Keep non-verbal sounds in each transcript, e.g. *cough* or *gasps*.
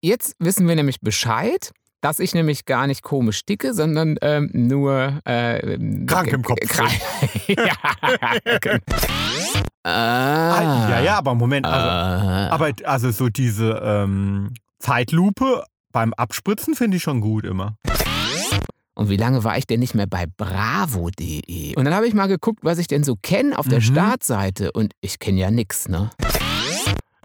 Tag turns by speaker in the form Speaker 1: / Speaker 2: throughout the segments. Speaker 1: Jetzt wissen wir nämlich Bescheid, dass ich nämlich gar nicht komisch dicke, sondern ähm, nur äh,
Speaker 2: Krank
Speaker 1: ge-
Speaker 2: im Kopf.
Speaker 1: Krank. *laughs* ja, genau.
Speaker 2: Ah,
Speaker 1: ah,
Speaker 2: ja, ja, aber Moment. Also,
Speaker 1: Ah.
Speaker 2: aber also so diese ähm, Zeitlupe beim Abspritzen finde ich schon gut immer.
Speaker 1: Und wie lange war ich denn nicht mehr bei bravo.de? Und dann habe ich mal geguckt, was ich denn so kenne auf der
Speaker 2: Mhm.
Speaker 1: Startseite. Und ich kenne ja nichts, ne?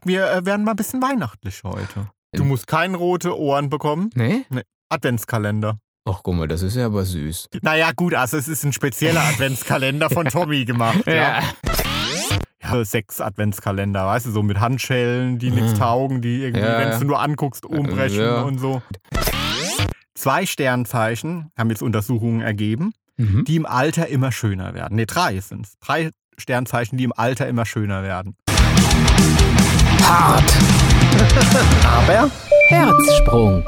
Speaker 2: Wir äh, werden mal ein bisschen weihnachtlich heute.
Speaker 1: Äh.
Speaker 2: Du musst kein rote Ohren bekommen.
Speaker 1: Ne?
Speaker 2: Adventskalender.
Speaker 1: Ach, guck mal, das ist ja aber süß.
Speaker 2: Naja, gut, also es ist
Speaker 1: *laughs*
Speaker 2: ein spezieller Adventskalender von Tommy gemacht. Ja. ja. Sechs Adventskalender, weißt du, so mit Handschellen, die nichts
Speaker 1: Mhm.
Speaker 2: taugen, die irgendwie,
Speaker 1: Ja,
Speaker 2: wenn
Speaker 1: ja. Äh,
Speaker 2: du nur anguckst, umbrechen
Speaker 1: Ja.
Speaker 2: und so. Zwei Sternzeichen haben jetzt Untersuchungen ergeben,
Speaker 1: Mhm.
Speaker 2: die im Alter immer schöner werden. Ne, drei sind es. Drei Sternzeichen, die im Alter immer schöner werden.
Speaker 1: Hart.
Speaker 2: *laughs* Aber
Speaker 1: Herzsprung.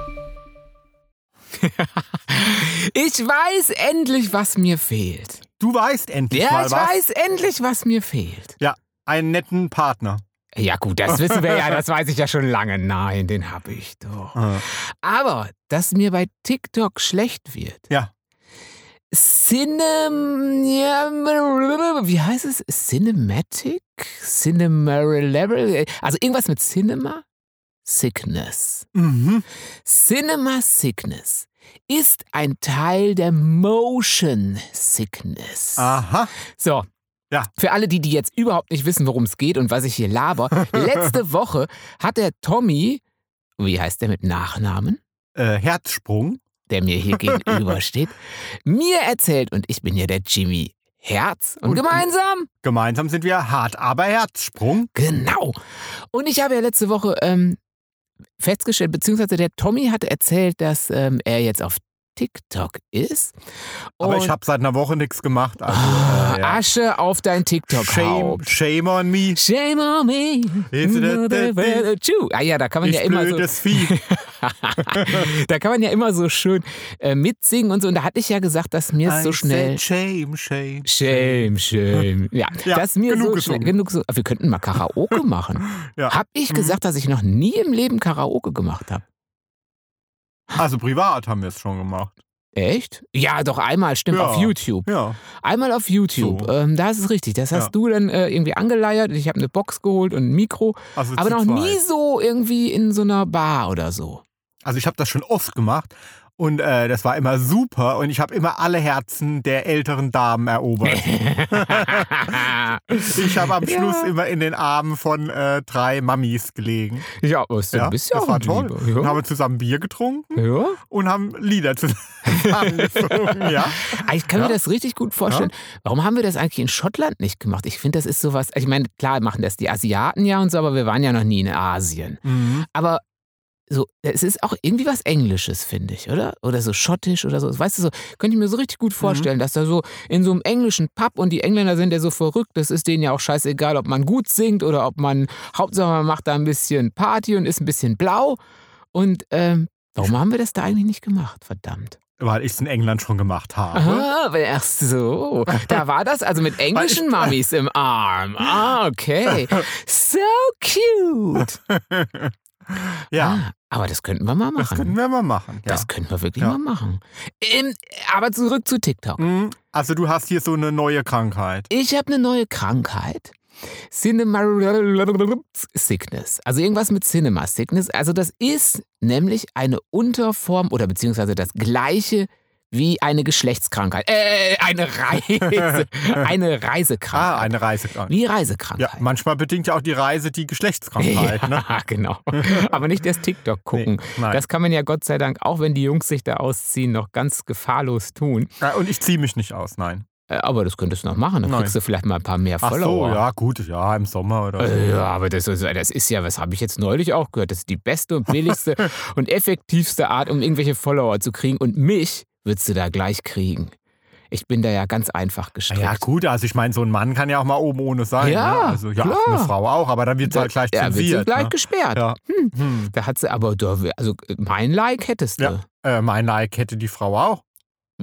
Speaker 1: *laughs* ich weiß endlich, was mir fehlt.
Speaker 2: du weißt endlich
Speaker 1: Ja,
Speaker 2: mal
Speaker 1: ich
Speaker 2: was.
Speaker 1: weiß endlich, was mir fehlt.
Speaker 2: Ja, einen netten Partner.
Speaker 1: Ja, gut,
Speaker 2: *laughs*
Speaker 1: das wissen wir ja, das weiß ich ja schon lange. Nein, den habe ich doch. Aber, dass mir bei TikTok schlecht wird.
Speaker 2: Ja.
Speaker 1: Cinem... ja, Wie heißt es? Cinematic? Cinemarilabel? Also irgendwas mit Cinema? Sickness.
Speaker 2: Mhm.
Speaker 1: Cinema Sickness ist ein Teil der Motion Sickness.
Speaker 2: Aha.
Speaker 1: So.
Speaker 2: Ja.
Speaker 1: Für alle die, die jetzt überhaupt nicht wissen, worum es geht und was ich hier
Speaker 2: *laughs*
Speaker 1: laber. letzte Woche hat der Tommy, wie heißt der mit Nachnamen?
Speaker 2: Äh, Herzsprung.
Speaker 1: der mir
Speaker 2: *laughs*
Speaker 1: hier gegenübersteht, mir erzählt und ich bin ja der Jimmy Herz. Und,
Speaker 2: Und-
Speaker 1: gemeinsam?
Speaker 2: Gemeinsam sind wir hart, aber Herzsprung.
Speaker 1: Genau. Und ich habe ja letzte Woche ähm, festgestellt, beziehungsweise der Tommy hat erzählt, dass ähm, er jetzt auf TikTok ist.
Speaker 2: Aber ich
Speaker 1: Und-
Speaker 2: habe seit einer Woche nichts gemacht. Also,
Speaker 1: Ah,
Speaker 2: äh, ja.
Speaker 1: Asche auf dein
Speaker 2: shame,
Speaker 1: TikTok-Haupt.
Speaker 2: shame on me.
Speaker 1: Shame on me.
Speaker 2: It's the- the- the-
Speaker 1: Ah ja, da kann man
Speaker 2: Ich
Speaker 1: ja immer so.
Speaker 2: blödes Vieh.
Speaker 1: *laughs* da kann man ja immer so schön äh, mitsingen und so. Und da hatte ich ja gesagt, dass mir es so
Speaker 2: I
Speaker 1: schnell
Speaker 2: said Shame, shame.
Speaker 1: Shame, shame. Ja,
Speaker 2: Ja,
Speaker 1: das mir
Speaker 2: genug
Speaker 1: so schnell,
Speaker 2: gesungen.
Speaker 1: genug so, ah, wir könnten mal
Speaker 2: *laughs*
Speaker 1: Karaoke machen.
Speaker 2: Ja. Mhm.
Speaker 1: Hab ich gesagt, dass ich noch nie im Leben Karaoke gemacht habe?
Speaker 2: Also privat haben wir es schon gemacht.
Speaker 1: Echt? Ja, doch einmal, stimmt,
Speaker 2: Ja.
Speaker 1: auf YouTube.
Speaker 2: Ja.
Speaker 1: Einmal auf YouTube.
Speaker 2: So.
Speaker 1: Ähm, da ist es richtig. Das hast
Speaker 2: Ja.
Speaker 1: du dann äh, irgendwie angeleiert. Ich habe eine Box geholt und ein Mikro.
Speaker 2: Also
Speaker 1: aber
Speaker 2: zu
Speaker 1: noch
Speaker 2: zweit.
Speaker 1: nie so irgendwie in so einer Bar oder
Speaker 2: *laughs*
Speaker 1: so.
Speaker 2: Also ich habe das schon oft gemacht. Und äh, das war immer super. Und ich habe immer alle Herzen der älteren Damen erobert.
Speaker 1: *laughs*
Speaker 2: Ich habe am
Speaker 1: Ja.
Speaker 2: Schluss immer in den Armen von äh, drei Mammis gelegen.
Speaker 1: ja, aber ist ja, ein bisschen
Speaker 2: das
Speaker 1: auch
Speaker 2: war
Speaker 1: ein
Speaker 2: toll.
Speaker 1: Lieber.
Speaker 2: Und
Speaker 1: Ja.
Speaker 2: haben zusammen Bier getrunken
Speaker 1: Ja.
Speaker 2: und haben Lieder *laughs* zusammengesungen. ja.
Speaker 1: Ah, Ich kann
Speaker 2: Ja.
Speaker 1: mir das richtig gut vorstellen. Warum haben wir das eigentlich in Schottland nicht gemacht? Ich finde, das ist sowas. also Ich meine, klar machen das die Asiaten ja und so, aber wir waren ja noch nie in Asien.
Speaker 2: Mhm.
Speaker 1: Aber so, es ist auch irgendwie was Englisches, finde ich, oder? Oder so schottisch oder so. Weißt du, so könnte ich mir so richtig gut vorstellen, dass da so in so einem englischen Pub und die Engländer sind ja so verrückt, das ist denen ja auch scheißegal, ob man gut singt oder ob man, Hauptsache man macht da ein bisschen Party und ist ein bisschen blau. Und ähm, warum haben wir das da eigentlich nicht gemacht? Verdammt.
Speaker 2: Weil ich es in England schon gemacht habe.
Speaker 1: Aha, weil- ach so. Da war das also mit englischen Mummies im Arm. Ah, okay. So cute.
Speaker 2: Ja,
Speaker 1: Ah, aber das könnten wir mal
Speaker 2: das könnten
Speaker 1: machen.
Speaker 2: wir mal machen. Ja.
Speaker 1: Das könnten wir wirklich
Speaker 2: Ja.
Speaker 1: mal machen. Ähm, aber zurück zu TikTok.
Speaker 2: Mhm. Also du hast hier so eine neue Krankheit.
Speaker 1: Ich habe eine neue Krankheit. Cinema Sickness. Also irgendwas mit Cinema Sickness. Also das ist nämlich eine Unterform oder beziehungsweise das gleiche wie eine Geschlechtskrankheit. Äh, eine
Speaker 2: *laughs*
Speaker 1: Reise. Eine Reisekrankheit.
Speaker 2: Ah, eine Reisekrankheit.
Speaker 1: Wie
Speaker 2: Ja,
Speaker 1: Reisekrankheit.
Speaker 2: manchmal bedingt ja auch die Reise die
Speaker 1: *laughs*
Speaker 2: Geschlechtskrankheit. Ne?
Speaker 1: genau. Aber nicht das TikTok gucken.
Speaker 2: Nee, nein.
Speaker 1: das kann man ja Gott sei Dank, auch wenn die Jungs sich da ausziehen, noch ganz gefahrlos tun.
Speaker 2: Ja, Ah, Und ich ziehe mich nicht aus, nein.
Speaker 1: Äh, Aber das könntest du noch machen. Dann
Speaker 2: Nein.
Speaker 1: kriegst du vielleicht mal ein paar mehr
Speaker 2: Ach so,
Speaker 1: Follower.
Speaker 2: ja, gut, ja, im Sommer oder so.
Speaker 1: Äh, Ja, aber das ist, das ist ja, was habe ich jetzt neulich auch gehört, das ist die beste und
Speaker 2: *laughs*
Speaker 1: billigste und effektivste Art, um irgendwelche Follower zu kriegen. Und mich würdest du da gleich kriegen. Ich bin da ja ganz einfach gestrickt.
Speaker 2: Ja, gut, also ich meine, so ein Mann kann ja auch mal oben ohne sein.
Speaker 1: Ja,
Speaker 2: ne? also, ja
Speaker 1: klar.
Speaker 2: eine Frau auch, aber dann wird es halt gleich
Speaker 1: ja, wird sie
Speaker 2: zensiert.
Speaker 1: gleich
Speaker 2: ne?
Speaker 1: gesperrt.
Speaker 2: ja.
Speaker 1: Hm.
Speaker 2: Hm.
Speaker 1: Da hat sie aber, da wär- also äh, mein Like hättest du.
Speaker 2: Ja. Äh, mein Nike hätte die Frau auch.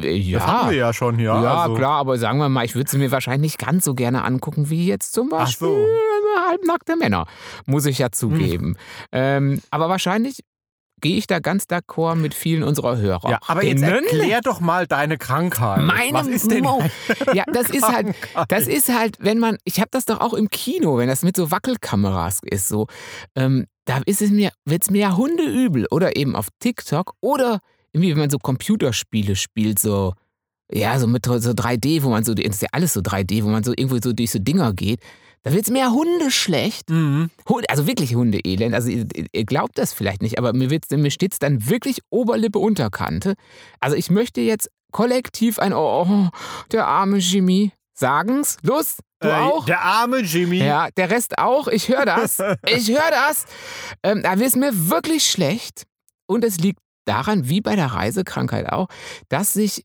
Speaker 1: Äh, Ja,
Speaker 2: Das hatten wir ja schon, ja.
Speaker 1: Ja,
Speaker 2: also,
Speaker 1: klar, aber sagen wir mal, ich würde sie mir wahrscheinlich nicht ganz so gerne angucken wie jetzt zum
Speaker 2: Ach
Speaker 1: Beispiel äh,
Speaker 2: so. Hm.
Speaker 1: halbnackte Männer. Muss ich ja zugeben. Ähm, aber wahrscheinlich gehe ich da ganz d'accord mit vielen unserer Hörer.
Speaker 2: Ja, aber jetzt
Speaker 1: Denen-
Speaker 2: erklär doch mal deine Krankheit.
Speaker 1: Meine
Speaker 2: Was ist denn
Speaker 1: Mo- Ja, das ist halt,
Speaker 2: Krankheit?
Speaker 1: das ist halt, wenn man, ich habe das doch auch im Kino, wenn das mit so Wackelkameras ist, so, ähm, da ist es mir, wird es mir ja hundeübel oder eben auf TikTok oder irgendwie, wenn man so Computerspiele spielt, so, ja, so mit so 3D, wo man so, ist ja alles so 3D, wo man so irgendwo so durch so Dinger geht, da wird es mir ja hundeschlecht.
Speaker 2: Mhm.
Speaker 1: Hunde, also wirklich Hundeelend. Also ihr, ihr glaubt das vielleicht nicht, aber mir, wird's- mir steht es dann wirklich Oberlippe Unterkante. Also ich möchte jetzt kollektiv ein Oh, oh der arme Jimmy. Sagen's. Los, du
Speaker 2: Äh,
Speaker 1: auch?
Speaker 2: Der arme Jimmy.
Speaker 1: Ja, der Rest auch. Ich höre
Speaker 2: *laughs*
Speaker 1: das. Ich höre das. Ähm, da wird es mir wirklich schlecht. Und es liegt daran, wie bei der Reisekrankheit auch, dass sich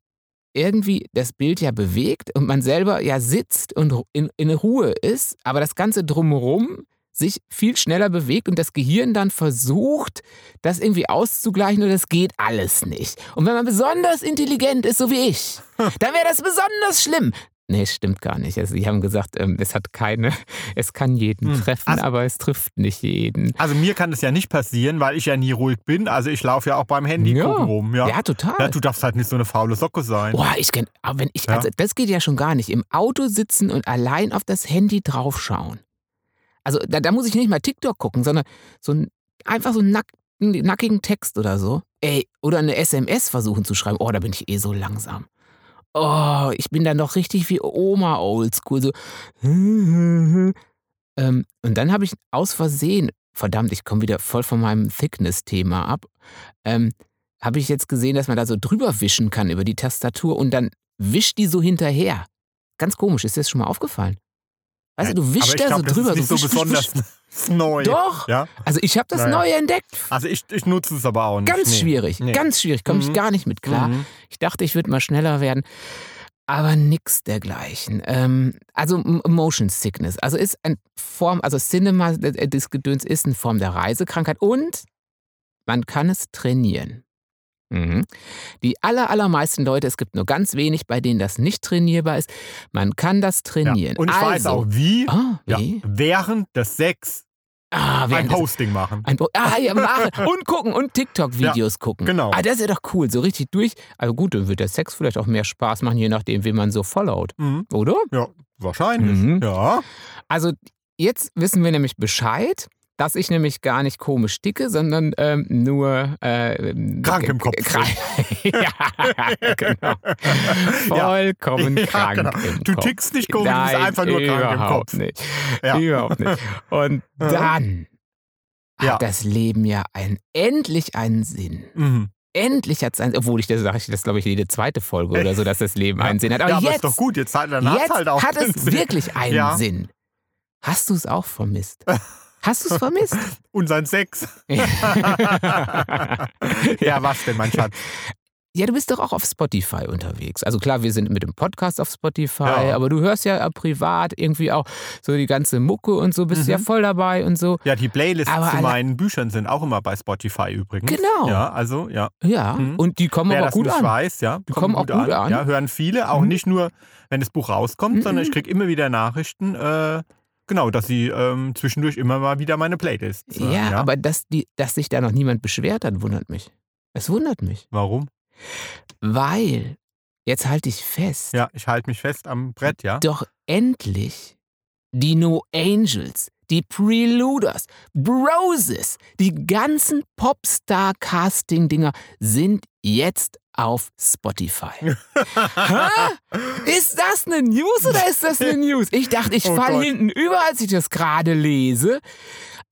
Speaker 1: irgendwie das Bild ja bewegt und man selber ja sitzt und ru- in, in Ruhe ist, aber das Ganze drumherum sich viel schneller bewegt und das Gehirn dann versucht, das irgendwie auszugleichen und das geht alles nicht. Und wenn man besonders intelligent ist, so wie
Speaker 2: *laughs*
Speaker 1: ich, dann wäre das besonders schlimm. Nee, stimmt gar nicht. Also, die haben gesagt, ähm, es hat keine, *laughs* es kann jeden
Speaker 2: Hm.
Speaker 1: treffen,
Speaker 2: Also-
Speaker 1: aber es trifft nicht jeden.
Speaker 2: Also mir kann das ja nicht passieren, weil ich ja nie ruhig bin. Also ich laufe ja auch beim Handy
Speaker 1: Ja.
Speaker 2: gucken rum. Ja.
Speaker 1: Ja, total.
Speaker 2: Ja, du darfst halt nicht so eine faule Socke sein.
Speaker 1: Boah, ich kenn, aber wenn ich,
Speaker 2: Ja.
Speaker 1: also das geht ja schon gar nicht. Im Auto sitzen und allein auf das Handy draufschauen. Also da, da muss ich nicht mal TikTok gucken, sondern so ein, einfach so einen nackten, nackigen Text oder so. Ey, oder eine SMS versuchen zu schreiben. Oh, da bin ich eh so langsam. Oh, ich bin dann noch richtig wie Oma oldschool. So. ähm, und dann habe ich aus Versehen, verdammt, ich komme wieder voll von meinem Thickness-Thema ab. Ähm, habe ich jetzt gesehen, dass man da so drüber wischen kann über die Tastatur und dann wischt die so hinterher. Ganz komisch, ist dir das schon mal aufgefallen? Also du
Speaker 2: Aber
Speaker 1: wischst
Speaker 2: ich
Speaker 1: da
Speaker 2: glaub,
Speaker 1: so drüber.
Speaker 2: Das ist nicht so,
Speaker 1: wisch, wisch,
Speaker 2: besonders *laughs* neu.
Speaker 1: Wisch. Doch,
Speaker 2: Ja?
Speaker 1: also ich habe das
Speaker 2: Naja.
Speaker 1: neu entdeckt.
Speaker 2: Also ich, ich nutze es aber auch nicht.
Speaker 1: Ganz
Speaker 2: nee.
Speaker 1: schwierig,
Speaker 2: Nee.
Speaker 1: ganz schwierig, komme
Speaker 2: Mhm.
Speaker 1: ich gar nicht mit klar.
Speaker 2: Mhm.
Speaker 1: Ich dachte, ich würde mal schneller werden, aber nix dergleichen. Ähm, also M- Motion Sickness, also ist eine Form, also Cinema, äh, das Gedöns ist eine Form der Reisekrankheit und man kann es trainieren. Mhm. Die aller, allermeisten Leute, es gibt nur ganz wenig, bei denen das nicht trainierbar ist. Man kann das
Speaker 2: Ja.
Speaker 1: trainieren.
Speaker 2: Und ich
Speaker 1: also,
Speaker 2: weiß auch, wie,
Speaker 1: Ah,
Speaker 2: ja,
Speaker 1: wie?
Speaker 2: während des Sex
Speaker 1: Ah,
Speaker 2: ein
Speaker 1: während des-
Speaker 2: Posting machen.
Speaker 1: ein Bo ah, ja, machen. Und gucken und TikTok-Videos gucken.
Speaker 2: genau.
Speaker 1: Ah, das ist ja doch cool, so richtig durch. Also gut, dann wird der Sex vielleicht auch mehr Spaß machen, je nachdem, wen man so followt,
Speaker 2: Mhm.
Speaker 1: oder?
Speaker 2: Ja, wahrscheinlich.
Speaker 1: Mhm.
Speaker 2: Ja.
Speaker 1: Also jetzt wissen wir nämlich Bescheid, dass ich nämlich gar nicht komisch dicke, sondern ähm, nur äh,
Speaker 2: Krank im
Speaker 1: äh,
Speaker 2: Kopf. *laughs*
Speaker 1: Krank. *laughs* *laughs* ja, genau.
Speaker 2: Ja.
Speaker 1: Vollkommen
Speaker 2: Ja,
Speaker 1: krank.
Speaker 2: genau.
Speaker 1: Im
Speaker 2: Du
Speaker 1: Kopf.
Speaker 2: tickst nicht komisch, du
Speaker 1: Nein,
Speaker 2: bist einfach nur krank im
Speaker 1: überhaupt
Speaker 2: Kopf.
Speaker 1: Nicht.
Speaker 2: Ja.
Speaker 1: Überhaupt nicht. Und
Speaker 2: *laughs* Ja.
Speaker 1: dann
Speaker 2: Ja.
Speaker 1: hat das Leben ja ein, endlich einen Sinn.
Speaker 2: Mhm.
Speaker 1: Endlich hat es einen Obwohl ich das sage, ich das glaube ich jede zweite Folge oder so, dass das Leben einen Sinn hat. Aber
Speaker 2: *laughs* ja, aber
Speaker 1: jetzt,
Speaker 2: ist doch gut, jetzt hat danach
Speaker 1: jetzt
Speaker 2: halt auch
Speaker 1: hat
Speaker 2: *laughs* den
Speaker 1: es
Speaker 2: Sinn.
Speaker 1: wirklich einen
Speaker 2: Ja.
Speaker 1: Sinn. Hast du es auch
Speaker 2: *laughs*
Speaker 1: vermisst? Hast du es vermisst? *laughs*
Speaker 2: Und sein Sex. *laughs*
Speaker 1: ja,
Speaker 2: ja, was denn, mein Schatz?
Speaker 1: du bist doch auch auf Spotify unterwegs. Also klar, wir sind mit dem Podcast auf Spotify,
Speaker 2: Ja.
Speaker 1: aber du hörst ja privat irgendwie auch so die ganze Mucke und so, bist
Speaker 2: Mhm.
Speaker 1: ja voll dabei und so.
Speaker 2: Ja, die Playlists
Speaker 1: Aber
Speaker 2: zu
Speaker 1: alle-
Speaker 2: meinen Büchern sind auch immer bei Spotify übrigens.
Speaker 1: Genau.
Speaker 2: Mhm. Ja, also, ja.
Speaker 1: Ja,
Speaker 2: Mhm.
Speaker 1: und die kommen
Speaker 2: Wer
Speaker 1: aber
Speaker 2: das
Speaker 1: gut
Speaker 2: nicht
Speaker 1: an.
Speaker 2: weiß, ja,
Speaker 1: Die kommen auch gut an.
Speaker 2: Ja, hören viele, auch
Speaker 1: Mhm.
Speaker 2: nicht nur, wenn das Buch rauskommt,
Speaker 1: Mhm.
Speaker 2: sondern ich kriege immer wieder Nachrichten, äh, genau, dass sie ähm, zwischendurch immer mal wieder meine Playlists.
Speaker 1: Ja,
Speaker 2: Äh,
Speaker 1: aber dass, die, dass sich da noch niemand beschwert hat, wundert mich. Es wundert mich.
Speaker 2: Warum?
Speaker 1: Weil, jetzt halte ich fest,
Speaker 2: Ja, ich halte mich fest am Brett, ja.
Speaker 1: doch endlich die No Angels, die Preluders, Broses, die ganzen Popstar-Casting-Dinger sind jetzt auf
Speaker 2: *laughs*
Speaker 1: Spotify. Hä? Ist das eine News oder ist das eine News? Ich dachte, ich
Speaker 2: Oh
Speaker 1: falle
Speaker 2: Gott.
Speaker 1: hinten über, als ich das gerade lese.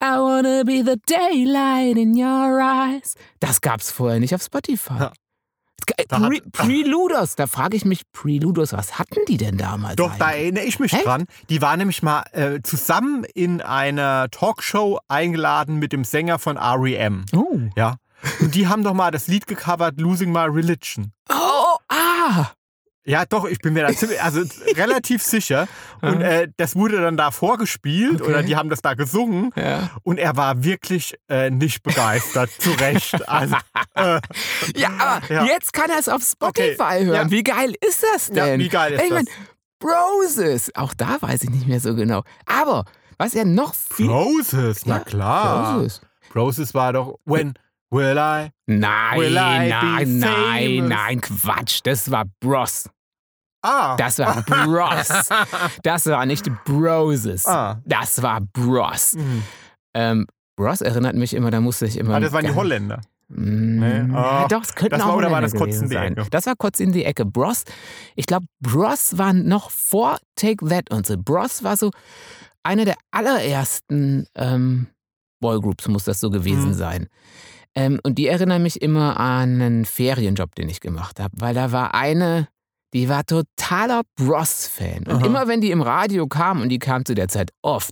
Speaker 1: I wanna be the daylight in your eyes. Das gab's vorher nicht auf Spotify.
Speaker 2: Ja.
Speaker 1: Ge-
Speaker 2: Da hat-
Speaker 1: Pre Preluders, da frage ich mich, Preluders, was hatten die denn damals?
Speaker 2: Doch, da
Speaker 1: eigentlich?
Speaker 2: erinnere ich mich
Speaker 1: Echt?
Speaker 2: dran. Die waren nämlich mal äh, zusammen in einer Talkshow eingeladen mit dem Sänger von R.E.M.
Speaker 1: Oh.
Speaker 2: Ja. Und die haben doch mal das Lied gecovert, Losing My Religion.
Speaker 1: oh, ah.
Speaker 2: Ja, doch, ich bin mir da ziemlich, also relativ sicher. Und
Speaker 1: Ah.
Speaker 2: äh, das wurde dann da vorgespielt
Speaker 1: Okay.
Speaker 2: oder die haben das da gesungen
Speaker 1: Ja.
Speaker 2: und er war wirklich äh, nicht begeistert, zu Recht. Also,
Speaker 1: *laughs*
Speaker 2: äh,
Speaker 1: ja, aber
Speaker 2: Ja.
Speaker 1: jetzt kann er es auf Spotify
Speaker 2: Okay,
Speaker 1: hören.
Speaker 2: ja.
Speaker 1: Wie geil ist das
Speaker 2: Ja,
Speaker 1: denn?
Speaker 2: wie geil ist
Speaker 1: ich mein,
Speaker 2: das?
Speaker 1: Broses, auch da weiß ich nicht mehr so genau. Aber was ja noch viel...
Speaker 2: Oh, Roses, na
Speaker 1: Ja,
Speaker 2: klar.
Speaker 1: Broses.
Speaker 2: Roses war doch When Will I?
Speaker 1: Nein,
Speaker 2: Will I be
Speaker 1: nein, nein,
Speaker 2: famous?
Speaker 1: nein, Quatsch. Das war Bros.
Speaker 2: Ah.
Speaker 1: Das war
Speaker 2: *laughs*
Speaker 1: Bros. das war nicht Broses.
Speaker 2: ah.
Speaker 1: Das war Bros.
Speaker 2: Mhm.
Speaker 1: Ähm, Bros erinnert mich immer, da musste ich immer.
Speaker 2: ah, das waren die
Speaker 1: ganz-
Speaker 2: Holländer.
Speaker 1: Mm,
Speaker 2: Nee,
Speaker 1: ja,
Speaker 2: ah,
Speaker 1: doch, es könnten
Speaker 2: das
Speaker 1: auch
Speaker 2: war- oder war
Speaker 1: Holländer
Speaker 2: das Kotz
Speaker 1: gewesen
Speaker 2: in die
Speaker 1: sein.
Speaker 2: Ecke?
Speaker 1: Das war kurz in die Ecke. Bros, ich glaube, Bros war noch vor Take That und so. Bros war so eine der allerersten ähm, Boygroups, muss das so gewesen
Speaker 2: Mhm.
Speaker 1: sein. Ähm, und die erinnern mich immer an einen Ferienjob, den ich gemacht habe, weil da war eine, die war totaler Bros-Fan. Und
Speaker 2: Aha.
Speaker 1: immer wenn die im Radio kam, und die kam zu der Zeit oft,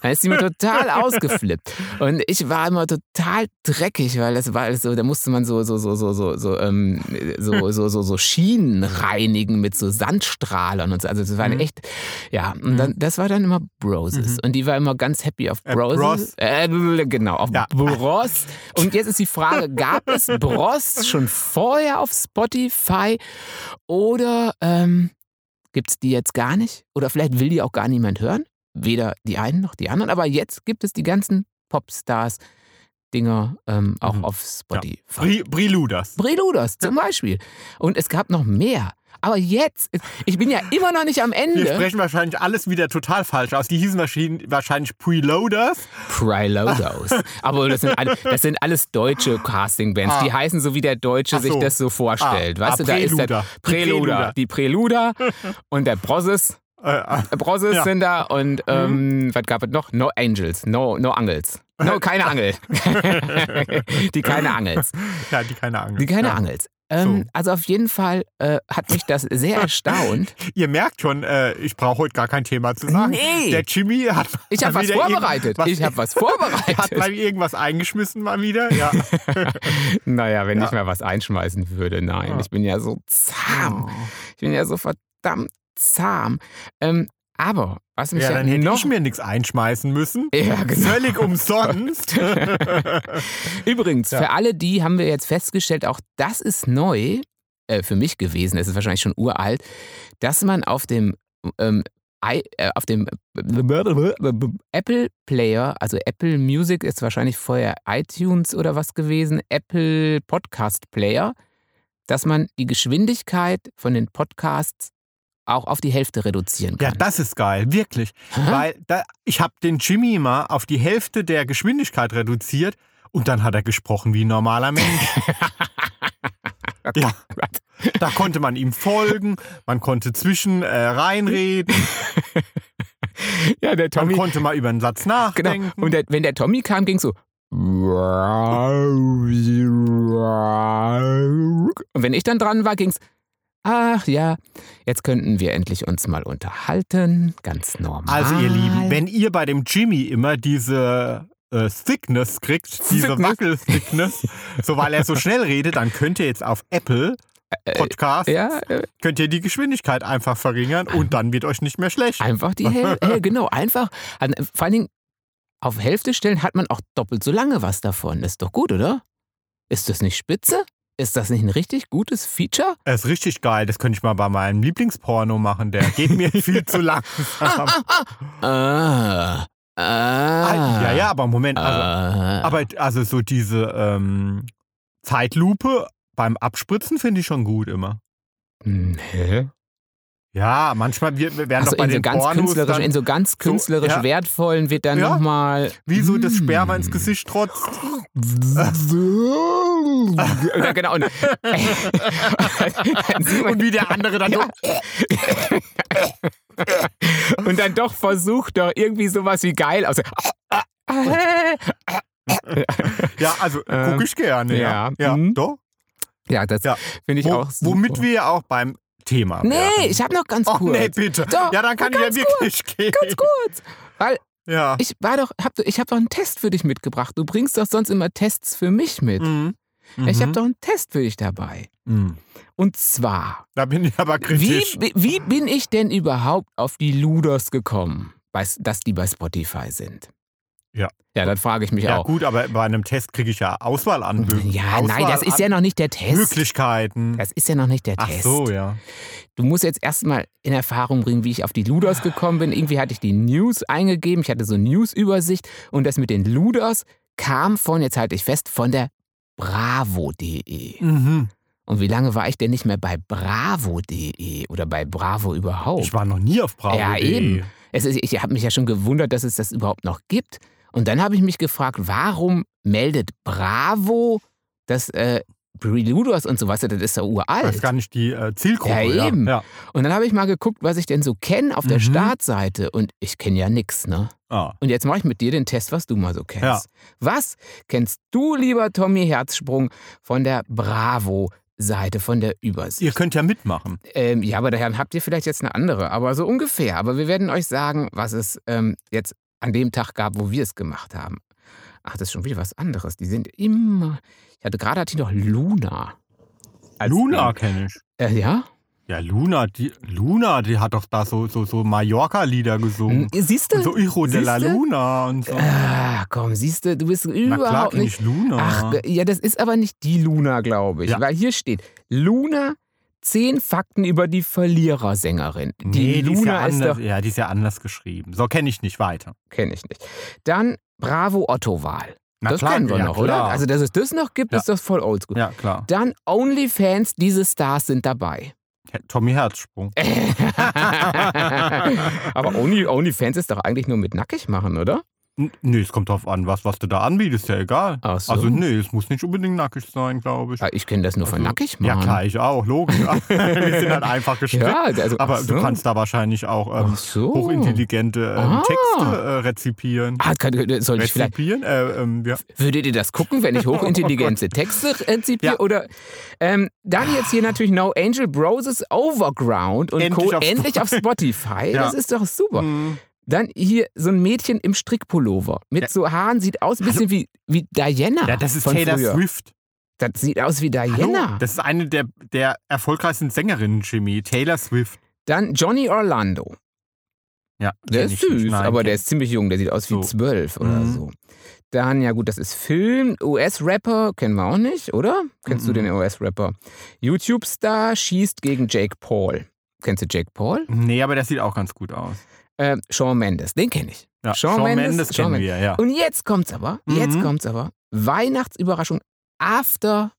Speaker 1: dann ist die mir
Speaker 2: *laughs*
Speaker 1: total ausgeflippt. Und ich war immer total dreckig, weil das war alles so, da musste man so, so, so, so, so, so, ähm,
Speaker 2: *laughs*
Speaker 1: so, so, so, so Schienen reinigen mit so Sandstrahlern und so. Also das war
Speaker 2: Mhm.
Speaker 1: echt, ja, und dann, das war dann immer Broses.
Speaker 2: Mhm.
Speaker 1: Und die war immer ganz happy auf
Speaker 2: Äh,
Speaker 1: Broses. Äh, genau, auf
Speaker 2: Ja.
Speaker 1: Bros. Und jetzt ist die Frage, gab
Speaker 2: *laughs*
Speaker 1: es Bros schon vorher auf Spotify oder ähm, gibt es die jetzt gar nicht? Oder vielleicht will die auch gar niemand hören? Weder die einen noch die anderen. Aber jetzt gibt es die ganzen Popstars-Dinger ähm, auch
Speaker 2: Mhm.
Speaker 1: auf Spotify.
Speaker 2: Bri Briludas.
Speaker 1: Preluders zum Beispiel. Und es gab noch mehr. Aber jetzt, ich bin ja immer noch nicht am
Speaker 2: Wir
Speaker 1: Ende.
Speaker 2: sprechen wahrscheinlich alles wieder total falsch aus. Die hießen wahrscheinlich, wahrscheinlich Preloaders. *laughs*
Speaker 1: Prelodos. Aber das sind, alle, das sind alles deutsche Casting-Bands.
Speaker 2: Ah.
Speaker 1: Die heißen so, wie der Deutsche
Speaker 2: Ach
Speaker 1: sich
Speaker 2: so.
Speaker 1: das so vorstellt.
Speaker 2: Ah,
Speaker 1: Weißt
Speaker 2: ah,
Speaker 1: du, da ist der
Speaker 2: Preluder.
Speaker 1: Preluder, die Preluder
Speaker 2: *laughs*
Speaker 1: und der Broses.
Speaker 2: Äh, *laughs* äh,
Speaker 1: Broses
Speaker 2: Ja. Mhm.
Speaker 1: sind da und ähm, was gab es noch? No Angels, no, no Angels.
Speaker 2: *laughs*
Speaker 1: No, keine Angel. die keine Angels.
Speaker 2: ja, die keine Angst.
Speaker 1: Die keine
Speaker 2: ja.
Speaker 1: Angels. Ähm,
Speaker 2: So.
Speaker 1: Also auf jeden Fall äh, hat mich das sehr erstaunt.
Speaker 2: Ihr merkt schon, äh, ich brauche heute gar kein Thema zu sagen.
Speaker 1: Nee.
Speaker 2: Der Jimmy hat.
Speaker 1: Ich habe
Speaker 2: mal
Speaker 1: was
Speaker 2: wieder irgend-
Speaker 1: vorbereitet.
Speaker 2: Was,
Speaker 1: Ich habe was
Speaker 2: *laughs* hat mal
Speaker 1: vorbereitet.
Speaker 2: irgendwas eingeschmissen mal
Speaker 1: *laughs*
Speaker 2: wieder. Ja.
Speaker 1: naja, wenn
Speaker 2: Ja. Ah.
Speaker 1: ich mal was einschmeißen würde, nein.
Speaker 2: Ja.
Speaker 1: Ich bin ja so
Speaker 2: Ah.
Speaker 1: zahm. Ich bin ja so verdammt zahm. Ähm, aber was mich
Speaker 2: ja,
Speaker 1: ja,
Speaker 2: dann hätte
Speaker 1: noch
Speaker 2: ich mir nichts einschmeißen müssen. *laughs*
Speaker 1: ja, genau. *laughs*
Speaker 2: Völlig umsonst.
Speaker 1: Übrigens,
Speaker 2: Ja.
Speaker 1: für alle die haben wir jetzt festgestellt, auch das ist neu äh, für mich gewesen. Es ist wahrscheinlich schon uralt, dass man auf dem ähm, I, äh, auf dem Apple Player, also Apple Music ist wahrscheinlich vorher iTunes oder was gewesen, Apple Podcast Player, dass man die Geschwindigkeit von den Podcasts auch auf die Hälfte reduzieren
Speaker 2: ja,
Speaker 1: kann.
Speaker 2: das ist geil, wirklich.
Speaker 1: Hä?
Speaker 2: Weil da, ich habe den Jimmy mal auf die Hälfte der Geschwindigkeit reduziert und dann hat er gesprochen wie ein normaler Mensch.
Speaker 1: *laughs* Oh
Speaker 2: ja. Da konnte man ihm folgen, man konnte zwischen äh, reinreden,
Speaker 1: ja, der
Speaker 2: man konnte mal über einen Satz nachdenken.
Speaker 1: Genau. Und der, wenn der Tommy kam, ging so. Und wenn ich dann dran war, ging's. Ach ja, jetzt könnten wir endlich uns mal unterhalten. Ganz normal.
Speaker 2: Also ihr Lieben, wenn ihr bei dem Jimmy immer diese äh, Thickness kriegt, diese
Speaker 1: Thickness.
Speaker 2: Wackel-Thickness,
Speaker 1: *laughs*
Speaker 2: so weil er so schnell redet, dann könnt ihr jetzt auf Apple Podcast,
Speaker 1: äh, Ja, äh,
Speaker 2: könnt ihr die Geschwindigkeit einfach verringern und dann wird euch nicht mehr schlecht.
Speaker 1: einfach die Hälfte. Hey, genau, einfach. An- Vor allen Dingen, auf Hälfte stellen hat man auch doppelt so lange was davon. Ist doch gut, oder? Ist das nicht spitze? Ist das nicht ein richtig gutes Feature?
Speaker 2: Das ist richtig geil, das könnte ich mal bei meinem Lieblingsporno machen, der geht mir
Speaker 1: *laughs*
Speaker 2: viel zu lang.
Speaker 1: Ah. Ah.
Speaker 2: ja, ja, aber Moment, also,
Speaker 1: Ah.
Speaker 2: aber also so diese ähm, Zeitlupe beim Abspritzen finde ich schon gut immer.
Speaker 1: Hä?
Speaker 2: Ja, manchmal wir, wir werden
Speaker 1: Also
Speaker 2: doch bei
Speaker 1: in so
Speaker 2: den
Speaker 1: ganz
Speaker 2: Pornos
Speaker 1: künstlerisch,
Speaker 2: dann,
Speaker 1: in so ganz künstlerisch
Speaker 2: ja.
Speaker 1: wertvollen wird dann
Speaker 2: Ja.
Speaker 1: nochmal.
Speaker 2: Wie so
Speaker 1: Hm.
Speaker 2: das Sperma ins Gesicht trotzt.
Speaker 1: *laughs* ja, genau. Und, *laughs* dann sieht man-
Speaker 2: Und wie der andere dann um-,
Speaker 1: Ja. und dann doch versucht doch irgendwie sowas wie geil aus.
Speaker 2: so. Ja, also
Speaker 1: Ähm,
Speaker 2: gucke ich gerne. Ja,
Speaker 1: ja.
Speaker 2: ja.
Speaker 1: Mhm.
Speaker 2: doch.
Speaker 1: Ja, das
Speaker 2: Ja.
Speaker 1: finde ich
Speaker 2: Wo,
Speaker 1: auch super.
Speaker 2: womit wir ja auch beim Thema
Speaker 1: Nee,
Speaker 2: wären.
Speaker 1: ich habe noch ganz
Speaker 2: Oh,
Speaker 1: kurz.
Speaker 2: nee, bitte.
Speaker 1: Doch,
Speaker 2: ja, dann kann ich ja
Speaker 1: ganz
Speaker 2: wirklich gehen.
Speaker 1: Ganz kurz. Weil
Speaker 2: Ja.
Speaker 1: ich war doch, hab, ich habe doch einen Test für dich mitgebracht. Du bringst doch sonst immer Tests für mich mit.
Speaker 2: Mhm.
Speaker 1: Ich habe
Speaker 2: Mhm.
Speaker 1: doch einen Test für dich dabei.
Speaker 2: Mhm.
Speaker 1: Und zwar,
Speaker 2: Da bin ich aber
Speaker 1: wie,
Speaker 2: kritisch.
Speaker 1: wie- wie bin ich denn überhaupt auf die Luders gekommen, bei, dass die bei Spotify sind?
Speaker 2: Ja.
Speaker 1: Ja, dann frage ich mich
Speaker 2: Ja,
Speaker 1: auch.
Speaker 2: gut, aber bei einem Test kriege ich ja Auswahl an Möglichkeiten.
Speaker 1: Ja, nein, das ist ja noch nicht der Test.
Speaker 2: Möglichkeiten.
Speaker 1: Das ist ja noch nicht der
Speaker 2: Ach
Speaker 1: Test.
Speaker 2: so, ja.
Speaker 1: Du musst jetzt erstmal in Erfahrung bringen, wie ich auf die Luders gekommen bin. Irgendwie hatte ich die News eingegeben, ich hatte so eine News-Übersicht und das mit den Luders kam von, jetzt halte ich fest, von der bravo.de.
Speaker 2: Mhm.
Speaker 1: Und wie lange war ich denn nicht mehr bei bravo.de oder bei Bravo überhaupt?
Speaker 2: Ich war noch nie auf Bravo.
Speaker 1: Oh. Ja, eben. Es ist, ich habe mich ja schon gewundert, dass es das überhaupt noch gibt. Und dann habe ich mich gefragt, warum meldet Bravo das äh, Preluders und so, weißt du, das ist ja
Speaker 2: Ich
Speaker 1: uralt.
Speaker 2: weiß gar nicht die äh, Zielgruppe.
Speaker 1: Halt. Ja,
Speaker 2: ja.
Speaker 1: eben.
Speaker 2: Ja.
Speaker 1: Und dann habe ich mal geguckt, was ich denn so kenne auf der
Speaker 2: Mhm.
Speaker 1: Startseite. Und ich kenne ja nichts, ne?
Speaker 2: Ah.
Speaker 1: Und jetzt mache ich mit dir den Test, was du mal so kennst.
Speaker 2: Ja.
Speaker 1: Was kennst du, lieber Tommy Herzsprung, von der Bravo-Seite, von der Übersicht?
Speaker 2: Ihr könnt ja mitmachen.
Speaker 1: Ähm, ja, aber daher habt ihr vielleicht jetzt eine andere, aber so ungefähr. Aber wir werden euch sagen, was es ähm, jetzt an dem Tag gab, wo wir es gemacht haben. Ach, das ist schon wieder was anderes. Die sind immer. Ich hatte gerade hatte ich noch Luna. als-
Speaker 2: Luna kenne ich.
Speaker 1: Äh, ja?
Speaker 2: Ja, Luna, die, Luna, die hat doch da so, so, so Mallorca-Lieder gesungen.
Speaker 1: Siehst
Speaker 2: Und
Speaker 1: du?
Speaker 2: Oh. so Iro de la
Speaker 1: Siehste?
Speaker 2: Luna und so.
Speaker 1: Hm, Ah, komm, siehst du, du bist
Speaker 2: Na klar
Speaker 1: überhaupt
Speaker 2: kenne
Speaker 1: nicht.
Speaker 2: ich Luna.
Speaker 1: Ach, ge- ja, das ist aber nicht die Luna, glaube ich.
Speaker 2: Ja.
Speaker 1: Weil hier steht, Luna, zehn Fakten über die Verlierersängerin.
Speaker 2: nee,
Speaker 1: die
Speaker 2: die ist ja
Speaker 1: Luna ist,
Speaker 2: anders,
Speaker 1: doch,
Speaker 2: ja, die ist ja anders geschrieben. So kenne ich nicht weiter.
Speaker 1: kenne ich nicht. Dann Bravo Otto-Wahl.
Speaker 2: Na
Speaker 1: das
Speaker 2: klar,
Speaker 1: kennen wir
Speaker 2: ja,
Speaker 1: noch,
Speaker 2: klar.
Speaker 1: oder? Also, dass es das noch gibt,
Speaker 2: Ja.
Speaker 1: ist das voll oldschool.
Speaker 2: ja, klar.
Speaker 1: Dann OnlyFans, diese Stars sind
Speaker 2: *laughs*
Speaker 1: dabei.
Speaker 2: He- Tommy Herzsprung.
Speaker 1: Aber Only, OnlyFans ist doch eigentlich nur mit nackig machen, oder?
Speaker 2: N- Nee, es kommt drauf an, was, was du da anbietest, ja egal.
Speaker 1: Ach so.
Speaker 2: Also nee, es muss nicht unbedingt nackig sein, glaube ich.
Speaker 1: Ah, ich kenne das nur von
Speaker 2: Also,
Speaker 1: nackig
Speaker 2: Ja
Speaker 1: machen.
Speaker 2: klar, ich
Speaker 1: *laughs*
Speaker 2: auch, logisch. *laughs* Wir sind halt einfach gestrickt.
Speaker 1: Ja, also,
Speaker 2: Aber
Speaker 1: ach so.
Speaker 2: du kannst da wahrscheinlich auch ähm,
Speaker 1: Ach so.
Speaker 2: hochintelligente ähm,
Speaker 1: Oh. Ah.
Speaker 2: Texte äh, rezipieren.
Speaker 1: Ah, kann, soll ich vielleicht,
Speaker 2: Rezipieren? Äh, ähm, ja.
Speaker 1: würdet ihr das gucken,
Speaker 2: *laughs*
Speaker 1: wenn ich hochintelligente Texte rezipiere?
Speaker 2: Oh Ja.
Speaker 1: Oder ähm, dann jetzt hier natürlich No Angel Broses Overground und
Speaker 2: Endlich
Speaker 1: Co.
Speaker 2: auf
Speaker 1: endlich auf Spotify.
Speaker 2: *laughs* Ja.
Speaker 1: Das ist doch super.
Speaker 2: Hm.
Speaker 1: Dann hier so ein Mädchen im Strickpullover mit
Speaker 2: Ja.
Speaker 1: so Haaren, sieht aus ein bisschen wie, wie Diana.
Speaker 2: ja, das ist
Speaker 1: von
Speaker 2: Taylor
Speaker 1: früher.
Speaker 2: Swift.
Speaker 1: Das sieht aus wie
Speaker 2: Hallo?
Speaker 1: Diana.
Speaker 2: Das ist eine der, der erfolgreichsten Sängerinnen, Jimmy. Taylor Swift.
Speaker 1: Dann Johnny Orlando.
Speaker 2: Ja,
Speaker 1: Der
Speaker 2: kenn
Speaker 1: ist
Speaker 2: ich nicht.
Speaker 1: süß,
Speaker 2: Nein,
Speaker 1: aber
Speaker 2: kenn-
Speaker 1: der ist ziemlich jung. Der sieht aus
Speaker 2: So.
Speaker 1: wie zwölf oder
Speaker 2: Mhm.
Speaker 1: so. Dann, ja gut, das ist Film. US-Rapper kennen wir auch nicht, oder? Kennst du
Speaker 2: Mhm.
Speaker 1: den US-Rapper? YouTube-Star schießt gegen Jake Paul. Kennst du Jake Paul?
Speaker 2: Nee, aber der sieht auch ganz gut aus.
Speaker 1: Äh, Shawn Mendes, den kenne ich.
Speaker 2: Ja,
Speaker 1: Shawn Mendes, Shawn
Speaker 2: kennen
Speaker 1: Mendes.
Speaker 2: wir, ja.
Speaker 1: Und jetzt kommt's aber, jetzt
Speaker 2: Mhm.
Speaker 1: kommt's aber. Weihnachtsüberraschung after,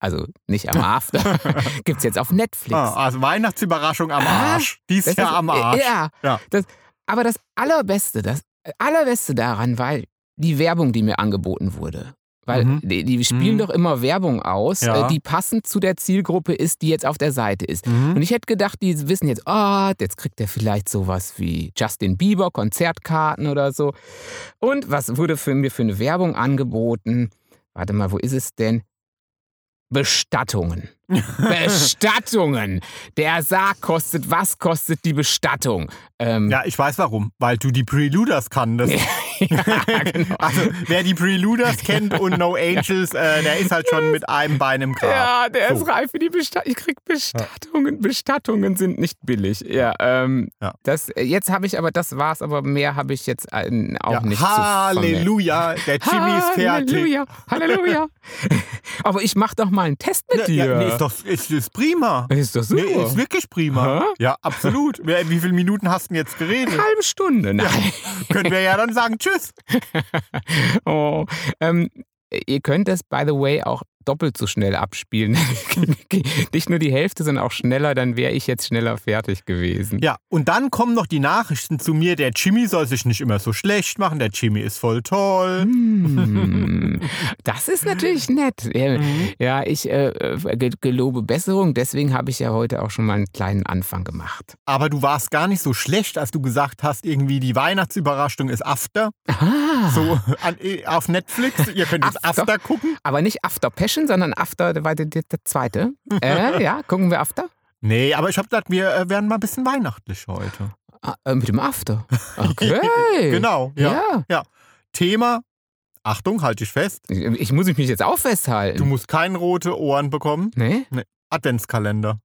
Speaker 1: also nicht
Speaker 2: *laughs*
Speaker 1: am after, *laughs* gibt's jetzt auf Netflix.
Speaker 2: Ah, also Weihnachtsüberraschung am
Speaker 1: Ah,
Speaker 2: Arsch. Die ist ja
Speaker 1: ist-
Speaker 2: am Arsch.
Speaker 1: Ja.
Speaker 2: Ja.
Speaker 1: Das, aber das Allerbeste, das Allerbeste daran war die Werbung, die mir angeboten wurde. Weil
Speaker 2: Mhm.
Speaker 1: die, die spielen
Speaker 2: Mhm.
Speaker 1: doch immer Werbung aus,
Speaker 2: Ja.
Speaker 1: äh, die passend zu der Zielgruppe ist, die jetzt auf der Seite ist.
Speaker 2: Mhm.
Speaker 1: Und ich hätte gedacht, die wissen jetzt, ah, jetzt kriegt er vielleicht sowas wie Justin Bieber, Konzertkarten oder so. Und was wurde für mir für eine Werbung angeboten? Warte mal, wo ist es denn? *laughs* Bestattungen. Bestattungen. Der Sarg kostet, was kostet die Bestattung? Ähm,
Speaker 2: Ja, ich weiß warum. Weil du die
Speaker 1: *laughs*
Speaker 2: Preluders kanntest.
Speaker 1: genau.
Speaker 2: Also, wer die Preluders kennt und No Angels, äh, der ist halt schon mit einem Bein im Grab.
Speaker 1: Ja, der
Speaker 2: So.
Speaker 1: ist reif für die Bestattung. Ich krieg Bestattungen. Bestattungen sind nicht billig. Ja, ähm,
Speaker 2: Ja.
Speaker 1: Das, äh, jetzt habe ich aber, das war's, aber mehr habe ich jetzt äh, auch
Speaker 2: Ja,
Speaker 1: nicht. zu vermelden.
Speaker 2: Halleluja, der Jimmy ist fertig.
Speaker 1: Halleluja, Halleluja. *laughs* aber ich mach doch mal einen Test mit dir.
Speaker 2: Ja, nee, ist doch ist, ist prima.
Speaker 1: Das ist doch super.
Speaker 2: Nee, ist wirklich prima.
Speaker 1: Hä?
Speaker 2: Ja, absolut. Wer- Wie viele Minuten hast du denn jetzt geredet?
Speaker 1: Halbe Stunde. Nein. *laughs*
Speaker 2: Können wir ja dann sagen Tschüss.
Speaker 1: Oh. Ähm, ihr könnt es, by the way, auch doppelt so schnell abspielen. *laughs* Nicht nur die Hälfte, sondern auch schneller, dann wäre ich jetzt schneller fertig gewesen.
Speaker 2: Ja, und dann kommen noch die Nachrichten zu mir, der Jimmy soll sich nicht immer so schlecht machen, der Jimmy ist voll
Speaker 1: Mhm.
Speaker 2: toll.
Speaker 1: Hm, Das ist natürlich nett. Ja,
Speaker 2: Mhm.
Speaker 1: Ja, ich äh, äh, ge- gelobe Besserung, deswegen habe ich ja heute auch schon mal einen kleinen Anfang gemacht.
Speaker 2: Aber du warst gar nicht so schlecht, als du gesagt hast, irgendwie die Weihnachtsüberraschung ist After.
Speaker 1: Ah,
Speaker 2: So an, eh, auf Netflix, ihr könnt jetzt
Speaker 1: After.
Speaker 2: After gucken.
Speaker 1: Aber nicht After Passion, sondern After, der, der, der der zweite.
Speaker 2: *laughs*
Speaker 1: Äh, ja, gucken wir After?
Speaker 2: Nee, aber ich habe gedacht, wir äh, werden mal ein bisschen weihnachtlich heute.
Speaker 1: Ah, äh, mit dem After. Okay.
Speaker 2: *laughs* Genau, ja.
Speaker 1: Äh, Ja.
Speaker 2: Thema, Achtung, halte ich fest,
Speaker 1: Ich, ich muss mich jetzt auch
Speaker 2: du
Speaker 1: festhalten.
Speaker 2: musst keine rote Ohren bekommen.
Speaker 1: nee?
Speaker 2: Adventskalender.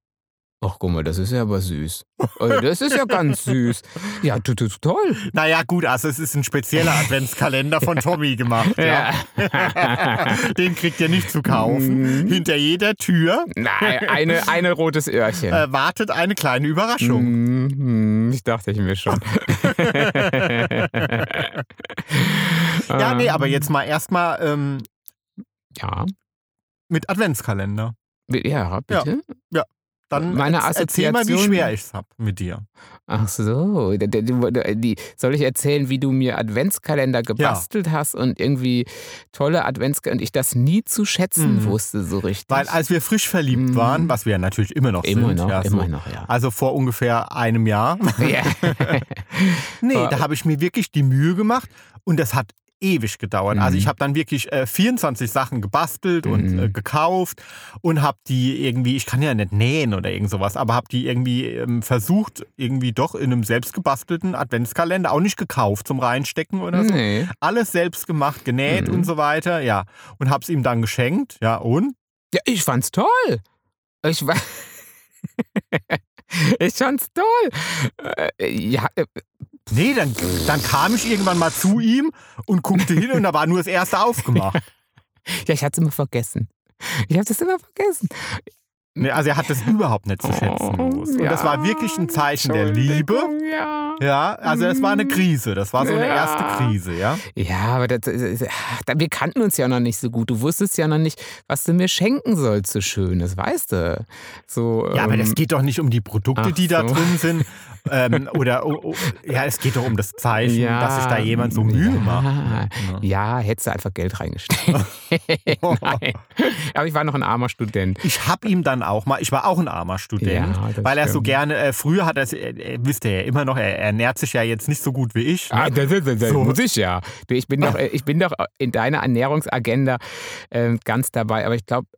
Speaker 1: Ach, guck mal, das ist ja aber süß. Also, das ist ja ganz süß. Ja, du tust toll.
Speaker 2: Naja, gut, also es ist ein spezieller
Speaker 1: *laughs*
Speaker 2: Adventskalender von Tommy gemacht. Ja. *laughs* Den kriegt ihr nicht zu kaufen.
Speaker 1: Mhm.
Speaker 2: Hinter jeder Tür
Speaker 1: Nein, eine, eine rotes Öhrchen.
Speaker 2: äh, wartet eine kleine Überraschung.
Speaker 1: Mhm, ich dachte ich mir
Speaker 2: *laughs*
Speaker 1: schon.
Speaker 2: Ja, nee, aber jetzt mal erstmal ähm,
Speaker 1: Ja.
Speaker 2: mit Adventskalender.
Speaker 1: Ja, bitte.
Speaker 2: Dann
Speaker 1: Meine
Speaker 2: erz- erzähl mal, wie
Speaker 1: Assoziation-
Speaker 2: schwer ich es habe mit dir.
Speaker 1: Ach so. Die, die, die, soll ich erzählen, wie du mir Adventskalender gebastelt hast und irgendwie tolle Adventskalender und ich das nie zu schätzen
Speaker 2: Mhm.
Speaker 1: wusste so richtig?
Speaker 2: Weil als wir frisch verliebt
Speaker 1: Mhm.
Speaker 2: waren, was wir natürlich immer noch
Speaker 1: immer
Speaker 2: sind,
Speaker 1: noch,
Speaker 2: ja, so,
Speaker 1: immer noch, ja.
Speaker 2: also vor ungefähr einem Jahr,
Speaker 1: *laughs* ja.
Speaker 2: nee,
Speaker 1: War-
Speaker 2: da habe ich mir wirklich die Mühe gemacht und das hat ewig gedauert. Also
Speaker 1: Mhm.
Speaker 2: ich habe dann wirklich äh, 24 Sachen gebastelt und
Speaker 1: Mhm.
Speaker 2: äh, gekauft und habe die irgendwie, ich kann ja nicht nähen oder irgend sowas, aber habe die irgendwie ähm, versucht, irgendwie doch in einem selbstgebastelten Adventskalender, auch nicht gekauft zum Reinstecken *laughs* oder so.
Speaker 1: nee.
Speaker 2: Alles selbst gemacht, genäht
Speaker 1: Mhm.
Speaker 2: und so weiter, ja. Und hab's ihm dann geschenkt, ja, und?
Speaker 1: Ja, ich fand's toll. Ich war. *laughs* ich fand's toll. Äh, ja, äh,
Speaker 2: Nee, dann, dann kam ich irgendwann mal zu ihm und guckte hin und da war nur das
Speaker 1: *laughs*
Speaker 2: erste aufgemacht.
Speaker 1: ja, ich hatte es immer vergessen. Ich habe das immer vergessen.
Speaker 2: Nee, also er hat das überhaupt nicht zu schätzen
Speaker 1: Oh,
Speaker 2: gewusst. Und das
Speaker 1: ja,
Speaker 2: war wirklich ein Zeichen der Liebe.
Speaker 1: Entschuldigung, Ja,
Speaker 2: Ja, also das war eine Krise. Das war so eine
Speaker 1: Ja.
Speaker 2: erste Krise, ja.
Speaker 1: ja aber das, ist- ach, wir kannten uns ja noch nicht so gut. Du wusstest ja noch nicht, was du mir schenken sollst, so schön. Das weißt du. So,
Speaker 2: Ja, aber
Speaker 1: ähm,
Speaker 2: das geht doch nicht um die Produkte,
Speaker 1: ach
Speaker 2: die da
Speaker 1: so.
Speaker 2: drin sind.
Speaker 1: *laughs*
Speaker 2: Ähm, oder, oh, oh, ja, es geht doch um das Zeichen,
Speaker 1: ja,
Speaker 2: dass sich da jemand so Mühe
Speaker 1: ja.
Speaker 2: macht. ne?
Speaker 1: Ja, hättest du einfach Geld
Speaker 2: *laughs*
Speaker 1: reingesteckt. *laughs* Nein. *laughs* Aber ich war noch ein armer Student.
Speaker 2: Ich hab ihm dann auch mal, ich war auch ein armer Student,
Speaker 1: Ja, das
Speaker 2: weil er so
Speaker 1: stimmt.
Speaker 2: gerne, äh, früher hat er, äh, wisst ihr ja immer noch, er er ernährt sich ja jetzt nicht so gut wie ich.
Speaker 1: Ah, das, das, das, das
Speaker 2: So. Ah.
Speaker 1: muss ich ja. Du, ich, bin doch, äh, ich bin doch in deiner Ernährungsagenda ähm, ganz dabei, aber ich glaube,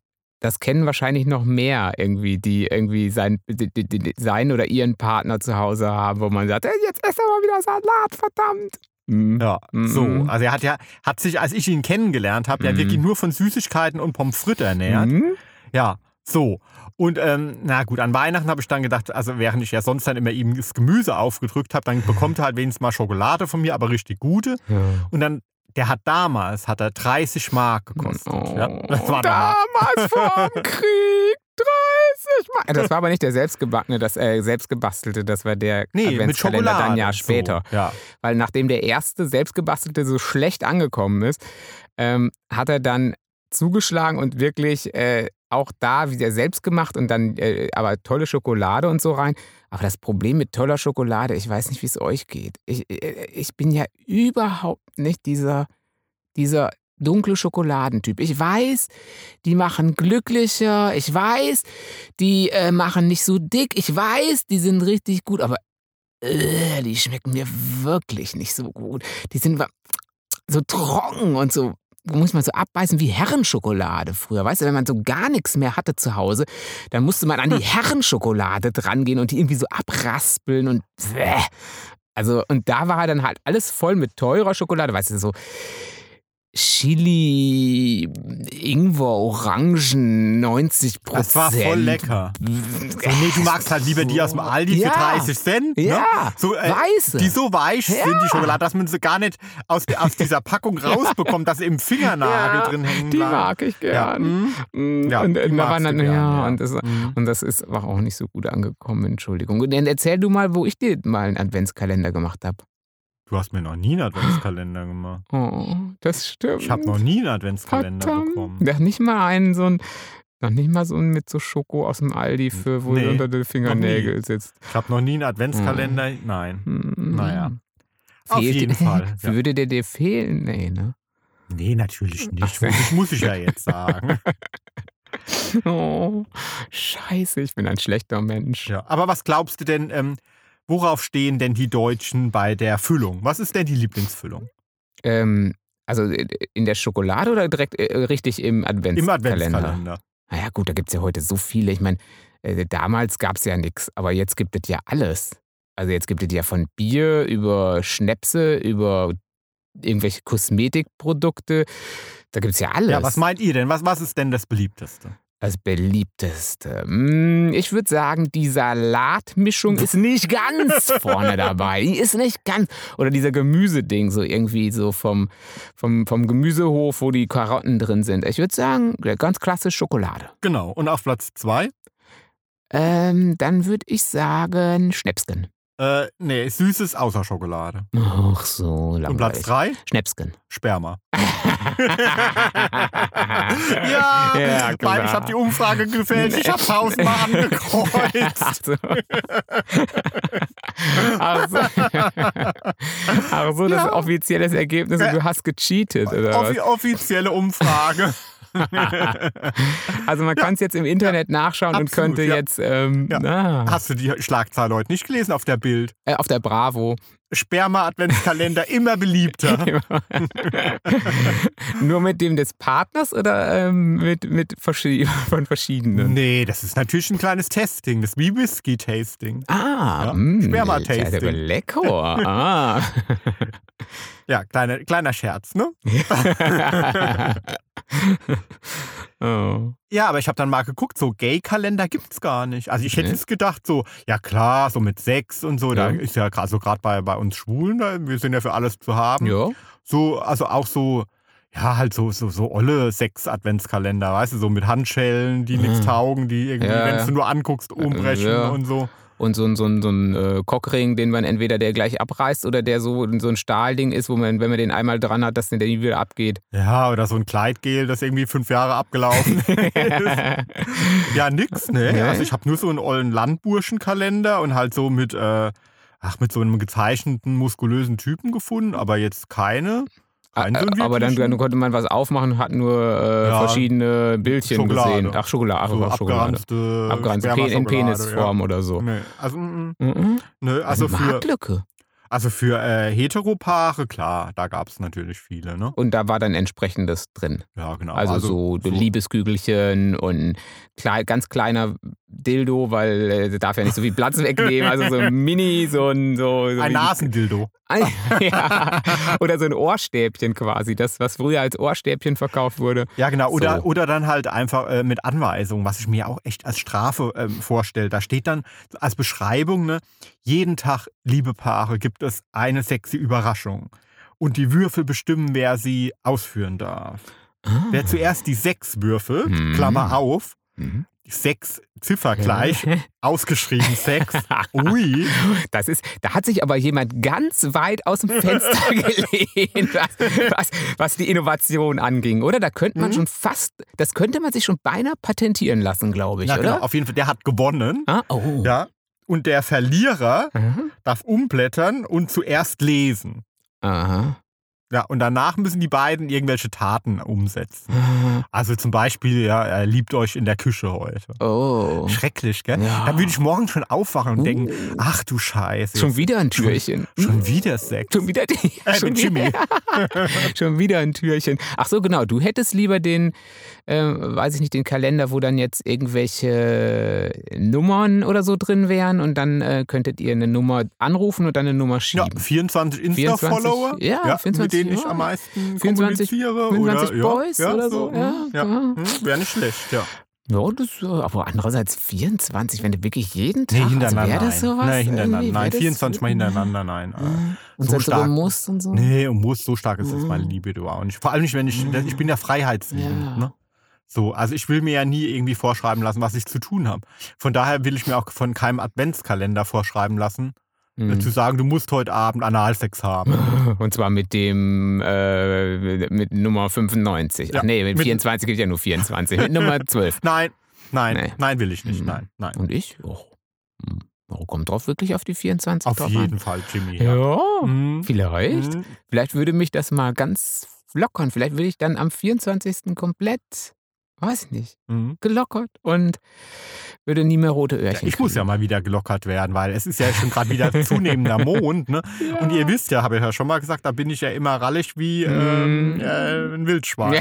Speaker 1: das kennen wahrscheinlich noch mehr irgendwie, die irgendwie sein, die, die, die, sein oder ihren Partner zu Hause haben, wo man sagt, "Ey, jetzt ess doch mal wieder Salat, verdammt. Mhm.
Speaker 2: Ja,
Speaker 1: Mhm.
Speaker 2: so. Also er hat ja, hat sich, als ich ihn kennengelernt habe, ja
Speaker 1: Mhm.
Speaker 2: wirklich nur von Süßigkeiten und Pommes frites ernährt.
Speaker 1: Mhm.
Speaker 2: Ja, so. Und ähm, na gut, an Weihnachten habe ich dann gedacht, also während ich ja sonst dann immer ihm das Gemüse aufgedrückt habe, dann bekommt er halt wenigstens mal Schokolade von mir, aber richtig gute.
Speaker 1: Ja.
Speaker 2: Und dann, der hat damals, hat er 30 Mark gekostet.
Speaker 1: Mhm.
Speaker 2: ja, das war damals.
Speaker 1: Oh damals vor
Speaker 2: *laughs*
Speaker 1: dem Krieg. 30 Mal. Das war aber nicht der selbstgebackene, das äh, selbstgebastelte, das war der
Speaker 2: Nee, mit
Speaker 1: Adventskalender
Speaker 2: Schokolade.
Speaker 1: dann ein Jahr später.
Speaker 2: So, ja.
Speaker 1: weil nachdem der erste selbstgebastelte so schlecht angekommen ist, ähm, hat er dann zugeschlagen und wirklich äh, auch da wieder selbst gemacht und dann äh, aber tolle Schokolade und so rein. Aber das Problem mit toller Schokolade, ich weiß nicht, wie es euch geht. Ich, äh, ich bin ja überhaupt nicht dieser, dieser dunkle Schokoladentyp. Ich weiß, die machen glücklicher. Ich weiß, die äh, machen nicht so dick. Ich weiß, die sind richtig gut. Aber äh, die schmecken mir wirklich nicht so gut. Die sind wa- so trocken und so, muss man so abbeißen wie Herrenschokolade früher. Weißt du, wenn man so gar nichts mehr hatte zu Hause, dann musste man an
Speaker 2: Hm.
Speaker 1: die Herrenschokolade drangehen und die irgendwie so abraspeln und bäh. Also, und da war dann halt alles voll mit teurer Schokolade, weißt du, so Chili, Ingwer, Orangen, 90 Prozent.
Speaker 2: Das war voll lecker. So, nee, du magst halt lieber die aus dem Aldi
Speaker 1: Ja.
Speaker 2: für 30 Cent. Ne?
Speaker 1: Ja,
Speaker 2: So, äh,
Speaker 1: weiße.
Speaker 2: Die so weich sind, die Schokolade, dass man sie gar nicht aus, aus
Speaker 1: *laughs*
Speaker 2: dieser Packung rausbekommt, dass sie im Fingernagel
Speaker 1: Ja,
Speaker 2: drin hängen
Speaker 1: Die
Speaker 2: bleibt.
Speaker 1: mag ich
Speaker 2: Ja,
Speaker 1: gern.
Speaker 2: mhm.
Speaker 1: Mm,
Speaker 2: Ja,
Speaker 1: und,
Speaker 2: die
Speaker 1: äh, da
Speaker 2: magst
Speaker 1: waren
Speaker 2: du
Speaker 1: dann,
Speaker 2: gern,
Speaker 1: ja,
Speaker 2: ja.
Speaker 1: Und, das,
Speaker 2: Mhm.
Speaker 1: und das ist war auch nicht so gut angekommen, Entschuldigung. Und dann erzähl du mal, wo ich dir mal einen Adventskalender gemacht habe.
Speaker 2: Du hast mir noch nie einen Adventskalender gemacht.
Speaker 1: Oh, das stimmt.
Speaker 2: Ich habe noch nie einen Adventskalender
Speaker 1: Verdammt.
Speaker 2: bekommen.
Speaker 1: Noch nicht mal einen so ein, noch nicht mal so einen mit so Schoko aus dem Aldi für, wo
Speaker 2: Nee,
Speaker 1: du unter den Fingernägeln sitzt.
Speaker 2: Ich habe noch nie einen Adventskalender.
Speaker 1: Mhm.
Speaker 2: Nein.
Speaker 1: Mm.
Speaker 2: Naja. Auf
Speaker 1: Fehlt- *laughs*
Speaker 2: jeden Fall. Ja.
Speaker 1: Würde der dir fehlen? Nee, ne?
Speaker 2: Nee, natürlich
Speaker 1: Ach
Speaker 2: nicht.
Speaker 1: so.
Speaker 2: Muss ich, muss ich ja
Speaker 1: *laughs*
Speaker 2: jetzt sagen.
Speaker 1: Oh, scheiße, ich bin ein schlechter Mensch.
Speaker 2: Ja. Aber was glaubst du denn, ähm, worauf stehen denn die Deutschen bei der Füllung? Was ist denn die Lieblingsfüllung?
Speaker 1: Ähm, also äh, in der Schokolade oder direkt äh, richtig im
Speaker 2: Im
Speaker 1: Adventskalender?
Speaker 2: Adventskalender.
Speaker 1: Naja, gut, da gibt es ja heute so viele. Ich meine, äh, damals gab es ja nichts, aber jetzt gibt es ja alles. Also jetzt gibt es ja von Bier über Schnäpse, über irgendwelche Kosmetikprodukte. Da gibt es ja alles.
Speaker 2: Ja, was meint ihr denn? Was, was ist denn das beliebteste?
Speaker 1: Das beliebteste. Mm, Ich würde sagen, die Salatmischung ist nicht
Speaker 2: *laughs*
Speaker 1: ganz vorne dabei. Die ist nicht ganz. Oder dieser Gemüseding, so irgendwie so vom, vom, vom Gemüsehof, wo die Karotten drin sind. Ich würde sagen, ganz klassisch Schokolade.
Speaker 2: Genau. Und auf Platz zwei?
Speaker 1: Ähm, dann würde ich sagen Schnäpsken.
Speaker 2: Äh, nee, Süßes außer Schokolade.
Speaker 1: Ach so, langweilig.
Speaker 2: Und Platz drei?
Speaker 1: *laughs* Schnäpsken.
Speaker 2: Sperma. *laughs* Ja,
Speaker 1: *laughs* Ja,
Speaker 2: weil
Speaker 1: genau.
Speaker 2: ich habe die Umfrage gefälscht. Ich habe tausendmal
Speaker 1: *laughs*
Speaker 2: angekreuzt.
Speaker 1: so. Ach so. Ach so, das ist offizielles Ergebnis und du hast gecheatet, oder was?
Speaker 2: Offi offizielle Umfrage.
Speaker 1: Also man kann es jetzt im Internet nachschauen und
Speaker 2: absolut,
Speaker 1: könnte
Speaker 2: ja.
Speaker 1: jetzt ähm,
Speaker 2: Ja.
Speaker 1: na,
Speaker 2: Hast du die Schlagzeile heute nicht gelesen auf der Bild?
Speaker 1: äh, auf der Bravo.
Speaker 2: Sperma-Adventskalender immer beliebter.
Speaker 1: *laughs* Nur mit dem des Partners oder ähm, mit, mit verschi von verschiedenen?
Speaker 2: Nee, das ist natürlich ein kleines Testing. Das ist wie Whisky-Tasting.
Speaker 1: Ah,
Speaker 2: Ja,
Speaker 1: mh,
Speaker 2: Sperma-Tasting.
Speaker 1: das ist aber lecker.
Speaker 2: *laughs*
Speaker 1: Ah. *laughs*
Speaker 2: Ja, kleine, kleiner Scherz, ne?
Speaker 1: oh.
Speaker 2: Ja, aber ich habe dann mal geguckt, so Gay-Kalender gibt's gar nicht. Also ich hätte
Speaker 1: Nee.
Speaker 2: jetzt gedacht, so, ja klar, so mit Sex und so, da
Speaker 1: Ja.
Speaker 2: ist ja gerade so gerade bei, bei uns Schwulen, da, wir sind ja für alles zu haben.
Speaker 1: Ja.
Speaker 2: So, also auch so, ja, halt so, so, so olle Sex-Adventskalender, weißt du, so mit Handschellen, die nichts
Speaker 1: Mhm.
Speaker 2: taugen, die irgendwie,
Speaker 1: Ja,
Speaker 2: wenn
Speaker 1: ja. Äh,
Speaker 2: du nur anguckst, umbrechen
Speaker 1: Ja.
Speaker 2: und so.
Speaker 1: Und so ein, so ein, so ein äh, Cockring, den man entweder der gleich abreißt oder der so, so ein Stahlding ist, wo man, wenn man den einmal dran hat, dass der nie wieder
Speaker 2: *laughs*
Speaker 1: abgeht.
Speaker 2: Ja, oder so ein Kleidgel, das irgendwie fünf
Speaker 1: *laughs*
Speaker 2: Jahre abgelaufen ist. Ja, nix, ne?
Speaker 1: Nee.
Speaker 2: Also ich habe nur so einen ollen Landburschenkalender und halt so mit, äh, ach, mit so einem gezeichneten, muskulösen Typen gefunden, aber jetzt keine. Keinen so einen
Speaker 1: aber dann,
Speaker 2: wirklichen.
Speaker 1: dann konnte man was aufmachen und hat nur äh,
Speaker 2: Ja.
Speaker 1: verschiedene Bildchen
Speaker 2: Schokolade.
Speaker 1: gesehen. Ach, Schokolade, ach,
Speaker 2: so
Speaker 1: war Schokolade.
Speaker 2: abgeranzte, äh,
Speaker 1: Abgeranzt Pe- in
Speaker 2: Spermaschokolade,
Speaker 1: Penisform oder so.
Speaker 2: Ja. Nee, also, mm, mm,
Speaker 1: Mhm.
Speaker 2: nö, also
Speaker 1: Eine
Speaker 2: für,
Speaker 1: Marktlücke.
Speaker 2: also für äh, Heteropaare, klar, da gab es natürlich viele, ne?
Speaker 1: Und da war dann entsprechendes drin.
Speaker 2: Ja, genau.
Speaker 1: Also, so, Liebeskügelchen und klei ganz kleiner Dildo, weil äh, der darf ja nicht so viel Platz wegnehmen. Also so ein Mini, so ein... So, so
Speaker 2: Ein
Speaker 1: wie-
Speaker 2: Nasendildo.
Speaker 1: Ein- *laughs* ja. Oder so ein Ohrstäbchen quasi, das, was früher als Ohrstäbchen verkauft wurde.
Speaker 2: Ja, genau. Oder,
Speaker 1: So.
Speaker 2: oder dann halt einfach äh, mit Anweisung, was ich mir auch echt als Strafe ähm, vorstelle. Da steht dann als Beschreibung, ne, jeden Tag, liebe Paare, gibt es eine sexy Überraschung. Und die Würfel bestimmen, wer sie ausführen darf.
Speaker 1: Hm.
Speaker 2: Wer zuerst die sechs Würfel,
Speaker 1: Mhm.
Speaker 2: Klammer auf,
Speaker 1: Mhm.
Speaker 2: sechs Ziffer gleich, ausgeschrieben Sex, ui,
Speaker 1: *laughs* Das ist, da hat sich aber jemand ganz weit aus dem Fenster
Speaker 2: *laughs*
Speaker 1: gelehnt, was, was, was die Innovation anging, oder? Da könnte man
Speaker 2: Mhm.
Speaker 1: schon fast, das könnte man sich schon beinahe patentieren lassen, glaube ich,
Speaker 2: ja,
Speaker 1: oder?
Speaker 2: genau, auf jeden Fall, der hat gewonnen.
Speaker 1: Ah, oh.
Speaker 2: Ja. Und der Verlierer
Speaker 1: Aha.
Speaker 2: darf umblättern und zuerst lesen.
Speaker 1: Aha.
Speaker 2: Ja, und danach müssen die beiden irgendwelche Taten umsetzen.
Speaker 1: Ah,
Speaker 2: Also zum Beispiel, ja, er liebt euch in der Küche heute.
Speaker 1: Oh.
Speaker 2: Schrecklich, gell?
Speaker 1: Ja.
Speaker 2: Dann würde ich morgen schon aufwachen und
Speaker 1: Uh.
Speaker 2: denken, ach du Scheiße.
Speaker 1: Schon
Speaker 2: jetzt-
Speaker 1: wieder ein Türchen.
Speaker 2: schon wieder Sex.
Speaker 1: Schon wieder, die,
Speaker 2: Äh,
Speaker 1: schon,
Speaker 2: mit Jimmy.
Speaker 1: *laughs* wieder schon wieder ein Türchen. Ach so, genau. Du hättest lieber den, ähm, weiß ich nicht, den Kalender, wo dann jetzt irgendwelche Nummern oder so drin wären und dann äh, könntet ihr eine Nummer anrufen und dann eine Nummer
Speaker 2: Ja,
Speaker 1: schieben.
Speaker 2: 24 Insta-Follower,
Speaker 1: 24, ja, 24,
Speaker 2: mit denen ich
Speaker 1: ja.
Speaker 2: am meisten
Speaker 1: 24,
Speaker 2: kommuniziere.
Speaker 1: 24
Speaker 2: oder,
Speaker 1: Boys
Speaker 2: ja, ja,
Speaker 1: oder so,
Speaker 2: hm,
Speaker 1: ja, ja.
Speaker 2: ja. hm, Wäre nicht schlecht, ja.
Speaker 1: Ja, das, äh, aber andererseits 24, wenn du wirklich jeden Tag,
Speaker 2: Nee, hintereinander.
Speaker 1: also wäre das
Speaker 2: nein.
Speaker 1: sowas?
Speaker 2: Nein, hintereinander.
Speaker 1: Irgendwie, wär
Speaker 2: Nein,
Speaker 1: das- Hm.
Speaker 2: 24 Mal hintereinander, nein. Äh,
Speaker 1: Ja. *laughs* Und
Speaker 2: So
Speaker 1: dann sogar
Speaker 2: stark.
Speaker 1: musst und so.
Speaker 2: Nee, und muss so stark ist das
Speaker 1: Mhm.
Speaker 2: meine Liebe du auch nicht. Vor allem nicht, wenn ich, ne, ich bin ja freiheitsliebend,
Speaker 1: Hm. Ja.
Speaker 2: ne? So, also ich will mir ja nie irgendwie vorschreiben lassen, was ich zu tun habe. Von daher will ich mir auch von keinem Adventskalender vorschreiben lassen, äh, zu
Speaker 1: Hm.
Speaker 2: sagen, du musst heute Abend Analsex haben.
Speaker 1: Und zwar mit dem, äh, mit Nummer 95. Ach
Speaker 2: Ja,
Speaker 1: nee, mit
Speaker 2: mit-
Speaker 1: 24 gibt ja nur 24. Mit
Speaker 2: *laughs*
Speaker 1: Nummer 12.
Speaker 2: Nein, nein,
Speaker 1: Nee.
Speaker 2: nein will ich nicht,
Speaker 1: Mhm.
Speaker 2: nein, nein.
Speaker 1: Und ich? Och. Hm. Oh, kommt drauf wirklich auf die 24
Speaker 2: Auf
Speaker 1: drauf
Speaker 2: jeden Fall, Jimmy.
Speaker 1: an? Ja,
Speaker 2: Ja. Mhm.
Speaker 1: vielleicht.
Speaker 2: Mhm.
Speaker 1: Vielleicht würde mich das mal ganz lockern. Vielleicht würde ich dann am 24. komplett, weiß ich nicht,
Speaker 2: Mhm.
Speaker 1: gelockert und würde nie mehr rote
Speaker 2: Ja,
Speaker 1: Öhrchen
Speaker 2: ich muss ja
Speaker 1: kriegen.
Speaker 2: mal wieder gelockert werden, weil es ist ja schon gerade wieder zunehmender
Speaker 1: *laughs*
Speaker 2: Mond. Ne? Und ihr wisst ja, habe ich ja schon mal gesagt, da bin ich ja immer rallig wie ähm,
Speaker 1: Mhm.
Speaker 2: äh, ein Wildschwein.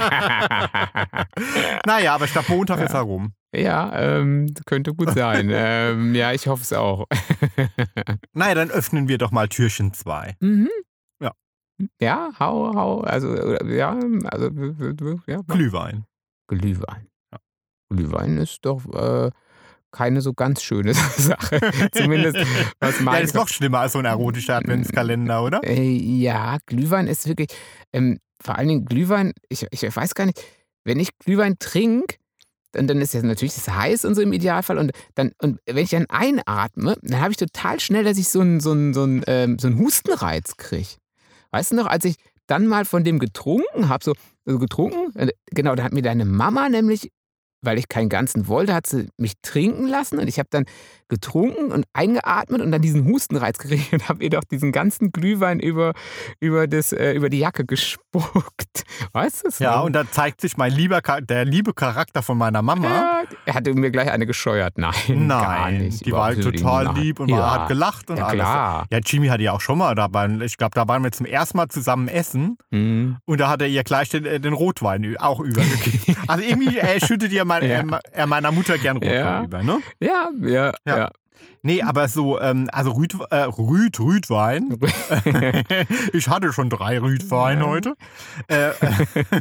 Speaker 2: *laughs* Naja, aber ich glaube, Montag ist er rum.
Speaker 1: *laughs* ja, ähm, könnte gut sein.
Speaker 2: *laughs*
Speaker 1: ähm, ja, ich hoffe es auch.
Speaker 2: Naja, dann öffnen wir doch mal Türchen 2.
Speaker 1: Mhm.
Speaker 2: Ja.
Speaker 1: Ja, hau, hau. Also, äh, ja, also, äh, äh, ja.
Speaker 2: Glühwein.
Speaker 1: Glühwein. Glühwein ist doch äh, keine so ganz schöne *laughs* Sache.
Speaker 2: *laughs*
Speaker 1: Zumindest, was
Speaker 2: Ja,
Speaker 1: mein
Speaker 2: ist noch schlimmer als so ein erotischer Adventskalender, oder?
Speaker 1: Äh, ja, Glühwein ist wirklich, ähm, vor allen Dingen Glühwein, ich, ich weiß gar nicht, wenn ich Glühwein trinke, dann, dann ist ja natürlich das heiß und so im Idealfall. Und, dann, und wenn ich dann einatme, dann habe ich total schnell, dass ich so einen so einen- so einen, ähm, so einen Hustenreiz kriege. Weißt du noch, als ich dann mal von dem getrunken habe, so also getrunken, äh, genau, da hat mir deine Mama nämlich, weil ich keinen ganzen wollte, hat sie mich trinken lassen und ich habe dann getrunken und eingeatmet und dann diesen Hustenreiz gekriegt und habe ihr doch diesen ganzen Glühwein über, über, das, äh, über die Jacke gespuckt. Weißt du das?
Speaker 2: Ja,
Speaker 1: noch?
Speaker 2: und da zeigt sich mein lieber, Char- der liebe Charakter von meiner Mama.
Speaker 1: Ja, er hatte mir gleich eine gescheuert. Nein, gar
Speaker 2: Nein,
Speaker 1: nicht.
Speaker 2: die war halt
Speaker 1: Überhaupt
Speaker 2: total
Speaker 1: nicht.
Speaker 2: lieb und
Speaker 1: ja.
Speaker 2: man hat gelacht und
Speaker 1: Ja,
Speaker 2: alles.
Speaker 1: klar.
Speaker 2: Ja, Jimmy hatte ja auch schon mal dabei. Ich glaube, da waren wir zum ersten Mal zusammen essen
Speaker 1: Mhm.
Speaker 2: und da hat er ihr gleich den, äh, den Rotwein ü-
Speaker 1: *laughs*
Speaker 2: auch übergegeben. also irgendwie äh, schüttet ihr mein,
Speaker 1: Ja.
Speaker 2: äh, ma- er meiner Mutter gern Rotwein
Speaker 1: Ja.
Speaker 2: über, ne?
Speaker 1: Ja, ja,
Speaker 2: Ja.
Speaker 1: ja.
Speaker 2: Nee, aber so, ähm, also Rüd, äh, Rüd,
Speaker 1: *laughs*
Speaker 2: Rüdwein. ich hatte schon drei Rüdwein
Speaker 1: Ja.
Speaker 2: heute. Äh, *laughs*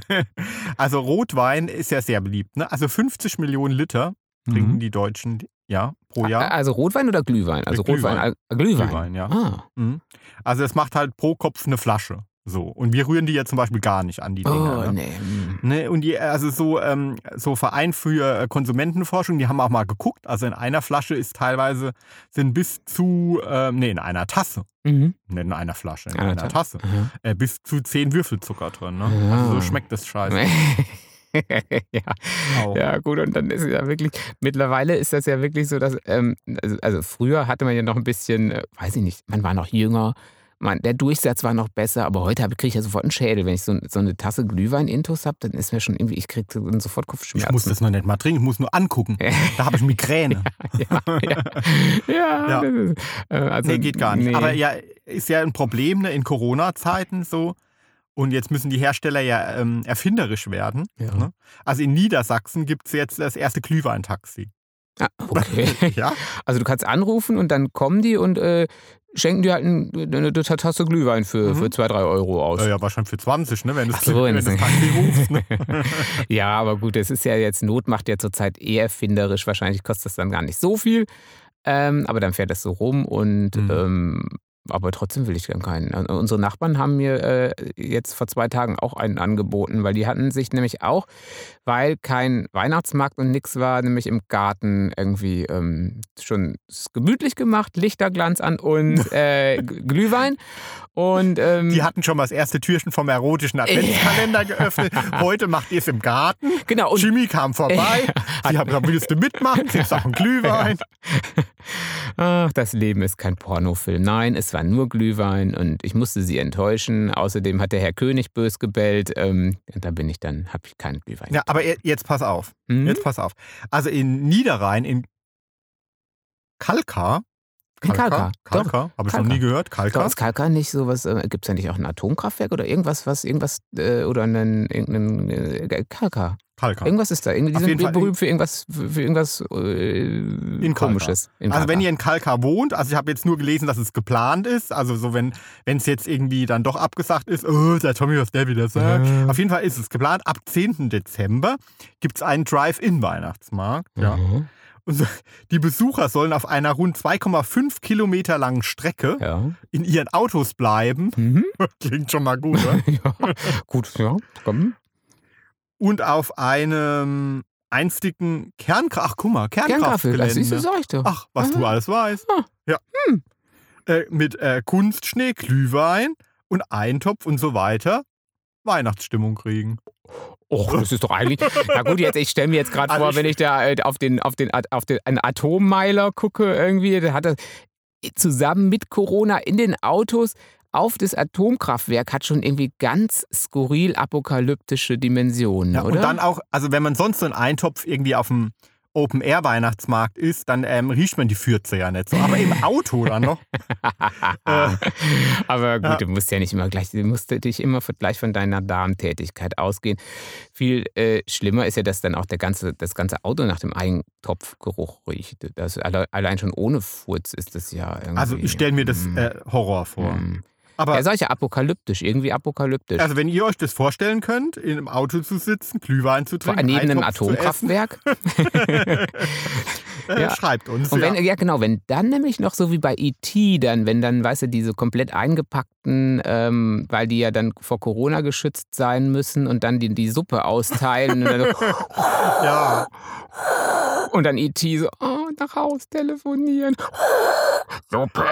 Speaker 2: also Rotwein ist ja sehr beliebt, ne? Also 50 Millionen Liter trinken
Speaker 1: Mhm.
Speaker 2: die Deutschen, ja, pro Jahr.
Speaker 1: *laughs* Also Rotwein oder Glühwein? Also
Speaker 2: Glühwein.
Speaker 1: Rotwein, äh, Glühwein.
Speaker 2: Glühwein, ja.
Speaker 1: Ah.
Speaker 2: Mhm. Also es macht halt pro Kopf eine Flasche. So. Und wir rühren die ja zum Beispiel gar nicht an, die Dinger.
Speaker 1: Oh,
Speaker 2: ne?
Speaker 1: nee. hm.
Speaker 2: Ne, und die, also so, ähm, so Verein für äh, Konsumentenforschung, die haben auch mal geguckt. Also in einer Flasche ist teilweise, sind bis zu, ähm, nee, in einer Tasse,
Speaker 1: Mhm.
Speaker 2: nicht in einer Flasche, in
Speaker 1: Einer
Speaker 2: einer
Speaker 1: Ta-
Speaker 2: Tasse,
Speaker 1: Aha.
Speaker 2: äh, bis zu zehn Würfelzucker drin. Ne?
Speaker 1: Ja.
Speaker 2: Also so schmeckt das scheiße
Speaker 1: *laughs* ja.
Speaker 2: auch.
Speaker 1: ja, gut, und dann ist es ja wirklich, mittlerweile ist das ja wirklich so, dass, ähm, also, also früher hatte man ja noch ein bisschen, äh, weiß ich nicht, man war noch jünger, man, der Durchsatz war noch besser, aber heute habe- kriege ich ja sofort einen Schädel. Wenn ich so, so eine Tasse Glühwein-Intus habe, dann ist mir schon irgendwie, ich kriege dann sofort Kopfschmerzen.
Speaker 2: Ich muss das noch nicht mal trinken, ich muss nur angucken. Da habe ich Migräne.
Speaker 1: *laughs* ja, ja, *laughs* ja,
Speaker 2: Ja.
Speaker 1: Das ist, äh, also,
Speaker 2: Nee, geht gar nicht.
Speaker 1: nee.
Speaker 2: Aber ja, ist ja ein Problem ne, in Corona-Zeiten so. Und jetzt müssen die Hersteller ja ähm, erfinderisch werden.
Speaker 1: Ja.
Speaker 2: Ne? Also in Niedersachsen gibt es jetzt das erste Glühweintaxi.
Speaker 1: Ah, okay. *laughs*
Speaker 2: Ja?
Speaker 1: Also du kannst anrufen und dann kommen die und äh, schenken dir halt ein, eine, eine Tasse Glühwein für,
Speaker 2: Mhm.
Speaker 1: für 2, 3 Euro aus.
Speaker 2: Ja, ja, wahrscheinlich für 20, ne? wenn du
Speaker 1: Ach so, wenn
Speaker 2: wenn das
Speaker 1: das-
Speaker 2: Taxi
Speaker 1: *laughs*
Speaker 2: rufst. Ne?
Speaker 1: ja, aber gut, es ist ja jetzt, Not macht ja zurzeit eh erfinderisch. Wahrscheinlich kostet das dann gar nicht so viel. Ähm, aber dann fährt das so rum und
Speaker 2: Mhm.
Speaker 1: ähm, aber trotzdem will ich dann keinen. Und Unsere Nachbarn haben mir äh, jetzt vor zwei Tagen auch einen angeboten, weil die hatten sich nämlich auch, weil kein Weihnachtsmarkt und nix war, nämlich im Garten irgendwie ähm, schon es gemütlich gemacht, Lichterglanz an und äh, G- Glühwein. Und ähm,
Speaker 2: Die hatten schon mal das erste Türchen vom erotischen Adventskalender geöffnet. Heute macht ihr es im Garten.
Speaker 1: genau, und
Speaker 2: Jimmy kam vorbei. Sie haben gesagt, willst du mitmachen? Kriegst auch einen Glühwein.
Speaker 1: Ach, das Leben ist kein Pornofilm. Nein, es war nur Glühwein und ich musste sie enttäuschen. Außerdem hat der Herr König bös gebellt. Ähm, und da bin ich dann, habe ich keinen Glühwein.
Speaker 2: Ja, aber je- jetzt pass auf.
Speaker 1: Hm?
Speaker 2: Jetzt pass auf. Also in Niederrhein, in Kalkar.
Speaker 1: In Kalkar, doch.
Speaker 2: Kalkar, habe ich noch
Speaker 1: Kalkar.
Speaker 2: nie gehört.
Speaker 1: Doch,
Speaker 2: Kalkar.
Speaker 1: ist Kalkar nicht sowas, äh, gibt es da nicht auch ein Atomkraftwerk oder irgendwas, was, irgendwas, äh, oder einen, irgendeinen äh, Kalkar.
Speaker 2: Kalkar.
Speaker 1: Irgendwas ist da. Irgendwie, die
Speaker 2: Auf jeden
Speaker 1: sind
Speaker 2: Fall äh,
Speaker 1: berühmt für irgendwas, für für irgendwas äh,
Speaker 2: Kalkar.
Speaker 1: komisches. In
Speaker 2: Also wenn
Speaker 1: Kalkar.
Speaker 2: ihr in Kalkar wohnt, also ich habe jetzt nur gelesen, dass es geplant ist. Also so wenn wenn es jetzt irgendwie dann doch abgesagt ist, oh, der Tommy, was der wieder sagt.
Speaker 1: Mhm.
Speaker 2: Auf jeden Fall ist es geplant. Ab 10. Dezember gibt es einen Drive-In-Weihnachtsmarkt. Ja.
Speaker 1: Mhm.
Speaker 2: Und so, die Besucher sollen auf einer rund 2,5 Kilometer langen Strecke
Speaker 1: Ja.
Speaker 2: in ihren Autos bleiben.
Speaker 1: Mhm. *laughs*
Speaker 2: Klingt schon mal gut, oder?
Speaker 1: ja. Gut, ja. Komm.
Speaker 2: *laughs* und auf einem einstigen Kernkraft. Ach, guck mal,
Speaker 1: Kernkraftwerk, das ist
Speaker 2: Kernkraftgelände.
Speaker 1: es euch doch.
Speaker 2: Ach, was du
Speaker 1: Aha.
Speaker 2: alles weißt.
Speaker 1: Ah.
Speaker 2: Ja. Äh, mit äh, Kunstschnee, Glühwein und Eintopf und so weiter Weihnachtsstimmung kriegen.
Speaker 1: Och,
Speaker 2: *laughs*
Speaker 1: das ist doch eigentlich. Na gut, jetzt, ich stelle mir jetzt gerade
Speaker 2: Also
Speaker 1: vor,
Speaker 2: ich-
Speaker 1: wenn ich da äh, auf den, auf den, At- auf den einen Atommeiler gucke, irgendwie, der hat das äh, zusammen mit Corona in den Autos auf das Atomkraftwerk hat schon irgendwie ganz skurril apokalyptische Dimensionen,
Speaker 2: Ja,
Speaker 1: oder?
Speaker 2: Und dann auch, also wenn man sonst so einen Eintopf irgendwie auf dem Open-Air-Weihnachtsmarkt ist, dann ähm, riecht man die Fürze ja nicht so.
Speaker 1: *laughs*
Speaker 2: Aber im Auto dann noch. *laughs* äh,
Speaker 1: Aber gut,
Speaker 2: Ja.
Speaker 1: du musst ja nicht immer gleich, du musst dich immer von- gleich von deiner Darmtätigkeit ausgehen. Viel äh, schlimmer ist ja, dass dann auch der ganze, das ganze Auto nach dem Eigentopfgeruch riecht. Das, alle- allein schon ohne Furz ist das ja irgendwie.
Speaker 2: Also ich stelle mir das äh, Horror vor.
Speaker 1: Mm.
Speaker 2: Aber
Speaker 1: Mhm. Ja, solche apokalyptisch, irgendwie apokalyptisch.
Speaker 2: Also wenn ihr euch das vorstellen könnt, in einem Auto zu sitzen, Glühwein zu
Speaker 1: Vor
Speaker 2: trinken,
Speaker 1: neben einem
Speaker 2: Eintopf zu essen,
Speaker 1: Atomkraftwerk.
Speaker 2: äh,
Speaker 1: Ja.
Speaker 2: schreibt uns.
Speaker 1: Und wenn,
Speaker 2: ja.
Speaker 1: ja. genau, wenn dann nämlich noch so wie bei E.T., dann, wenn dann, weißt du, diese komplett eingepackten, ähm, weil die ja dann vor Corona geschützt sein müssen und dann die, die Suppe austeilen und dann, so, *laughs* E
Speaker 2: ja,
Speaker 1: und dann E.T. so, oh, nach Haus telefonieren. *gasps* Suppe.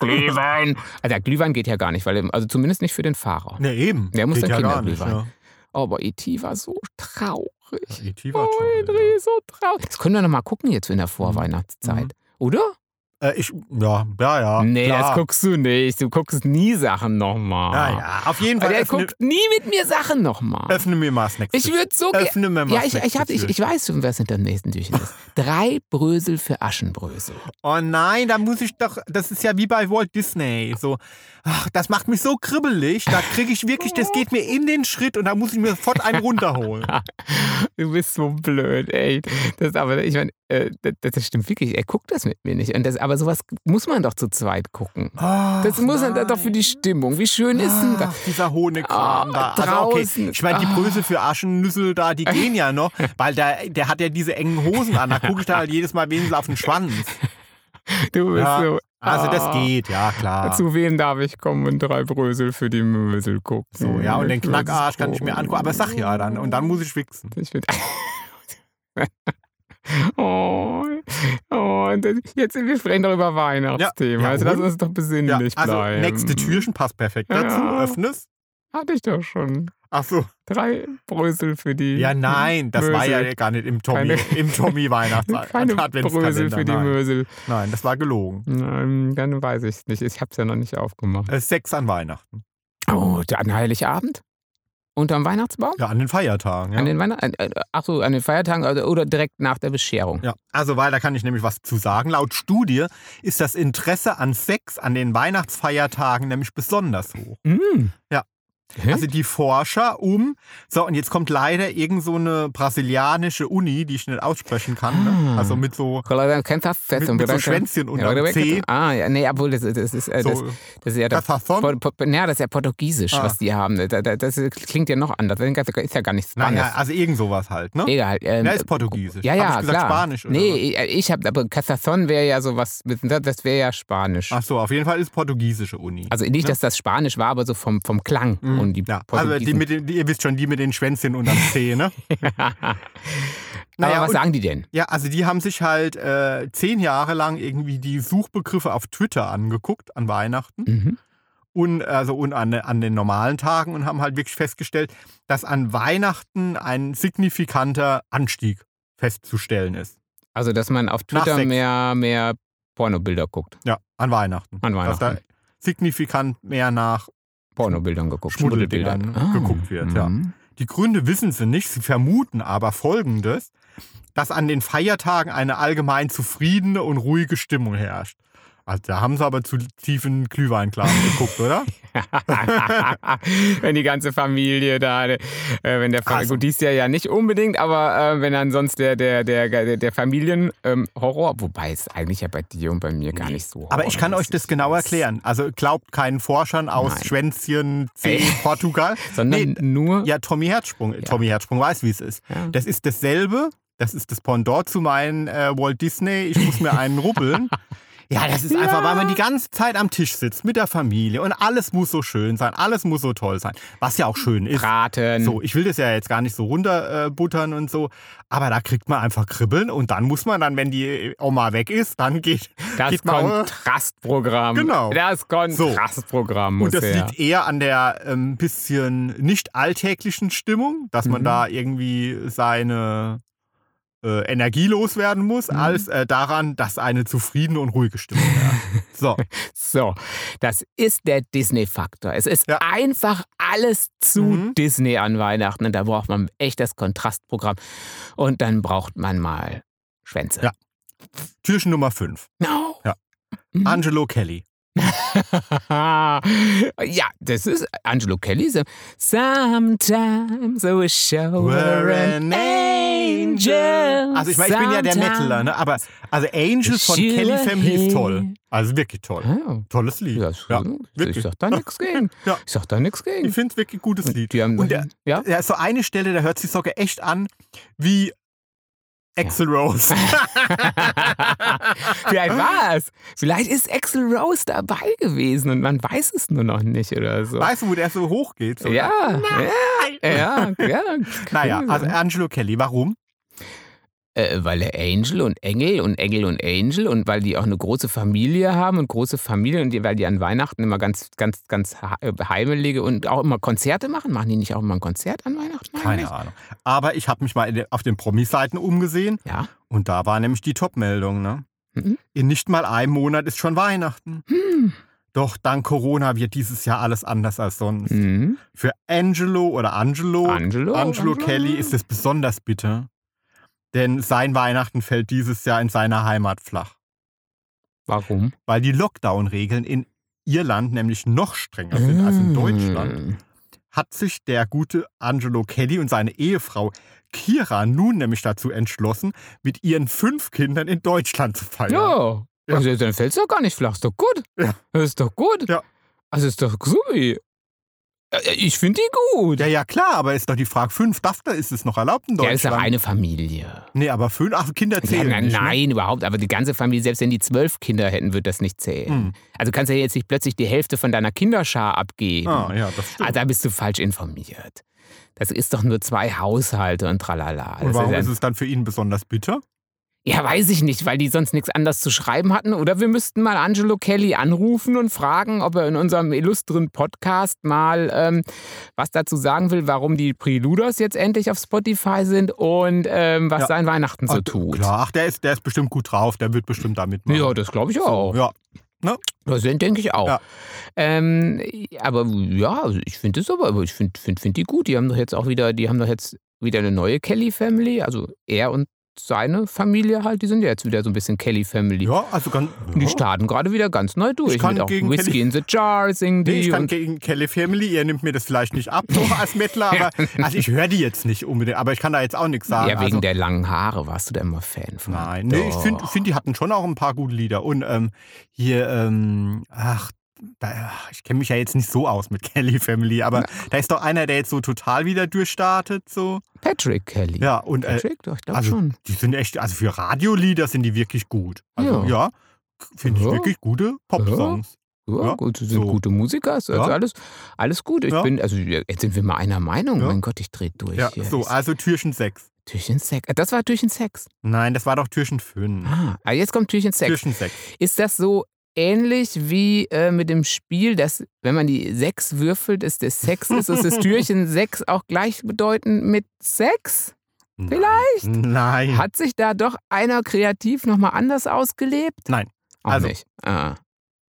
Speaker 1: Glühwein. Also der Glühwein geht ja gar nicht, weil also zumindest nicht für den Fahrer.
Speaker 2: Ne, eben.
Speaker 1: Der muss dann
Speaker 2: Geht gar nicht,
Speaker 1: Kinderglühwein.
Speaker 2: ja.
Speaker 1: Aber E.T. war so traurig.
Speaker 2: Ja, E.T. war
Speaker 1: Oh,
Speaker 2: toll,
Speaker 1: Henry, so traurig. Das können wir noch mal gucken jetzt in der Vorweihnachtszeit,
Speaker 2: Mhm.
Speaker 1: oder?
Speaker 2: ja. Äh, ich, ja, ja, ja.
Speaker 1: nee,
Speaker 2: klar.
Speaker 1: das guckst du nicht. Du guckst nie Sachen nochmal.
Speaker 2: Ja, ja. Auf jeden Fall
Speaker 1: Also Der
Speaker 2: öffne,
Speaker 1: guckt nie mit mir Sachen nochmal.
Speaker 2: öffne mir mal Snacks.
Speaker 1: Ich würde so gerne.
Speaker 2: Öffne mir mal
Speaker 1: Ja, ich,
Speaker 2: Snacks
Speaker 1: ich, hab, ich,
Speaker 2: Tür.
Speaker 1: ich weiß schon, was hinter dem nächsten Türchen
Speaker 2: *laughs*
Speaker 1: ist. Drei Brösel für Aschenbrösel.
Speaker 2: Oh nein, da muss ich doch. Das ist ja wie bei Walt Disney. So, ach, das macht mich so kribbelig. Da kriege ich wirklich, das geht mir in den Schritt und da muss ich mir sofort einen runterholen.
Speaker 1: Du bist so blöd, ey. Das, aber ich meine, äh, das, das stimmt wirklich. Er guckt das mit mir nicht. Und das, aber sowas muss man doch zu zweit gucken.
Speaker 2: Ach,
Speaker 1: Das muss
Speaker 2: nein. Ah,
Speaker 1: er doch für die Stimmung. Wie schön ist denn das?
Speaker 2: Ach, dieser Honigkram
Speaker 1: Ah,
Speaker 2: da. Also okay,
Speaker 1: draußen. Ah.
Speaker 2: ich meine, die Brösel für Aschennüssel da, die gehen
Speaker 1: *laughs*
Speaker 2: ja noch, weil der, der hat ja diese engen Hosen an. Da gucke ich da halt jedes Mal wenigstens auf den Schwanz.
Speaker 1: Du bist
Speaker 2: Ja,
Speaker 1: so.
Speaker 2: Also das
Speaker 1: ah.
Speaker 2: geht, ja klar.
Speaker 1: Zu wem darf ich kommen und drei Brösel für die Mösel gucken?
Speaker 2: So, ja, und den
Speaker 1: Ich würd's
Speaker 2: Knackarsch kann ich mir angucken, aber sag ja dann. Und dann muss ich wichsen.
Speaker 1: Ich würde. *laughs* Oh, oh, das- jetzt wir sprechen doch über Weihnachtsthemen.
Speaker 2: Ja, ja,
Speaker 1: also lass
Speaker 2: und?
Speaker 1: uns doch
Speaker 2: Ja,
Speaker 1: besinnlich
Speaker 2: also
Speaker 1: bleiben.
Speaker 2: nächste Türchen passt perfekt dazu.
Speaker 1: Ja.
Speaker 2: Öffnest.
Speaker 1: Hatte ich doch schon.
Speaker 2: Ach so.
Speaker 1: Drei Brösel für die.
Speaker 2: Ja, nein, das war ja
Speaker 1: Mösel.
Speaker 2: gar nicht im Tommy,
Speaker 1: Keine-
Speaker 2: *laughs* im Tommy Weihnachts
Speaker 1: *laughs* Keine Brösel für die
Speaker 2: nein.
Speaker 1: Mösel.
Speaker 2: nein, das war gelogen.
Speaker 1: Nein, dann weiß ich es nicht. Ich hab's ja noch nicht aufgemacht.
Speaker 2: Es ist Sex an Weihnachten.
Speaker 1: Oh, an Heiligabend? Unterm Weihnachtsbaum?
Speaker 2: Ja, an den Feiertagen. Ja.
Speaker 1: An den Weihnachten? Achso, an den Feiertagen oder, oder direkt nach der Bescherung.
Speaker 2: Ja, also weil da kann ich nämlich was zu sagen. Laut Studie ist das Interesse an Sex an den Weihnachtsfeiertagen nämlich besonders hoch.
Speaker 1: Mm.
Speaker 2: Ja.
Speaker 1: Hä?
Speaker 2: Also die Forscher um, so und jetzt kommt leider irgend so eine brasilianische Uni, die ich nicht aussprechen kann, ne?
Speaker 1: Ah.
Speaker 2: also mit so mit, mit so
Speaker 1: Schwänzen
Speaker 2: Schwänzchen
Speaker 1: Ja,
Speaker 2: unter
Speaker 1: oder
Speaker 2: dem
Speaker 1: weg-
Speaker 2: Zeh.
Speaker 1: Ah, ja, nee, obwohl das, das, ist, äh, das,
Speaker 2: So,
Speaker 1: das ist ja doch.
Speaker 2: Katafon.
Speaker 1: Por- por- Ja, das ist ja Portugiesisch,
Speaker 2: Ah.
Speaker 1: was die haben. Da- da- Das klingt ja noch anders. Das ist ja gar nicht Spanisch.
Speaker 2: Naja, also irgend sowas halt, ne?
Speaker 1: Egal. Ähm,
Speaker 2: Na, ist Portugiesiesisch.
Speaker 1: ja, ja,
Speaker 2: Hab ich gesagt
Speaker 1: klar.
Speaker 2: Spanisch oder
Speaker 1: nee, ich, ich habe, aber Casathon wäre ja sowas, mit- das wäre ja Spanisch.
Speaker 2: Ach so, auf jeden Fall ist portugiesische Uni.
Speaker 1: Also nicht,
Speaker 2: Ne?
Speaker 1: dass das Spanisch war, aber so vom, vom Klang.
Speaker 2: Mhm.
Speaker 1: Und die
Speaker 2: ja, also die
Speaker 1: Portugiesen. *laughs*
Speaker 2: mit den, die, ihr wisst schon, die mit den Schwänzchen unterm Zeh, ne?
Speaker 1: aber
Speaker 2: Naja,
Speaker 1: was
Speaker 2: und-
Speaker 1: sagen die denn?
Speaker 2: Ja, also die haben sich halt äh, zehn Jahre lang irgendwie die Suchbegriffe auf Twitter angeguckt an Weihnachten
Speaker 1: Mhm.
Speaker 2: und, also, und an, an den normalen Tagen und haben halt wirklich festgestellt, dass an Weihnachten ein signifikanter Anstieg festzustellen ist.
Speaker 1: Also, dass man auf
Speaker 2: Nach
Speaker 1: Twitter
Speaker 2: sechs.
Speaker 1: mehr, mehr Pornobilder guckt.
Speaker 2: Ja, an Weihnachten.
Speaker 1: An
Speaker 2: Dass
Speaker 1: Weihnachten.
Speaker 2: da signifikant mehr nach
Speaker 1: Pornobildern geguckt. Ah.
Speaker 2: Schmuddelbildern ne, geguckt wird, ja.
Speaker 1: mhm. *laughs*
Speaker 2: Die Gründe wissen sie nicht, sie vermuten aber Folgendes, dass an den Feiertagen eine allgemein zufriedene und ruhige Stimmung herrscht. Also da haben sie aber zu tiefen Glühweinklang
Speaker 1: *laughs*
Speaker 2: geguckt, oder?
Speaker 1: wenn die ganze Familie da, äh, wenn der Fa-
Speaker 2: Also-
Speaker 1: gut, dies Jahr ja nicht unbedingt, aber äh, wenn dann sonst der, der, der, der, der Familienhorror, ähm, Horror, wobei es eigentlich ja bei dir und bei mir gar nicht so
Speaker 2: Aber ich kann euch
Speaker 1: horrormäßig
Speaker 2: das genau
Speaker 1: ist,
Speaker 2: erklären. Also glaubt keinen Forschern aus
Speaker 1: Nein.
Speaker 2: Schwänzchen, C, Portugal.
Speaker 1: *laughs* Sondern
Speaker 2: Nee,
Speaker 1: nur,
Speaker 2: ja, Tommy Herzsprung. Tommy Herzsprung weiß, wie es ist.
Speaker 1: Ja.
Speaker 2: Das ist dasselbe. Das ist das Pendant zu meinen äh, Walt Disney. Ich muss mir einen rubbeln. *laughs* Ja, das ist einfach, weil man die ganze Zeit am Tisch sitzt mit der Familie und alles muss so schön sein, alles muss so toll sein, was ja auch schön ist.
Speaker 1: Braten,
Speaker 2: So, ich will das ja jetzt gar nicht so runterbuttern äh, buttern und so, aber da kriegt man einfach Kribbeln und dann muss man dann, wenn die Oma weg ist, dann geht,
Speaker 1: das
Speaker 2: geht man
Speaker 1: Kontrastprogramm.
Speaker 2: Genau.
Speaker 1: Das Kontrastprogramm muss
Speaker 2: Und das
Speaker 1: her.
Speaker 2: liegt eher an der ähm, bisschen nicht alltäglichen Stimmung, dass man
Speaker 1: Mhm.
Speaker 2: da irgendwie seine äh, Energie loswerden muss,
Speaker 1: Mhm.
Speaker 2: als äh, daran, dass eine zufriedene und ruhige
Speaker 1: *laughs*
Speaker 2: Stimmung herrscht. So,
Speaker 1: So, das ist der Disney-Faktor. Es ist
Speaker 2: Ja.
Speaker 1: einfach alles zu
Speaker 2: Mhm.
Speaker 1: Disney an Weihnachten und da braucht man echt das Kontrastprogramm und dann braucht man mal Schwänze.
Speaker 2: Ja. Türchen Nummer 5.
Speaker 1: No. *laughs*
Speaker 2: Ja.
Speaker 1: Mhm.
Speaker 2: Angelo Kelly.
Speaker 1: ja, das ist Angelo Kelly. So, Sometimes I wish I were an angel.
Speaker 2: Also ich meine, ich bin ja der
Speaker 1: Sometimes-
Speaker 2: Metaler, ne? aber also Angel von
Speaker 1: She
Speaker 2: Kelly
Speaker 1: will
Speaker 2: Family ist
Speaker 1: hear.
Speaker 2: toll. Also wirklich toll.
Speaker 1: Oh,
Speaker 2: Tolles Lied.
Speaker 1: ja, das-
Speaker 2: Ja,
Speaker 1: ich
Speaker 2: wirklich.
Speaker 1: sag da nichts gegen.
Speaker 2: *laughs* Ja.
Speaker 1: Ich sag da nichts
Speaker 2: Ich
Speaker 1: gegen.
Speaker 2: finde es wirklich ein gutes Lied.
Speaker 1: Die haben,
Speaker 2: Und der-
Speaker 1: ja?
Speaker 2: Da ist so eine Stelle, da hört sich sogar echt an wie Axel
Speaker 1: *laughs*
Speaker 2: Rose.
Speaker 1: Oh Vielleicht war es. Vielleicht ist Axel Rose dabei gewesen und man weiß es nur noch nicht oder so.
Speaker 2: Weißt du, wo der so hoch geht? So, ne?
Speaker 1: ja, ja, ja, ja.
Speaker 2: also- Naja, also Angelo Kelly, warum?
Speaker 1: Äh, weil er Angel und Engel und Engel und Angel und weil die auch eine große Familie haben und große Familie und die, weil die an Weihnachten immer ganz, ganz, ganz ha- äh, heimelige und auch immer Konzerte machen. Machen die nicht auch immer ein Konzert an Weihnachten?
Speaker 2: Keine
Speaker 1: eigentlich?
Speaker 2: Ahnung. Aber ich habe mich mal in der, auf den Promi-Seiten umgesehen
Speaker 1: Ja.
Speaker 2: und da war nämlich die Top-Meldung. Ne?
Speaker 1: Mhm.
Speaker 2: In nicht mal einem Monat ist schon Weihnachten.
Speaker 1: Hm.
Speaker 2: Doch dank Corona wird dieses Jahr alles anders als sonst.
Speaker 1: Mhm.
Speaker 2: Für Angelo oder Angelo,
Speaker 1: Angelo.
Speaker 2: Angelo Kelly ist es besonders bitter. Denn sein Weihnachten fällt dieses Jahr in seiner Heimat flach.
Speaker 1: Warum?
Speaker 2: Weil die Lockdown-Regeln in Irland nämlich noch strenger sind als in Deutschland.
Speaker 1: Hm.
Speaker 2: hat sich der gute Angelo Kelly und seine Ehefrau Kira nun nämlich dazu entschlossen, mit ihren fünf Kindern in Deutschland zu feiern.
Speaker 1: Ja.
Speaker 2: Ah, Ja.
Speaker 1: Also, dann fällt es doch gar nicht flach. Ist doch gut.
Speaker 2: Ja.
Speaker 1: Das Ist doch gut.
Speaker 2: Ja.
Speaker 1: Also ist doch supi. Äh, Ich finde die gut.
Speaker 2: Ja, ja, klar, aber ist doch die Frage, fünf darf da, ist es noch erlaubt in
Speaker 1: Der ist doch
Speaker 2: Deutschland?
Speaker 1: eine Familie.
Speaker 2: nee, aber fünf, ach, Kinder
Speaker 1: Ja,
Speaker 2: zählen
Speaker 1: na,
Speaker 2: nicht, ne?
Speaker 1: nein, überhaupt. Aber die ganze Familie, selbst wenn die zwölf Kinder hätten, würde das nicht
Speaker 2: Ne?
Speaker 1: zählen.
Speaker 2: Hm.
Speaker 1: Also du kannst ja jetzt nicht plötzlich die Hälfte von deiner Kinderschar abgeben.
Speaker 2: Ah, ja, das stimmt.
Speaker 1: ah, da bist du falsch informiert. Das ist doch nur zwei Haushalte und tralala.
Speaker 2: und
Speaker 1: Das
Speaker 2: warum
Speaker 1: ja-
Speaker 2: ist es dann für ihn besonders bitter?
Speaker 1: ja, weiß ich nicht, weil die sonst nichts anderes zu schreiben hatten. Oder wir müssten mal Angelo Kelly anrufen und fragen, ob er in unserem illustren Podcast mal ähm, was dazu sagen will, warum die Preluders jetzt endlich auf Spotify sind und ähm, was
Speaker 2: Ja.
Speaker 1: sein Weihnachten so
Speaker 2: Ach,
Speaker 1: tut.
Speaker 2: Klar, ach, der ist, der ist bestimmt gut drauf, der wird bestimmt da mitmachen.
Speaker 1: Ja, das glaube ich auch.
Speaker 2: ja.
Speaker 1: Das denke ich auch.
Speaker 2: Ja.
Speaker 1: Ähm, aber ja, also ich finde es aber, aber ich finde find, find die gut. Die haben doch jetzt auch wieder, die haben doch jetzt wieder eine neue Kelly-Family. Also er und seine Familie halt, die sind ja jetzt wieder so ein bisschen Kelly-Family.
Speaker 2: ja, also ganz.
Speaker 1: Und Die
Speaker 2: ja.
Speaker 1: starten gerade wieder ganz neu durch.
Speaker 2: Ich kann
Speaker 1: mit auch
Speaker 2: gegen
Speaker 1: Whiskey
Speaker 2: Kelly-
Speaker 1: in the Jar singen die.
Speaker 2: Nee, ich kann
Speaker 1: und
Speaker 2: gegen Kelly Family, ihr nimmt mir das vielleicht
Speaker 1: *laughs*
Speaker 2: nicht ab, so als Mittler, aber also ich höre die jetzt nicht unbedingt, aber ich kann da jetzt auch nichts
Speaker 1: ja,
Speaker 2: sagen.
Speaker 1: wegen
Speaker 2: also,
Speaker 1: der langen Haare warst du da immer Fan von.
Speaker 2: Nein, nee, ich finde,
Speaker 1: Doch.
Speaker 2: find, die hatten schon auch ein paar gute Lieder. Und ähm, hier, ähm, ach, da, ach, ich kenne mich ja jetzt nicht so aus mit *laughs* Kelly Family, aber da ist doch einer, der jetzt so total wieder durchstartet. So.
Speaker 1: Patrick Kelly.
Speaker 2: Ja, und äh,
Speaker 1: Patrick, doch, ich glaube
Speaker 2: also-
Speaker 1: schon.
Speaker 2: die sind echt, also für Radiolieder sind die wirklich gut. Also
Speaker 1: Ja.
Speaker 2: ja, finde ich
Speaker 1: Ja.
Speaker 2: wirklich gute Popsongs.
Speaker 1: Ja,
Speaker 2: Ja,
Speaker 1: gut, sie
Speaker 2: so.
Speaker 1: sind gute Musiker, ist also
Speaker 2: Ja.
Speaker 1: alles, alles gut. Ich
Speaker 2: Ja.
Speaker 1: bin, also jetzt sind wir mal einer Meinung.
Speaker 2: Ja.
Speaker 1: Mein Gott, ich drehe durch.
Speaker 2: Ja,
Speaker 1: hier.
Speaker 2: so,
Speaker 1: Ist-
Speaker 2: also Türchen 6.
Speaker 1: Türchen Sex. Ah, Das war Türchen Sex.
Speaker 2: Nein, das war doch Türchen 5.
Speaker 1: Ah, ah, jetzt kommt Türchen Sex.
Speaker 2: Türchen 6.
Speaker 1: Ist das so ähnlich wie äh, mit dem Spiel, dass wenn man die Sechs würfelt, ist das Sex ist, ist das
Speaker 2: *laughs*
Speaker 1: Türchen Sex auch gleichbedeutend mit Sex? Vielleicht?
Speaker 2: Nein.
Speaker 1: Hat sich da doch einer kreativ nochmal anders ausgelebt?
Speaker 2: Nein.
Speaker 1: Auch
Speaker 2: Also-
Speaker 1: nicht. Ah.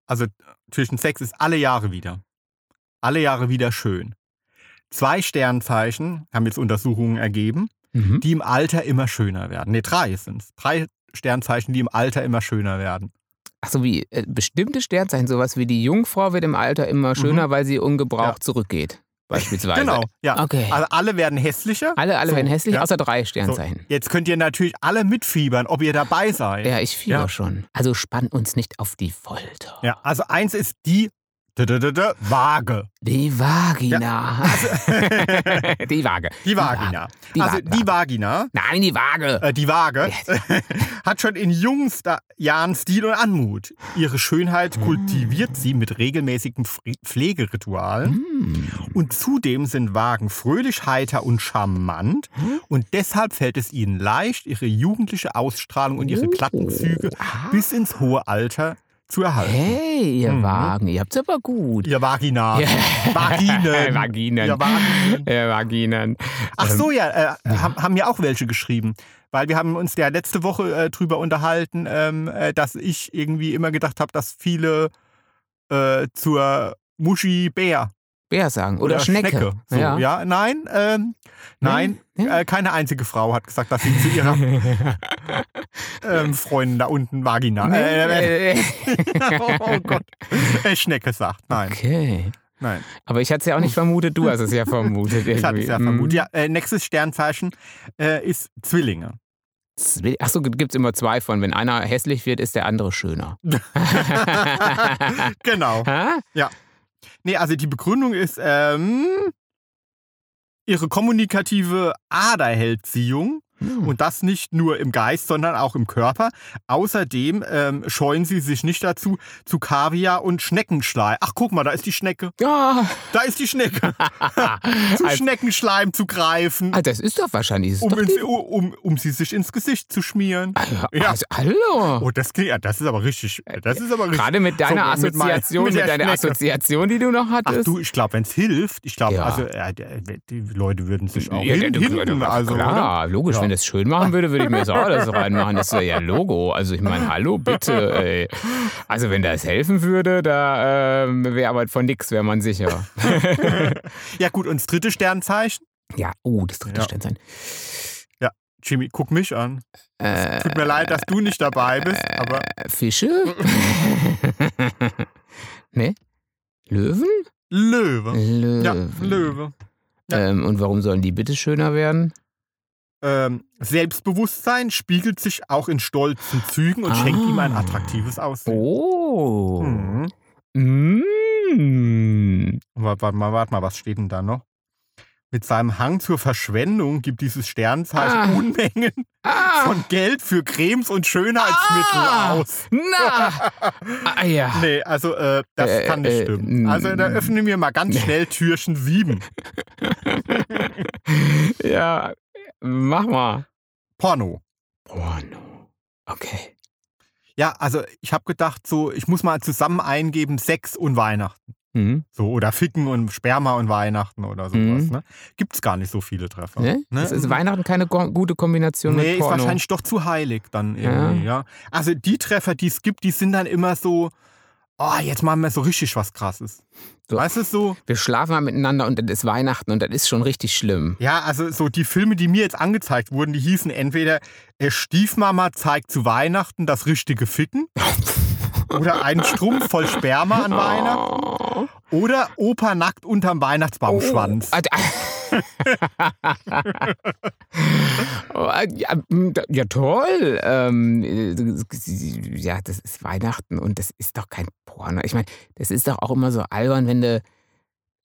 Speaker 2: also zwischen Sex ist alle Jahre wieder. Alle Jahre wieder schön. Zwei Sternzeichen haben jetzt Untersuchungen ergeben,
Speaker 1: Mhm.
Speaker 2: die im Alter immer schöner werden. Ne, drei sind es. Drei Sternzeichen, die im Alter immer schöner werden.
Speaker 1: Ach so, wie äh, bestimmte Sternzeichen, sowas wie die Jungfrau wird im Alter immer schöner, weil sie ungebraucht
Speaker 2: Mhm. Ja.
Speaker 1: zurückgeht. Beispielsweise.
Speaker 2: Genau, ja.
Speaker 1: Ah, Okay. Ah.
Speaker 2: Also alle werden hässlicher.
Speaker 1: Alle, alle
Speaker 2: So,
Speaker 1: werden hässlich,
Speaker 2: ja.
Speaker 1: außer drei Sternzeichen.
Speaker 2: Jetzt könnt ihr natürlich alle mitfiebern, ob ihr dabei seid.
Speaker 1: Ja, ich fieber
Speaker 2: Ja.
Speaker 1: schon. Also spann uns nicht auf die Folter.
Speaker 2: Ja, also eins ist die da, da, da, da, Waage.
Speaker 1: Die Vagina. Also- die Waage.
Speaker 2: *laughs* Die Vagina.
Speaker 1: Die
Speaker 2: also
Speaker 1: Waage.
Speaker 2: die Vagina,
Speaker 1: Nein, die Waage.
Speaker 2: Äh, die Waage *laughs* hat schon in jungen Sta- Jahren Stil und Anmut. Ihre Schönheit kultiviert sie mit regelmäßigen Fri- Pflegeritualen.
Speaker 1: Hm.
Speaker 2: Und zudem sind Wagen fröhlich, heiter und charmant. Und deshalb fällt es ihnen leicht, ihre jugendliche Ausstrahlung und ihre glatten Züge
Speaker 1: oh. Ah.
Speaker 2: bis ins hohe Alter zu erhalten.
Speaker 1: Hey, ihr
Speaker 2: Mhm.
Speaker 1: Wagen, ihr habt's aber gut.
Speaker 2: Ihr Vagina.
Speaker 1: *laughs*
Speaker 2: Vaginen.
Speaker 1: Vaginen.
Speaker 2: Ihr Vaginen.
Speaker 1: Äh, Vaginen.
Speaker 2: Ach
Speaker 1: Ähm,
Speaker 2: so, ja, äh, ham- haben ja auch welche geschrieben. Weil wir haben uns ja letzte Woche äh, drüber unterhalten, ähm, äh, dass ich irgendwie immer gedacht habe, dass viele äh, zur Muschi Bär
Speaker 1: Bär sagen. Oder, Schnecke.
Speaker 2: So, ja. nein, ähm, nein,
Speaker 1: Nein,
Speaker 2: Äh, keine einzige Frau hat gesagt, dass sie
Speaker 1: *laughs*
Speaker 2: zu ihrer ähm, Freundin da unten Vagina. Äh, äh,
Speaker 1: Äh,
Speaker 2: *laughs* oh Gott. Äh, Schnecke sagt. Nein,
Speaker 1: okay.
Speaker 2: nein.
Speaker 1: Aber ich hatte es ja auch nicht vermutet, du hast es ja vermutet.
Speaker 2: Ich hatte
Speaker 1: irgendwie.
Speaker 2: es ja
Speaker 1: Mhm.
Speaker 2: vermutet. Ja, äh, nächstes Sternzeichen äh, ist Zwillinge. *laughs*
Speaker 1: Zwi- Ach so, gibt's immer zwei von. Wenn einer hässlich wird, ist der andere
Speaker 2: *laughs*
Speaker 1: schöner.
Speaker 2: genau.
Speaker 1: Ha?
Speaker 2: Nee, also die Begründung ist, ähm, ihre kommunikative Aderhellziehung
Speaker 1: Hm.
Speaker 2: Und das nicht nur im Geist, sondern auch im Körper. Außerdem ähm, scheuen sie sich nicht dazu zu Kaviar und Schneckenschleim. Ach, guck mal, da ist die Schnecke.
Speaker 1: Ja.
Speaker 2: Da ist
Speaker 1: *laughs*
Speaker 2: die Schnecke. zu
Speaker 1: Als-
Speaker 2: Schneckenschleim zu greifen,
Speaker 1: Ah, das ist doch wahrscheinlich. Ist
Speaker 2: um,
Speaker 1: doch
Speaker 2: ins,
Speaker 1: die,
Speaker 2: um, um sie sich ins Gesicht zu schmieren.
Speaker 1: ja.
Speaker 2: Ja.
Speaker 1: also, hallo.
Speaker 2: Oh, das, klingt- ja, das ist aber richtig. Das
Speaker 1: Äh,
Speaker 2: ist aber richtig.
Speaker 1: Gerade mit deiner
Speaker 2: So, mit meiner-
Speaker 1: Assoziation, mit,
Speaker 2: mit der
Speaker 1: deiner
Speaker 2: Schnecke.
Speaker 1: Assoziation, die du noch
Speaker 2: Ach
Speaker 1: hattest.
Speaker 2: du, ich glaube, wenn es hilft, ich glaube,
Speaker 1: Ja.
Speaker 2: also äh, die- die Leute würden sich auch
Speaker 1: Ja,
Speaker 2: hin,
Speaker 1: du- du-
Speaker 2: hinten,
Speaker 1: du-
Speaker 2: also oder?
Speaker 1: klar, logisch,
Speaker 2: Ja.
Speaker 1: wenn das schön machen würde, würde ich mir das auch alles reinmachen. Das wäre ja Logo. Also ich meine, hallo, bitte. Ey. Also wenn das helfen würde, da ähm, wäre aber von nix, wäre man sicher.
Speaker 2: *laughs* Ja gut, und das dritte Sternzeichen?
Speaker 1: Ja, oh, das dritte
Speaker 2: Ja.
Speaker 1: Sternzeichen.
Speaker 2: Jimmy, guck mich an.
Speaker 1: Äh,
Speaker 2: Tut mir leid, dass du nicht dabei bist, aber
Speaker 1: Fische? *laughs* ne? Löwen?
Speaker 2: Löwe.
Speaker 1: Löwen.
Speaker 2: Ja, Löwe. ja.
Speaker 1: Ähm, und warum sollen die bitte schöner werden?
Speaker 2: Ähm, Selbstbewusstsein spiegelt sich auch in stolzen Zügen und
Speaker 1: Ah.
Speaker 2: schenkt ihm ein attraktives Aussehen.
Speaker 1: Oh.
Speaker 2: Mhm.
Speaker 1: Mm.
Speaker 2: Warte, warte mal, warte mal, was steht denn da noch? Mit seinem Hang zur Verschwendung gibt dieses Sternzeichen
Speaker 1: Ah.
Speaker 2: Unmengen
Speaker 1: Ah.
Speaker 2: von Geld für Cremes und Schönheitsmittel
Speaker 1: Ah.
Speaker 2: aus.
Speaker 1: Na! ah, ja.
Speaker 2: *laughs* Nee, also äh, das
Speaker 1: Äh,
Speaker 2: kann nicht
Speaker 1: äh,
Speaker 2: stimmen.
Speaker 1: mm.
Speaker 2: Also da öffnen wir mal ganz schnell Türchen 7.
Speaker 1: Ja, mach mal.
Speaker 2: Porno.
Speaker 1: Oh, no. Okay.
Speaker 2: Ja, also ich habe gedacht, so, ich muss mal zusammen eingeben, Sex und Weihnachten.
Speaker 1: Hm.
Speaker 2: So, oder Ficken und Sperma und Weihnachten oder sowas.
Speaker 1: Mhm.
Speaker 2: Ne? Gibt's gar nicht so viele Treffer.
Speaker 1: Ne?
Speaker 2: Ne?
Speaker 1: Das ist Weihnachten keine ko gute Kombination
Speaker 2: Nee,
Speaker 1: mit
Speaker 2: ist
Speaker 1: Porno.
Speaker 2: wahrscheinlich doch zu heilig dann irgendwie, ja. Also die Treffer, die es gibt, die sind dann immer so, oh, jetzt machen wir so richtig was krasses.
Speaker 1: So.
Speaker 2: Weißt du so?
Speaker 1: Wir schlafen mal miteinander und das ist Weihnachten und das ist schon richtig schlimm.
Speaker 2: Ja, also so die Filme, die mir jetzt angezeigt wurden, die hießen entweder äh, Stiefmama zeigt zu Weihnachten das
Speaker 1: *laughs*
Speaker 2: richtige Ficken oder ein Strumpf voll Sperma an Weihnachten
Speaker 1: Oh.
Speaker 2: oder Opa nackt unterm Weihnachtsbaumschwanz.
Speaker 1: Ah, da- Oh, *laughs* ah, ja, m, da- ja, toll. Ähm, äh, ja, das ist Weihnachten und das ist doch kein Porno. Ich meine, das ist doch auch immer so albern, wenn du,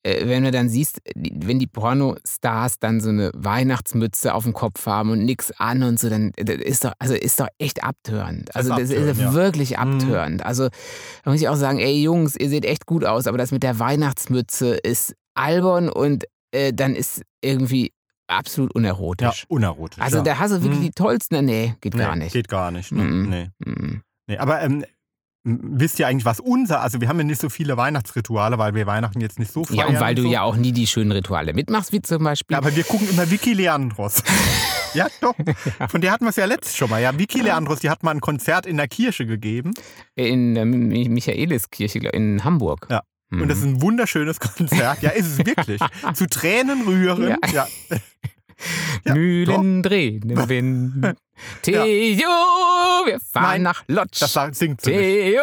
Speaker 1: äh, wenn du dann siehst, die- wenn die Pornostars dann so eine Weihnachtsmütze auf dem Kopf haben und nichts an und so, dann äh, das ist doch, also ist doch echt abtörend.
Speaker 2: Das
Speaker 1: Also
Speaker 2: ist
Speaker 1: das ist
Speaker 2: abtörend, ja. Mhm.
Speaker 1: wirklich abtörend. Also da muss ich auch sagen, ey Jungs, ihr seht echt gut aus, aber das mit der Weihnachtsmütze ist albern und äh, dann ist irgendwie absolut
Speaker 2: ja,
Speaker 1: unerotisch.
Speaker 2: unerotisch.
Speaker 1: Also
Speaker 2: ja.
Speaker 1: da hast du wirklich
Speaker 2: Mhm.
Speaker 1: die tollsten. äh, Nee, geht
Speaker 2: nee,
Speaker 1: gar nicht.
Speaker 2: Geht gar nicht. Ne?
Speaker 1: Mhm.
Speaker 2: Nee.
Speaker 1: Mhm.
Speaker 2: Nee. Aber ähm, m- wisst ihr eigentlich, was unser, also wir haben ja nicht so viele Weihnachtsrituale, weil wir Weihnachten jetzt nicht so feiern.
Speaker 1: Ja, und weil du
Speaker 2: so.
Speaker 1: ja auch nie die schönen Rituale mitmachst, wie zum Beispiel.
Speaker 2: Ja, aber wir gucken immer
Speaker 1: *laughs*
Speaker 2: Vicky Leandros. ja, doch. Von der hatten wir es ja letztes schon mal. Ja, Vicky Leandros, die hat mal ein Konzert in der Kirche gegeben.
Speaker 1: in der Mi- Michaeliskirche glaub- in Hamburg.
Speaker 2: Ja.
Speaker 1: Mhm.
Speaker 2: Und das ist ein wunderschönes Konzert. Ja, ist es
Speaker 1: *laughs*
Speaker 2: wirklich. Zu Tränen rühren. Ja. ja,
Speaker 1: Mühlen drehen
Speaker 2: *laughs*
Speaker 1: im Wind. Theo, wir fahren
Speaker 2: Nein,
Speaker 1: nach Lodz.
Speaker 2: Das sagt- singt sie nicht.
Speaker 1: Theo,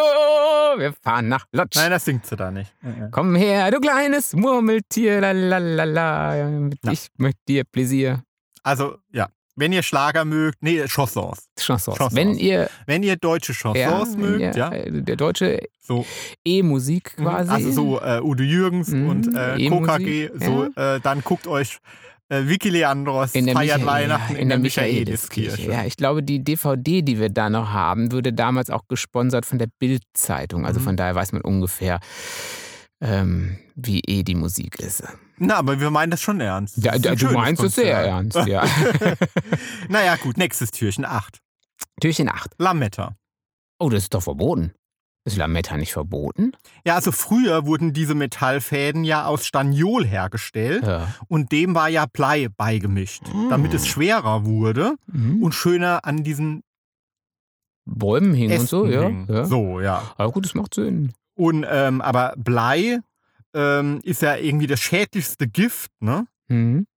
Speaker 1: wir fahren nach Lodz.
Speaker 2: Nein, das singt sie da nicht.
Speaker 1: Komm her, du kleines Murmeltier, la la la la.
Speaker 2: Ja.
Speaker 1: Ich möchte dir Pläsier.
Speaker 2: Also, ja. Wenn ihr Schlager mögt, nee, Chansons.
Speaker 1: Chansons.
Speaker 2: Chansons.
Speaker 1: Wenn ihr
Speaker 2: Wenn ihr deutsche Chansons mögt, ja.
Speaker 1: äh, der deutsche
Speaker 2: So,
Speaker 1: E-Musik quasi.
Speaker 2: also so äh, Udo Jürgens
Speaker 1: Mhm,
Speaker 2: und äh,
Speaker 1: E-Musik,
Speaker 2: KKG, so, äh, dann guckt euch äh, Vicky Leandros
Speaker 1: in der,
Speaker 2: feiert
Speaker 1: Michael-
Speaker 2: Weihnachten
Speaker 1: in der Michaeliskirche. Ja, ich glaube, die DVD, die wir da noch haben, würde damals auch gesponsert von der Bild-Zeitung. Also
Speaker 2: Mhm.
Speaker 1: von daher weiß man ungefähr, ähm, wie eh die Musik ist.
Speaker 2: Na, aber wir meinen das schon ernst.
Speaker 1: Ja,
Speaker 2: Das ist
Speaker 1: ja,
Speaker 2: ein
Speaker 1: du
Speaker 2: schönes
Speaker 1: meinst es sehr
Speaker 2: Konzert.
Speaker 1: ernst, ja.
Speaker 2: *laughs* Naja, gut, nächstes Türchen, 8.
Speaker 1: Türchen 8.
Speaker 2: Lametta.
Speaker 1: Oh, das ist doch verboten. Ist Lametta nicht verboten?
Speaker 2: Ja, also früher wurden diese Metallfäden ja aus Staniol hergestellt
Speaker 1: Ja.
Speaker 2: und dem war ja Blei beigemischt,
Speaker 1: Mm.
Speaker 2: damit es schwerer wurde
Speaker 1: Mhm.
Speaker 2: und schöner an diesen
Speaker 1: Bäumen hing
Speaker 2: Ästen
Speaker 1: und so, ja.
Speaker 2: hing.
Speaker 1: ja.
Speaker 2: So, ja.
Speaker 1: Aber gut, das macht Sinn.
Speaker 2: Und, ähm, aber Blei ähm, ist ja irgendwie das schädlichste Gift, ne?
Speaker 1: Mhm.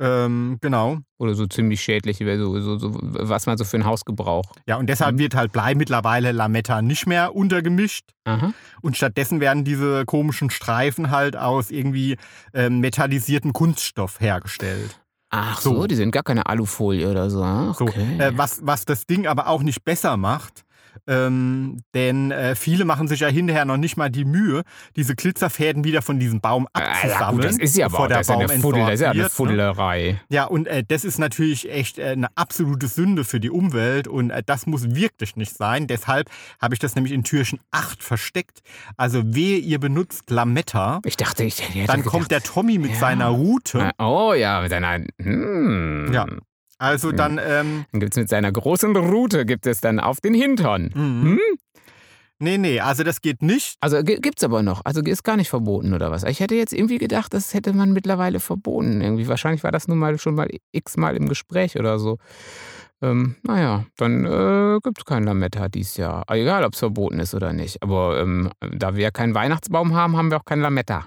Speaker 2: Ähm, genau.
Speaker 1: Oder so ziemlich schädlich, wäre so, so, so, was man so für einen Hausgebrauch.
Speaker 2: Ja, und deshalb
Speaker 1: Mhm.
Speaker 2: wird halt Blei mittlerweile Lametta nicht mehr untergemischt.
Speaker 1: Aha.
Speaker 2: Und stattdessen werden diese komischen Streifen halt aus irgendwie ähm, metallisiertem Kunststoff hergestellt.
Speaker 1: Ach so.
Speaker 2: So.
Speaker 1: die sind gar keine Alufolie oder so. ah,
Speaker 2: So,
Speaker 1: Okay.
Speaker 2: äh, was, was das Ding aber auch nicht besser macht, Ähm, denn äh, viele machen sich ja hinterher noch nicht mal die Mühe, diese Glitzerfäden wieder von diesem Baum
Speaker 1: Ah, ja, gut,
Speaker 2: abzusammeln.
Speaker 1: das ist ja aber
Speaker 2: bevor
Speaker 1: auch,
Speaker 2: der
Speaker 1: das ist ja
Speaker 2: Baum
Speaker 1: eine, Fuddel, das ist ja eine
Speaker 2: entsorgt wird, ne?
Speaker 1: Fuddelerei.
Speaker 2: Ja, und äh, das ist natürlich echt äh, eine absolute Sünde für die Umwelt und äh, das muss wirklich nicht sein. Deshalb habe ich das nämlich in Türchen 8 versteckt. Also wehe, ihr benutzt Lametta,
Speaker 1: Ich dachte, ich hätte
Speaker 2: dann
Speaker 1: gedacht,
Speaker 2: kommt der Tommy mit
Speaker 1: Ja.
Speaker 2: seiner Rute.
Speaker 1: Ah, Oh ja, mit seiner. Hm.
Speaker 2: Ja. Also dann, ähm,
Speaker 1: Dann gibt es mit seiner großen Rute, gibt es dann auf den Hintern.
Speaker 2: mhm.
Speaker 1: Hm?
Speaker 2: nee, nee, also das geht nicht.
Speaker 1: Also gi- gibt's aber noch. Also ist gar nicht verboten oder was. Ich hätte jetzt irgendwie gedacht, das hätte man mittlerweile verboten. Irgendwie wahrscheinlich war das nun mal schon mal x-mal im Gespräch oder so. Ähm, naja, dann äh, gibt es kein Lametta dieses Jahr. Ah, Egal, ob es verboten ist oder nicht. Aber ähm, da wir ja keinen Weihnachtsbaum haben, haben wir auch kein Lametta.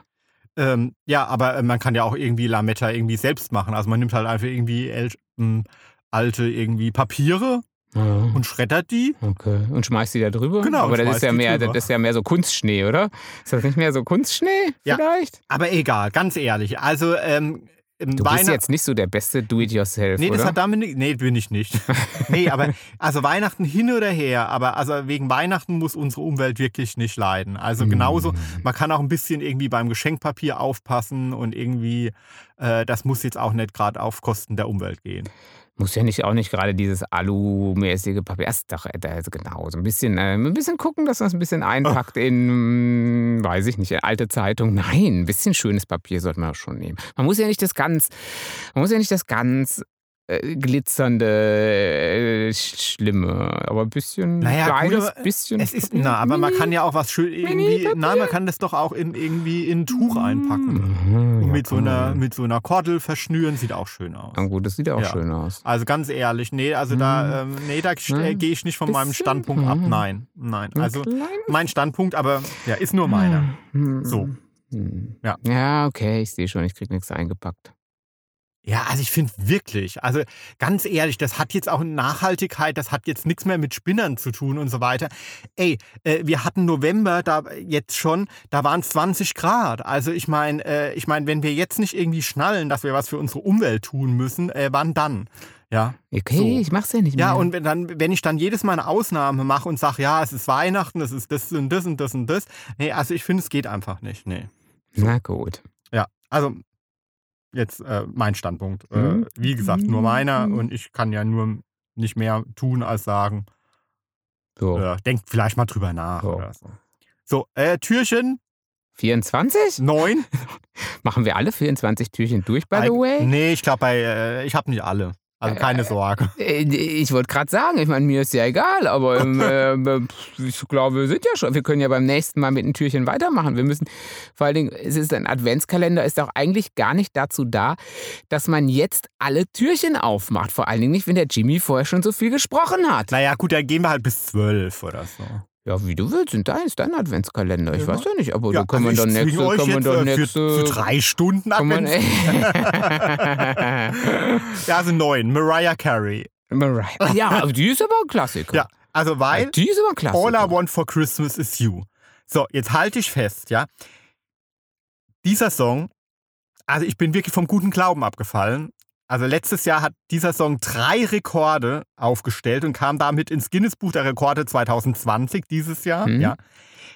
Speaker 2: Ähm, ja, aber äh, man kann ja auch irgendwie Lametta irgendwie selbst machen. Also man nimmt halt einfach irgendwie el- m, alte irgendwie Papiere
Speaker 1: Ja,
Speaker 2: und schreddert die.
Speaker 1: okay. Und schmeißt die da drüber?
Speaker 2: Genau,
Speaker 1: Aber
Speaker 2: und
Speaker 1: das
Speaker 2: schmeißt
Speaker 1: ist, ja
Speaker 2: die
Speaker 1: mehr,
Speaker 2: drüber.
Speaker 1: das ist ja mehr so Kunstschnee, oder? Ist das nicht mehr so Kunstschnee
Speaker 2: Ja.
Speaker 1: vielleicht?
Speaker 2: Aber egal, ganz ehrlich. Also ähm, im
Speaker 1: Du bist
Speaker 2: Weihnachten.
Speaker 1: jetzt nicht so der beste Do-it-yourself,
Speaker 2: Nee,
Speaker 1: oder?
Speaker 2: das hat damit ni- Nee, bin
Speaker 1: *laughs*
Speaker 2: ich nicht. nee, aber also Weihnachten hin oder her, aber also wegen Weihnachten muss unsere Umwelt wirklich nicht leiden.
Speaker 1: Mm.
Speaker 2: Also genauso, man kann auch ein bisschen irgendwie beim Geschenkpapier aufpassen und irgendwie, äh, das muss jetzt auch nicht gerade auf Kosten der Umwelt gehen.
Speaker 1: Muss ja nicht auch nicht gerade dieses alumäßige Papier. Das ist doch äh, das ist genau so ein bisschen, äh, ein bisschen gucken, dass man es ein bisschen einpackt in, mm, weiß ich nicht, in alte Zeitung. Nein, ein bisschen schönes Papier sollte man schon nehmen. Man muss ja nicht das ganz, man muss ja nicht das ganz äh, glitzernde, äh, sch- schlimme, aber ein bisschen
Speaker 2: Naja, gut,
Speaker 1: kleines
Speaker 2: aber äh,
Speaker 1: bisschen.
Speaker 2: Es ist, na, aber man kann ja auch was schön irgendwie,
Speaker 1: Mini-Papier.
Speaker 2: na, man kann das doch auch in, irgendwie in ein Tuch einpacken.
Speaker 1: Mhm,
Speaker 2: Und
Speaker 1: Mm. ja,
Speaker 2: mit so
Speaker 1: kann
Speaker 2: einer,
Speaker 1: man.
Speaker 2: mit so einer Kordel verschnüren, sieht auch schön aus.
Speaker 1: Ja, gut, das sieht ja auch
Speaker 2: Ja.
Speaker 1: schön aus.
Speaker 2: Also ganz ehrlich, nee, also da, ähm, nee, da
Speaker 1: Ja.
Speaker 2: äh, gehe ich nicht von meinem
Speaker 1: Bisschen.
Speaker 2: Standpunkt ab.
Speaker 1: Mm. Mhm.
Speaker 2: Nein, nein.
Speaker 1: Ein
Speaker 2: Also
Speaker 1: kleines
Speaker 2: mein Standpunkt, aber ja, ist nur meiner.
Speaker 1: Hm.
Speaker 2: So.
Speaker 1: Hm.
Speaker 2: Ja.
Speaker 1: ja, okay, ich sehe schon, ich krieg nichts eingepackt.
Speaker 2: Ja, also ich finde wirklich, also ganz ehrlich, das hat jetzt auch Nachhaltigkeit, das hat jetzt nichts mehr mit Spinnern zu tun und so weiter. Ey, äh, wir hatten November da jetzt schon, da waren es 20 Grad. Also ich meine, äh, ich meine, wenn wir jetzt nicht irgendwie schnallen, dass wir was für unsere Umwelt tun müssen, äh, wann dann? Ja.
Speaker 1: Okay,
Speaker 2: So.
Speaker 1: ich mach's ja nicht mehr.
Speaker 2: Ja, und wenn, dann, wenn ich dann jedes Mal eine Ausnahme mache und sage, ja, es ist Weihnachten, es ist das und das und das und das. Nee, also ich finde, es geht einfach nicht. Nee.
Speaker 1: Na gut.
Speaker 2: Ja, also jetzt äh, mein Standpunkt.
Speaker 1: Mhm.
Speaker 2: Äh, wie gesagt, nur meiner
Speaker 1: Mhm.
Speaker 2: und ich kann ja nur nicht mehr tun als sagen,
Speaker 1: So.
Speaker 2: äh, denkt vielleicht mal drüber nach.
Speaker 1: So.
Speaker 2: Oder so, so äh, Türchen
Speaker 1: 24?
Speaker 2: 9.
Speaker 1: Machen wir alle 24 Türchen durch, *laughs* by the way?
Speaker 2: Nee, ich glaube, bei, äh, ich habe nicht alle. Also keine Sorge. *laughs*
Speaker 1: Äh, Ich wollte gerade sagen, ich meine, mir ist ja egal, aber ähm, äh, pff, ich glaube, wir sind ja schon, wir können ja beim nächsten Mal mit ein Türchen weitermachen. Wir müssen, vor allen Dingen, es ist ein Adventskalender, ist auch eigentlich gar nicht dazu da, dass man jetzt alle Türchen aufmacht. Vor allen Dingen nicht, wenn der Jimmy vorher schon so viel gesprochen hat.
Speaker 2: Naja, gut, dann gehen wir halt bis 12 oder so.
Speaker 1: Ja, wie du willst, sind dein, ist dein Adventskalender. Ich
Speaker 2: Ja.
Speaker 1: weiß ja nicht, aber
Speaker 2: ja,
Speaker 1: da können wir
Speaker 2: also
Speaker 1: dann
Speaker 2: ich zwinge
Speaker 1: nächste,
Speaker 2: euch
Speaker 1: können wir
Speaker 2: jetzt,
Speaker 1: dann
Speaker 2: äh,
Speaker 1: nächste.
Speaker 2: für, für drei Stunden
Speaker 1: kann man, *laughs*
Speaker 2: Advents. Ja, also 9. Mariah Carey.
Speaker 1: Mariah. Ja, aber die ist aber ein Klassiker.
Speaker 2: Ja, also weil
Speaker 1: die ist aber ein Klassiker.
Speaker 2: All I Want for Christmas is You. So, jetzt halte ich fest, ja. Dieser Song, also ich bin wirklich vom guten Glauben abgefallen. Also letztes Jahr hat dieser Song drei Rekorde aufgestellt und kam damit ins Guinness Buch der Rekorde 2020 dieses Jahr.
Speaker 1: Mhm.
Speaker 2: Ja.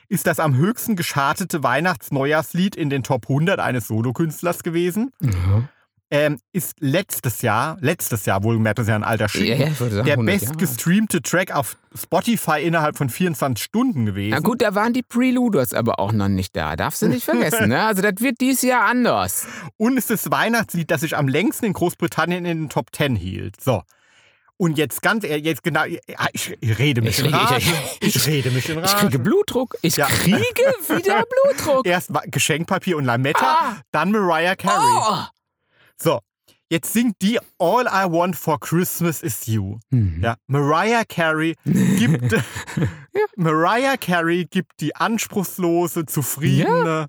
Speaker 2: Ist das am höchsten geschartete Weihnachts-Neujahrslied in den Top 100 eines Solokünstlers gewesen.
Speaker 1: Mhm.
Speaker 2: Ähm, ist letztes Jahr, letztes Jahr wohlgemerkt, das ist ja ein alter Schick,
Speaker 1: Ja, ja, ich würde sagen,
Speaker 2: der
Speaker 1: 100 Jahre.
Speaker 2: bestgestreamte Track auf Spotify innerhalb von 24 Stunden gewesen.
Speaker 1: Na gut, da waren die Preluders aber auch noch nicht da. Darfst du nicht vergessen, ne? Also, das wird dieses Jahr anders.
Speaker 2: Und es ist das Weihnachtslied, das sich am längsten in Großbritannien in den Top 10 hielt. So. Und jetzt ganz ehrlich, jetzt genau, ich, ich rede mich
Speaker 1: Ich
Speaker 2: in
Speaker 1: rede-
Speaker 2: Rage.
Speaker 1: *laughs* ich-
Speaker 2: Ich, rede mich in
Speaker 1: Ich
Speaker 2: Rage.
Speaker 1: kriege Blutdruck. Ich
Speaker 2: Ja.
Speaker 1: kriege *laughs* wieder Blutdruck.
Speaker 2: Erst Wa- Geschenkpapier und Lametta,
Speaker 1: Ah.
Speaker 2: dann Mariah Carey.
Speaker 1: Oh.
Speaker 2: So. Jetzt singt die All I Want for Christmas is You.
Speaker 1: Hm.
Speaker 2: Ja, Mariah Carey
Speaker 1: *laughs*
Speaker 2: gibt *laughs* Mariah Carey gibt die anspruchslose, zufriedene,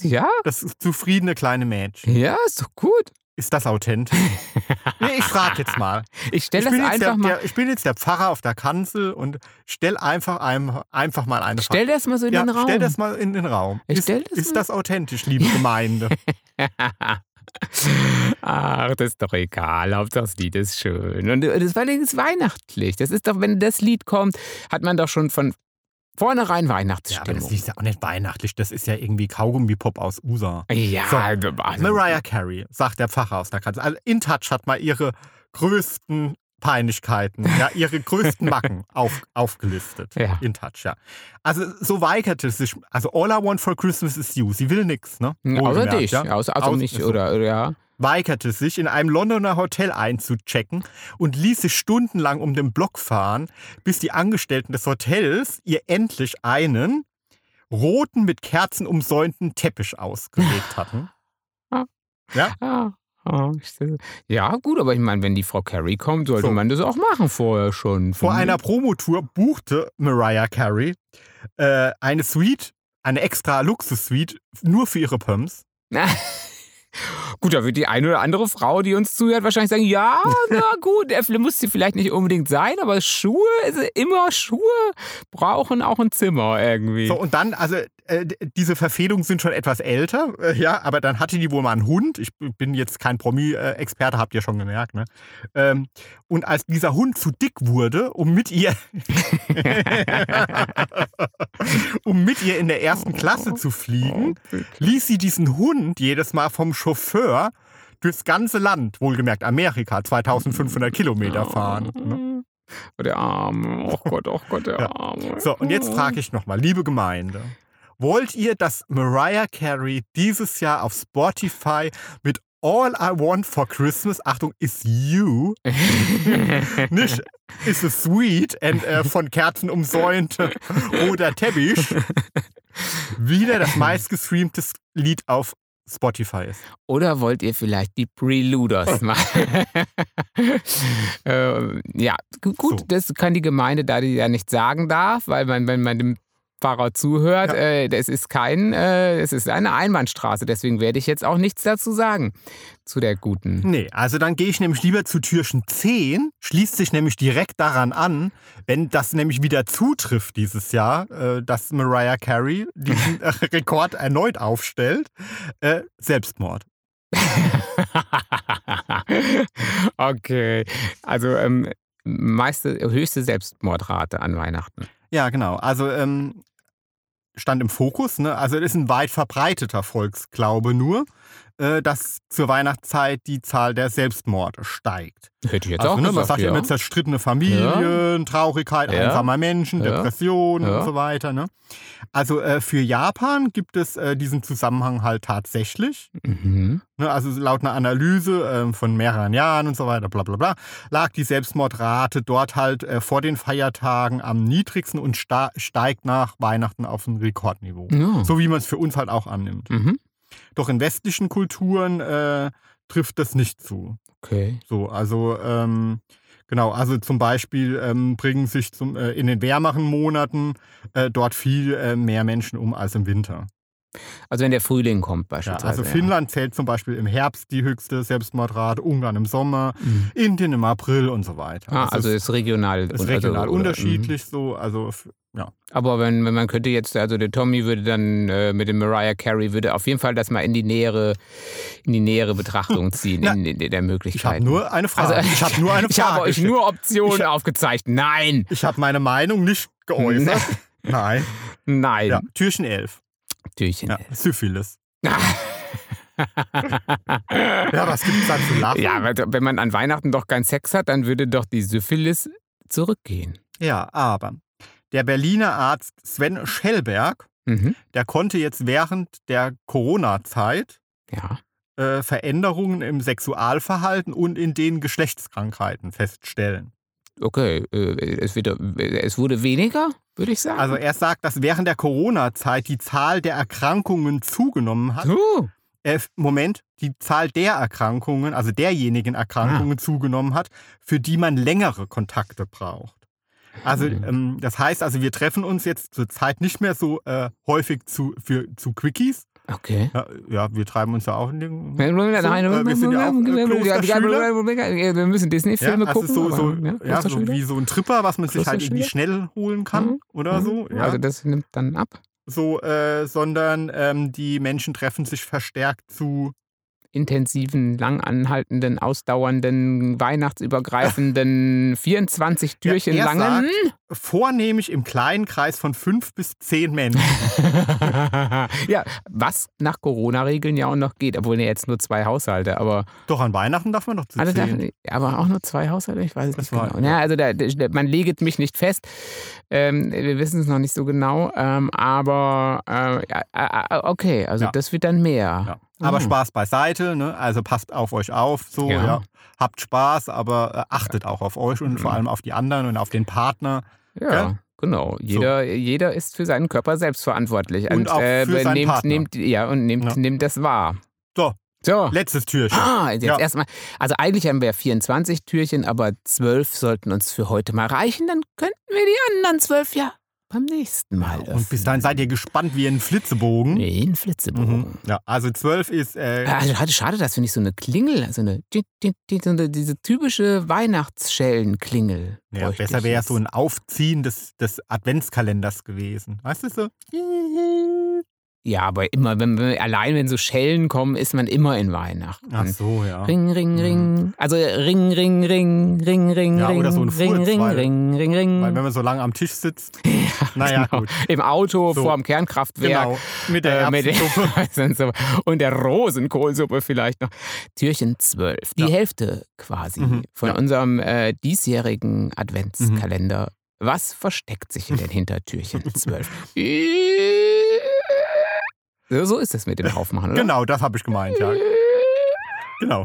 Speaker 1: ja,
Speaker 2: das zufriedene kleine Mädchen.
Speaker 1: ja, ist doch gut.
Speaker 2: Ist das authentisch? nee, ich frage
Speaker 1: *laughs*
Speaker 2: jetzt mal.
Speaker 1: Ich stelle
Speaker 2: Ich
Speaker 1: das
Speaker 2: bin, jetzt
Speaker 1: einfach
Speaker 2: der,
Speaker 1: mal.
Speaker 2: der, ich bin jetzt der Pfarrer auf der Kanzel und stell einfach, einem, einfach mal eine
Speaker 1: Stell das mal so in
Speaker 2: Frage.
Speaker 1: den
Speaker 2: ja,
Speaker 1: Raum.
Speaker 2: Stell das mal in den Raum.
Speaker 1: Ich
Speaker 2: ist
Speaker 1: stell das *laughs*
Speaker 2: ist
Speaker 1: mal-
Speaker 2: das authentisch, liebe Gemeinde?
Speaker 1: *laughs* Ach, das ist doch egal. Hauptsache das Lied ist schön. Und das vor allen Dingen ist weihnachtlich. Das ist doch, wenn das Lied kommt, hat man doch schon von vornherein
Speaker 2: Ja, aber das
Speaker 1: Weihnachtsstimmung.
Speaker 2: ist ja auch nicht weihnachtlich. Das ist ja irgendwie Kaugummi-Pop aus USA.
Speaker 1: Ja,
Speaker 2: So,
Speaker 1: also,
Speaker 2: Mariah Carey, sagt der Pfarrer aus der Kanzel. Also In Touch hat mal ihre größten Peinlichkeiten, ja, ihre
Speaker 1: *laughs*
Speaker 2: größten Macken auf, aufgelistet.
Speaker 1: Ja.
Speaker 2: In Touch, ja. Also so weigerte sich, also All I Want for Christmas is You. Sie will nix, ne?
Speaker 1: Außer
Speaker 2: Wohlgemerkt,
Speaker 1: dich.
Speaker 2: ja.
Speaker 1: Außer, außer
Speaker 2: Außer-
Speaker 1: mich,
Speaker 2: so.
Speaker 1: oder, oder ja.
Speaker 2: weigerte sich, in einem Londoner Hotel einzuchecken und ließ sich stundenlang um den Block fahren, bis die Angestellten des Hotels ihr endlich einen roten, mit Kerzen umsäumten Teppich
Speaker 1: *laughs*
Speaker 2: ausgelegt hatten.
Speaker 1: Ah, ah, ich sehe. Ja, gut, aber ich meine, wenn die Frau Carey kommt, sollte
Speaker 2: So.
Speaker 1: man das auch machen vorher schon. Hm.
Speaker 2: Vor
Speaker 1: finde
Speaker 2: einer
Speaker 1: ich.
Speaker 2: Promotour buchte Mariah Carey äh, eine Suite, eine extra Luxus-Suite, nur für ihre Pumps.
Speaker 1: Gut, da wird die eine oder andere Frau, die uns zuhört, wahrscheinlich sagen: Ja,
Speaker 2: *laughs*
Speaker 1: na gut, der Film muss sie vielleicht nicht unbedingt sein, aber Schuhe, ist immer Schuhe brauchen auch ein Zimmer irgendwie. Oh,
Speaker 2: So, und dann, also äh, d- diese Verfehlungen sind schon etwas älter, äh, ja, aber dann hatte die wohl mal einen Hund. Ich b- bin jetzt kein Promi-Experte, habt ihr schon gemerkt, ne? Ähm, und als dieser Hund zu dick wurde, um mit ihr, *laughs* um mit ihr in der ersten Klasse zu
Speaker 1: Oh.
Speaker 2: fliegen, ließ sie diesen Hund jedes Mal vom Chauffeur durchs ganze Land, wohlgemerkt Amerika, 2500 Kilometer fahren. Ne?
Speaker 1: Oh, der Arme, oh Gott, oh Gott, der
Speaker 2: Ja.
Speaker 1: Arme.
Speaker 2: So, und jetzt
Speaker 1: *laughs*
Speaker 2: *laughs* frage ich nochmal, liebe Gemeinde, wollt ihr, dass Mariah Carey dieses Jahr auf Spotify mit All I Want for Christmas, Achtung, is you, nicht is a sweet and äh, von Kerzen umsäumte *laughs* oder Teppich, wieder das meistgestreamte Lied auf Spotify ist.
Speaker 1: Oder wollt ihr vielleicht die
Speaker 2: *laughs*
Speaker 1: Preluders machen? ähm, ja, gu- gut,
Speaker 2: So.
Speaker 1: das kann die Gemeinde, da die ja nicht sagen darf, weil man, wenn man dem Pfarrer zuhört,
Speaker 2: Ja.
Speaker 1: äh, das ist kein, äh, es ist eine Einbahnstraße, deswegen werde ich jetzt auch nichts dazu sagen zu der
Speaker 2: *laughs*
Speaker 1: guten.
Speaker 2: Nee, also dann gehe ich nämlich lieber zu Türchen 10, schließt sich nämlich direkt daran an, wenn das nämlich wieder zutrifft dieses Jahr, äh, dass Mariah Carey diesen äh, Rekord erneut aufstellt. Äh, Selbstmord.
Speaker 1: okay, also ähm, meiste, höchste Selbstmordrate an Weihnachten.
Speaker 2: Ja, genau. Also ähm, stand im Fokus, ne? Also das ist ein weit verbreiteter Volksglaube nur, äh, dass zur Weihnachtszeit die Zahl der Selbstmorde steigt.
Speaker 1: Hätte ich jetzt
Speaker 2: also,
Speaker 1: auch
Speaker 2: ne, man
Speaker 1: gesagt,
Speaker 2: sagt ja
Speaker 1: ja.
Speaker 2: immer zerstrittene Familien, Traurigkeit
Speaker 1: Ja.
Speaker 2: einsamer Menschen,
Speaker 1: Ja.
Speaker 2: Depressionen
Speaker 1: Ja.
Speaker 2: und so weiter. Ne? Also äh, für Japan gibt es äh, diesen Zusammenhang halt tatsächlich.
Speaker 1: Mhm.
Speaker 2: Ne? Also laut einer Analyse ähm, von mehreren Jahren und so weiter, bla bla bla, lag die Selbstmordrate dort halt äh, vor den Feiertagen am niedrigsten und sta steigt nach Weihnachten auf ein Rekordniveau.
Speaker 1: Ja.
Speaker 2: So wie man es für uns halt auch annimmt.
Speaker 1: Mhm.
Speaker 2: Doch in westlichen Kulturen äh, trifft das nicht zu.
Speaker 1: Okay.
Speaker 2: So, also ähm, genau, also zum Beispiel ähm, bringen sich zum, äh, in den wärmeren Monaten äh, dort viel äh, mehr Menschen um als im Winter.
Speaker 1: Also wenn der Frühling kommt
Speaker 2: Ja,
Speaker 1: beispielsweise.
Speaker 2: also
Speaker 1: ja.
Speaker 2: Finnland zählt zum Beispiel im Herbst die höchste Selbstmordrate, Ungarn im Sommer,
Speaker 1: Mhm.
Speaker 2: Indien im April und so weiter.
Speaker 1: Ah,
Speaker 2: Das
Speaker 1: also
Speaker 2: ist,
Speaker 1: ist regional,
Speaker 2: ist
Speaker 1: und-
Speaker 2: regional
Speaker 1: also, oder-
Speaker 2: unterschiedlich so, also f- ja.
Speaker 1: Mhm. Aber wenn, wenn man könnte jetzt, also der Tommy würde dann äh, mit dem Mariah Carey würde auf jeden Fall das mal in die nähere, in die nähere
Speaker 2: *laughs*
Speaker 1: Betrachtung ziehen,
Speaker 2: Na,
Speaker 1: in, in der
Speaker 2: Ich
Speaker 1: Möglichkeit.
Speaker 2: habe nur eine Frage.
Speaker 1: Also,
Speaker 2: ich habe nur eine Frage.
Speaker 1: *laughs* ich habe euch
Speaker 2: gestellt.
Speaker 1: nur Optionen
Speaker 2: Ich-
Speaker 1: aufgezeigt. Nein,
Speaker 2: ich habe meine
Speaker 1: *laughs*
Speaker 2: Meinung nicht geäußert. Nein.
Speaker 1: nein,
Speaker 2: Ja, Türchen 11.
Speaker 1: Türchen. *laughs*
Speaker 2: Ja, Syphilis.
Speaker 1: ja,
Speaker 2: Ja, was gibt's da zu lachen?
Speaker 1: Ja, aber wenn man an Weihnachten doch keinen Sex hat, dann würde doch die Syphilis zurückgehen.
Speaker 2: Ja, aber der Berliner Arzt Sven Schellberg,
Speaker 1: Mhm.
Speaker 2: der konnte jetzt während der Corona-Zeit
Speaker 1: Ja.
Speaker 2: äh, Veränderungen im Sexualverhalten und in den Geschlechtskrankheiten feststellen.
Speaker 1: Okay, äh, es, wird, es wurde weniger, würde ich sagen.
Speaker 2: Also er sagt, dass während der Corona-Zeit die Zahl der Erkrankungen zugenommen hat.
Speaker 1: Uh,
Speaker 2: Äh, Moment, die Zahl der Erkrankungen, also derjenigen Erkrankungen
Speaker 1: Ah.
Speaker 2: zugenommen hat, für die man längere Kontakte braucht. Also
Speaker 1: Mhm.
Speaker 2: ähm, das heißt, also wir treffen uns jetzt zurzeit nicht mehr so äh, häufig zu, für, zu Quickies,
Speaker 1: okay.
Speaker 2: Ja, ja, wir treiben uns ja auch in den.
Speaker 1: Nein,
Speaker 2: äh, wir sind ja auch, äh,
Speaker 1: ja, äh, wir müssen Disney-Filme
Speaker 2: ja, also
Speaker 1: gucken.
Speaker 2: so, so,
Speaker 1: aber, ne,
Speaker 2: ja, so
Speaker 1: Klosterschüler?
Speaker 2: wie so ein Tripper, was man sich halt irgendwie schnell holen kann
Speaker 1: Mhm.
Speaker 2: oder so. Ja.
Speaker 1: Also das nimmt dann ab.
Speaker 2: so äh, sondern ähm, die Menschen treffen sich verstärkt zu
Speaker 1: intensiven, lang anhaltenden, ausdauernden,
Speaker 2: *laughs*
Speaker 1: weihnachtsübergreifenden 24 Türchen
Speaker 2: er
Speaker 1: langen. *laughs*
Speaker 2: Vornehmlich im kleinen Kreis von fünf bis zehn Menschen.
Speaker 1: ja, was nach Corona-Regeln ja auch noch geht, obwohl ne, jetzt nur zwei Haushalte, aber
Speaker 2: Doch an Weihnachten darf man doch zu
Speaker 1: also da,
Speaker 2: zehn.
Speaker 1: aber auch nur zwei Haushalte, ich weiß es
Speaker 2: Das
Speaker 1: nicht
Speaker 2: war-
Speaker 1: genau. Ja, also da, da, man leget mich nicht fest. Ähm, wir wissen es noch nicht so genau, ähm, aber äh, ja, äh, äh, okay, also
Speaker 2: Ja.
Speaker 1: das wird dann mehr.
Speaker 2: Ja. Aber
Speaker 1: Mhm.
Speaker 2: Spaß beiseite, ne? also passt auf euch auf, so, ja.
Speaker 1: Ja. Mhm.
Speaker 2: Habt Spaß, aber äh, achtet auch auf euch und vor allem auf die anderen und auf den Partner.
Speaker 1: Ja,
Speaker 2: Gell?
Speaker 1: genau. Jeder, jeder ist für seinen Körper selbst verantwortlich. äh,
Speaker 2: Und auch für seinen
Speaker 1: nehmt,
Speaker 2: Partner.
Speaker 1: nehmt, ja, und nehmt,
Speaker 2: Ja.
Speaker 1: nehmt das wahr.
Speaker 2: So.
Speaker 1: So.
Speaker 2: Letztes Türchen.
Speaker 1: Ah, jetzt
Speaker 2: Ja.
Speaker 1: erstmal. Also eigentlich haben wir 24 Türchen, aber 12 sollten uns für heute mal reichen. Dann könnten wir die anderen 12 ja beim nächsten Mal öffnen.
Speaker 2: Und bis dahin seid ihr gespannt wie ein Flitzebogen.
Speaker 1: Nee, ein Flitzebogen.
Speaker 2: Hm? Mhm. Ja, also zwölf ist äh,
Speaker 1: Also, hatte- schade, dass wir nicht so eine Klingel, so eine, di- di- di- so eine diese typische Weihnachtsschellenklingel.
Speaker 2: ja,
Speaker 1: bräuchte
Speaker 2: besser
Speaker 1: ich
Speaker 2: wäre
Speaker 1: jetzt.
Speaker 2: so ein Aufziehen des, des Adventskalenders gewesen. Weißt du so?
Speaker 1: Ja, aber immer, wenn, wenn allein wenn so Schellen kommen, ist man immer in Weihnachten.
Speaker 2: Ach so, ja.
Speaker 1: Hm. Ring, ring,
Speaker 2: Mhm.
Speaker 1: ring. Also Ring, ring, ring, ring, ring,
Speaker 2: Ja,
Speaker 1: ring,
Speaker 2: oder so ein
Speaker 1: ring,
Speaker 2: Furz,
Speaker 1: ring,
Speaker 2: weil-
Speaker 1: ring, ring, ring.
Speaker 2: Weil wenn man so lange am
Speaker 1: *laughs*
Speaker 2: Tisch sitzt, naja
Speaker 1: Genau.
Speaker 2: gut,
Speaker 1: Im Auto
Speaker 2: So.
Speaker 1: vorm Kernkraftwerk.
Speaker 2: genau, mit der
Speaker 1: Äh, mit *laughs*
Speaker 2: Erbsensuppe.
Speaker 1: der und der Rosenkohlsuppe vielleicht noch. Türchen 12. Die
Speaker 2: Ja.
Speaker 1: Hälfte quasi
Speaker 2: Mhm,
Speaker 1: von
Speaker 2: ja.
Speaker 1: unserem äh, diesjährigen Adventskalender.
Speaker 2: Mhm.
Speaker 1: Was versteckt sich in
Speaker 2: *laughs*
Speaker 1: den Hintertürchen 12? so, so ist es mit dem Aufmachen, oder?
Speaker 2: Genau, das habe ich gemeint, ja. Genau.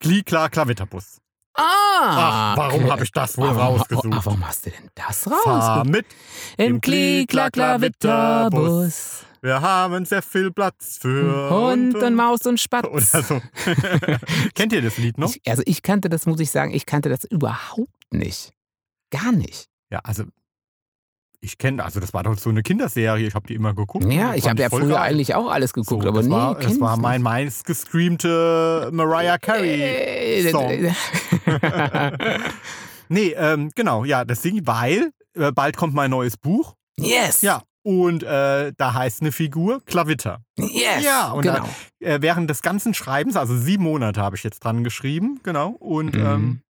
Speaker 2: Kli, klar, Klavitterbus.
Speaker 1: Ah!
Speaker 2: Ach, warum
Speaker 1: okay.
Speaker 2: habe ich das wohl
Speaker 1: Warum-
Speaker 2: rausgesucht?
Speaker 1: Ah, warum hast du denn das
Speaker 2: Fahr
Speaker 1: raus?
Speaker 2: mit, im
Speaker 1: Im Klicklacklawitterbus.
Speaker 2: wir haben sehr viel Platz für
Speaker 1: Hund und Maus und Spatz.
Speaker 2: *laughs* Oder
Speaker 1: *laughs*
Speaker 2: so. Kennt ihr das Lied noch?
Speaker 1: Ich, also ich kannte das, muss ich sagen, ich kannte das überhaupt nicht. Gar nicht.
Speaker 2: Ja, also ich kenne, also das war doch so eine Kinderserie, ich habe die immer geguckt.
Speaker 1: Ja,
Speaker 2: Oh, Das
Speaker 1: ich
Speaker 2: fand
Speaker 1: habe ja
Speaker 2: voll
Speaker 1: früher
Speaker 2: geil.
Speaker 1: eigentlich auch alles
Speaker 2: so,
Speaker 1: geguckt,
Speaker 2: das
Speaker 1: aber nee,
Speaker 2: war,
Speaker 1: kenn
Speaker 2: Das war
Speaker 1: ich
Speaker 2: mein
Speaker 1: nicht.
Speaker 2: meistgescreamte
Speaker 1: *laughs*
Speaker 2: Mariah Carey.
Speaker 1: Äh,
Speaker 2: Song. nee, ähm, genau, ja, das Ding, weil äh, bald kommt mein neues Buch.
Speaker 1: *laughs* yes.
Speaker 2: Ja, und äh, da heißt eine Figur Klavitter.
Speaker 1: Yes.
Speaker 2: Ja, und
Speaker 1: genau.
Speaker 2: Äh, während des ganzen Schreibens, also sieben Monate habe ich jetzt dran geschrieben, genau. Und ähm,
Speaker 1: Mhm.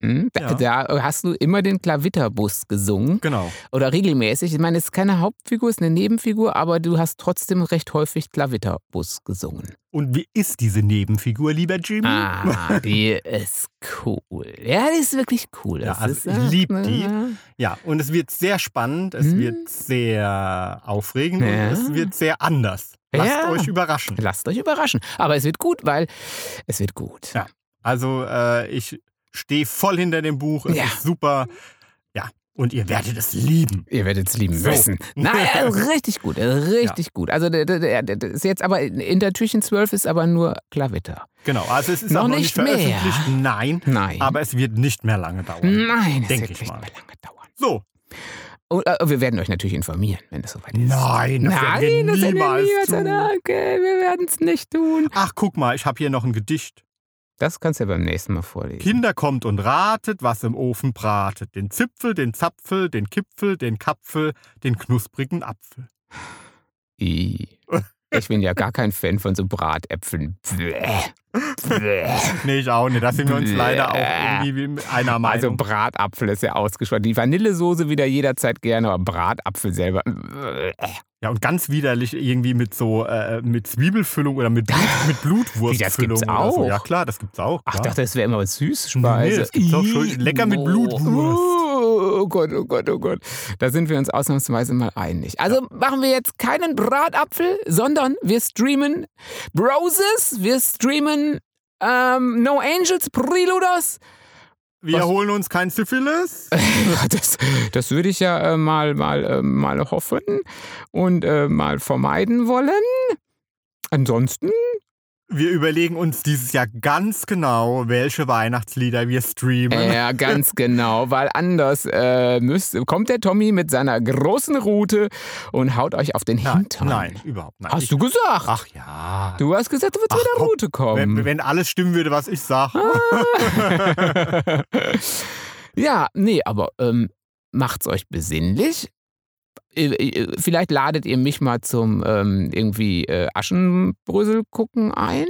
Speaker 1: Mhm. Da,
Speaker 2: ja.
Speaker 1: da hast du immer den Klavitterbus gesungen
Speaker 2: genau.
Speaker 1: oder regelmäßig. Ich meine, es ist keine Hauptfigur, es ist eine Nebenfigur, aber du hast trotzdem recht häufig Klavitterbus gesungen.
Speaker 2: Und wie ist diese Nebenfigur, lieber Jimmy?
Speaker 1: Ah, die ist cool. Ja, die ist wirklich cool.
Speaker 2: Ja,
Speaker 1: Das
Speaker 2: also
Speaker 1: ist,
Speaker 2: ich
Speaker 1: äh,
Speaker 2: lieb
Speaker 1: ne,
Speaker 2: die.
Speaker 1: ne.
Speaker 2: *laughs* Ja, und es wird sehr spannend, es
Speaker 1: Hm.
Speaker 2: wird sehr aufregend
Speaker 1: Ja.
Speaker 2: und es wird sehr anders. Lasst
Speaker 1: Ja.
Speaker 2: euch überraschen.
Speaker 1: Lasst euch überraschen. Aber es wird gut, weil es wird gut.
Speaker 2: Ja. Also äh, ich stehe voll hinter dem Buch, es
Speaker 1: Ja.
Speaker 2: ist super. Ja, und ihr werdet es lieben.
Speaker 1: Ihr werdet es lieben
Speaker 2: So. *laughs*
Speaker 1: müssen. Nein, also richtig gut, richtig gut. Also der- der- der- der ist jetzt aber in der Türchen 12 ist aber nur Klavitter.
Speaker 2: Genau, also es ist
Speaker 1: Noch
Speaker 2: auch noch nicht
Speaker 1: nicht mehr.
Speaker 2: veröffentlicht, nein,
Speaker 1: Nein.
Speaker 2: aber es wird nicht mehr lange dauern.
Speaker 1: Nein, es
Speaker 2: Denk
Speaker 1: wird
Speaker 2: ich
Speaker 1: nicht
Speaker 2: mal.
Speaker 1: mehr lange dauern.
Speaker 2: So,
Speaker 1: Und, äh, wir werden euch natürlich informieren, wenn es soweit ist.
Speaker 2: nein, das
Speaker 1: Nein,
Speaker 2: werden
Speaker 1: das
Speaker 2: wir
Speaker 1: werden wir
Speaker 2: niemals
Speaker 1: niemals.
Speaker 2: tun.
Speaker 1: Okay, wir werden es nicht tun.
Speaker 2: Ach, guck mal, ich habe hier noch ein Gedicht.
Speaker 1: Das kannst du ja beim nächsten Mal vorlesen.
Speaker 2: Kinder kommt und ratet, was im Ofen bratet. Den Zipfel, den Zapfel, den Kipfel, den Kapfel, den knusprigen Apfel.
Speaker 1: I. Ich bin ja gar kein Fan von so Bratäpfeln. Bläh.
Speaker 2: *laughs*
Speaker 1: Bläh.
Speaker 2: Nee, ich auch nicht. Da sind wir uns
Speaker 1: Bäh.
Speaker 2: leider auch irgendwie mit einer
Speaker 1: Also
Speaker 2: Meinung.
Speaker 1: Bratapfel ist ja ausgesprochen. Die Vanillesoße wieder jederzeit gerne, aber Bratapfel selber. äh,
Speaker 2: ja, und ganz widerlich irgendwie mit so äh, mit Zwiebelfüllung oder mit, Blut, mit
Speaker 1: Wie, das gibt's
Speaker 2: Blutwurstfüllung. Oder so.
Speaker 1: auch?
Speaker 2: Ja, klar, das gibt's auch.
Speaker 1: Ach, ich
Speaker 2: klar.
Speaker 1: dachte, das wäre immer was Süßspeise.
Speaker 2: Nee, das gibt's auch schon.
Speaker 1: Ih,
Speaker 2: Lecker mit Blutwurst.
Speaker 1: Oh Gott, oh Gott, oh Gott. Da sind wir uns ausnahmsweise mal einig. Also machen wir jetzt keinen Bratapfel, sondern wir streamen Broses, wir streamen ähm, No Angels, Preluders.
Speaker 2: wir
Speaker 1: was-
Speaker 2: holen uns kein Syphilis.
Speaker 1: Das, das würde ich ja äh, mal, mal, äh, mal hoffen und äh, mal vermeiden wollen. Ansonsten
Speaker 2: Wir überlegen uns dieses Jahr ganz genau, welche Weihnachtslieder wir streamen.
Speaker 1: Ja, ganz genau, weil anders äh, müsst, kommt der Tommy mit seiner großen Rute und haut euch auf den
Speaker 2: nein,
Speaker 1: Hintern.
Speaker 2: nein, überhaupt nicht.
Speaker 1: Hast du gesagt?
Speaker 2: Ach ja.
Speaker 1: Du hast gesagt, du willst
Speaker 2: Ach,
Speaker 1: mit der
Speaker 2: komm,
Speaker 1: Rute kommen.
Speaker 2: Wenn, wenn alles stimmen würde, was ich sage.
Speaker 1: Ah. ja, nee, aber ähm, macht's euch besinnlich. Äh, äh, Vielleicht ladet ihr mich mal zum ähm, irgendwie äh, Aschenbrösel gucken ein.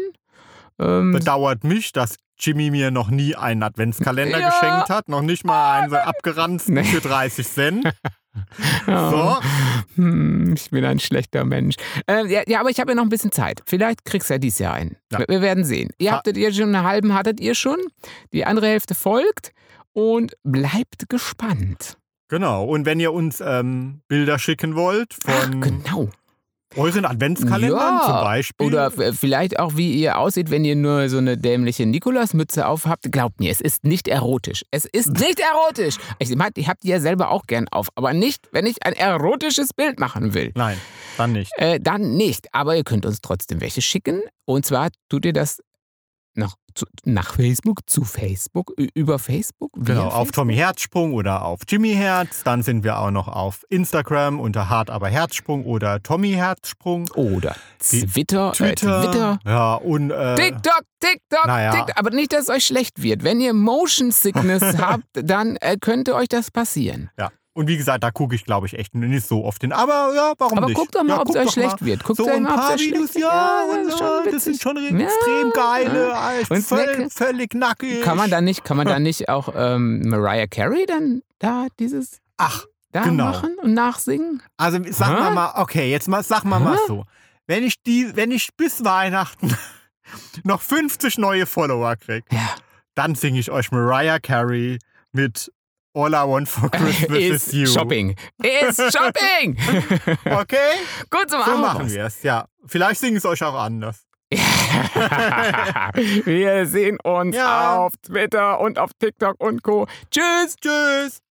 Speaker 1: Ähm,
Speaker 2: Bedauert mich, dass Jimmy mir noch nie einen Adventskalender
Speaker 1: Ja. Ah.
Speaker 2: geschenkt hat, noch nicht mal einen so abgeranzten
Speaker 1: Nee.
Speaker 2: für 30 Cent.
Speaker 1: *laughs* ja.
Speaker 2: So,
Speaker 1: Hm, ich bin ein schlechter Mensch. Ähm, ja, ja, aber ich habe ja noch ein bisschen Zeit. Vielleicht kriegst du ja dieses Jahr einen.
Speaker 2: Ja.
Speaker 1: Wir- Wir werden sehen. Ihr
Speaker 2: Ha-
Speaker 1: habtet ihr schon einen halben, hattet ihr schon. Die andere Hälfte folgt. Und bleibt gespannt.
Speaker 2: genau. Und wenn ihr uns ähm, Bilder schicken wollt
Speaker 1: Ach,
Speaker 2: von
Speaker 1: genau.
Speaker 2: euren Adventskalendern
Speaker 1: Ja.
Speaker 2: zum Beispiel.
Speaker 1: Oder f- vielleicht auch, wie ihr aussieht, wenn ihr nur so eine dämliche Nikolasmütze aufhabt. Glaubt mir, es ist nicht erotisch. Es
Speaker 2: Hm.
Speaker 1: ist nicht erotisch. Ich, mein, ich habe die ja selber auch gern auf, aber nicht, wenn ich ein erotisches Bild machen will.
Speaker 2: Nein, dann nicht.
Speaker 1: Äh, dann nicht. Aber ihr könnt uns trotzdem welche schicken. Und zwar tut ihr das nach, zu, nach Facebook, zu Facebook, ü- über Facebook. via
Speaker 2: Genau, auf
Speaker 1: Facebook.
Speaker 2: Tommy Herzsprung oder auf Jimmy Herz. Dann sind wir auch noch auf Instagram unter Hart aber Herzsprung oder Tommy Herzsprung.
Speaker 1: Oder Twitter,
Speaker 2: Twitter.
Speaker 1: Äh, Twitter.
Speaker 2: Ja, und äh,
Speaker 1: TikTok, TikTok,
Speaker 2: naja.
Speaker 1: TikTok. Aber nicht, dass es euch schlecht wird. Wenn ihr Motion
Speaker 2: *laughs*
Speaker 1: Sickness habt, dann äh, könnte euch das passieren.
Speaker 2: Ja. Und wie gesagt, da gucke ich, glaube ich, echt nicht so oft hin. Aber ja, warum
Speaker 1: Aber
Speaker 2: nicht?
Speaker 1: guckt doch mal,
Speaker 2: ja,
Speaker 1: ob es
Speaker 2: guckt
Speaker 1: euch
Speaker 2: doch mal.
Speaker 1: schlecht wird. Guckt
Speaker 2: so
Speaker 1: doch
Speaker 2: ein
Speaker 1: mal, ob es
Speaker 2: paar
Speaker 1: euch
Speaker 2: Videos,
Speaker 1: schlecht
Speaker 2: ja,
Speaker 1: wird.
Speaker 2: und,
Speaker 1: ist
Speaker 2: ja,
Speaker 1: schon
Speaker 2: das sind
Speaker 1: witzig.
Speaker 2: schon
Speaker 1: Ja,
Speaker 2: extrem geile,
Speaker 1: ja.
Speaker 2: als
Speaker 1: Und
Speaker 2: völl,
Speaker 1: Snack-
Speaker 2: völlig nackig.
Speaker 1: Kann man da nicht, kann man
Speaker 2: *laughs*
Speaker 1: da nicht auch ähm, Mariah Carey dann da dieses
Speaker 2: Ach,
Speaker 1: da
Speaker 2: Genau.
Speaker 1: machen und nachsingen?
Speaker 2: also sag
Speaker 1: Hä?
Speaker 2: mal mal, okay, jetzt mal, sag mal mal
Speaker 1: Hä?
Speaker 2: so. Wenn ich, die, wenn ich bis Weihnachten *laughs* noch 50 neue Follower kriege,
Speaker 1: Ja.
Speaker 2: dann singe ich euch Mariah Carey mit All I Want
Speaker 1: *laughs*
Speaker 2: for Christmas is,
Speaker 1: ist
Speaker 2: You.
Speaker 1: Shopping. Ist
Speaker 2: *laughs*
Speaker 1: Shopping. *laughs*
Speaker 2: Okay?
Speaker 1: Gut zum
Speaker 2: So
Speaker 1: Abend. *laughs*
Speaker 2: machen wir es, ja. Vielleicht singen es euch auch anders.
Speaker 1: wir sehen uns
Speaker 2: Ja.
Speaker 1: auf Twitter und auf TikTok und Co. Tschüss.
Speaker 2: Tschüss!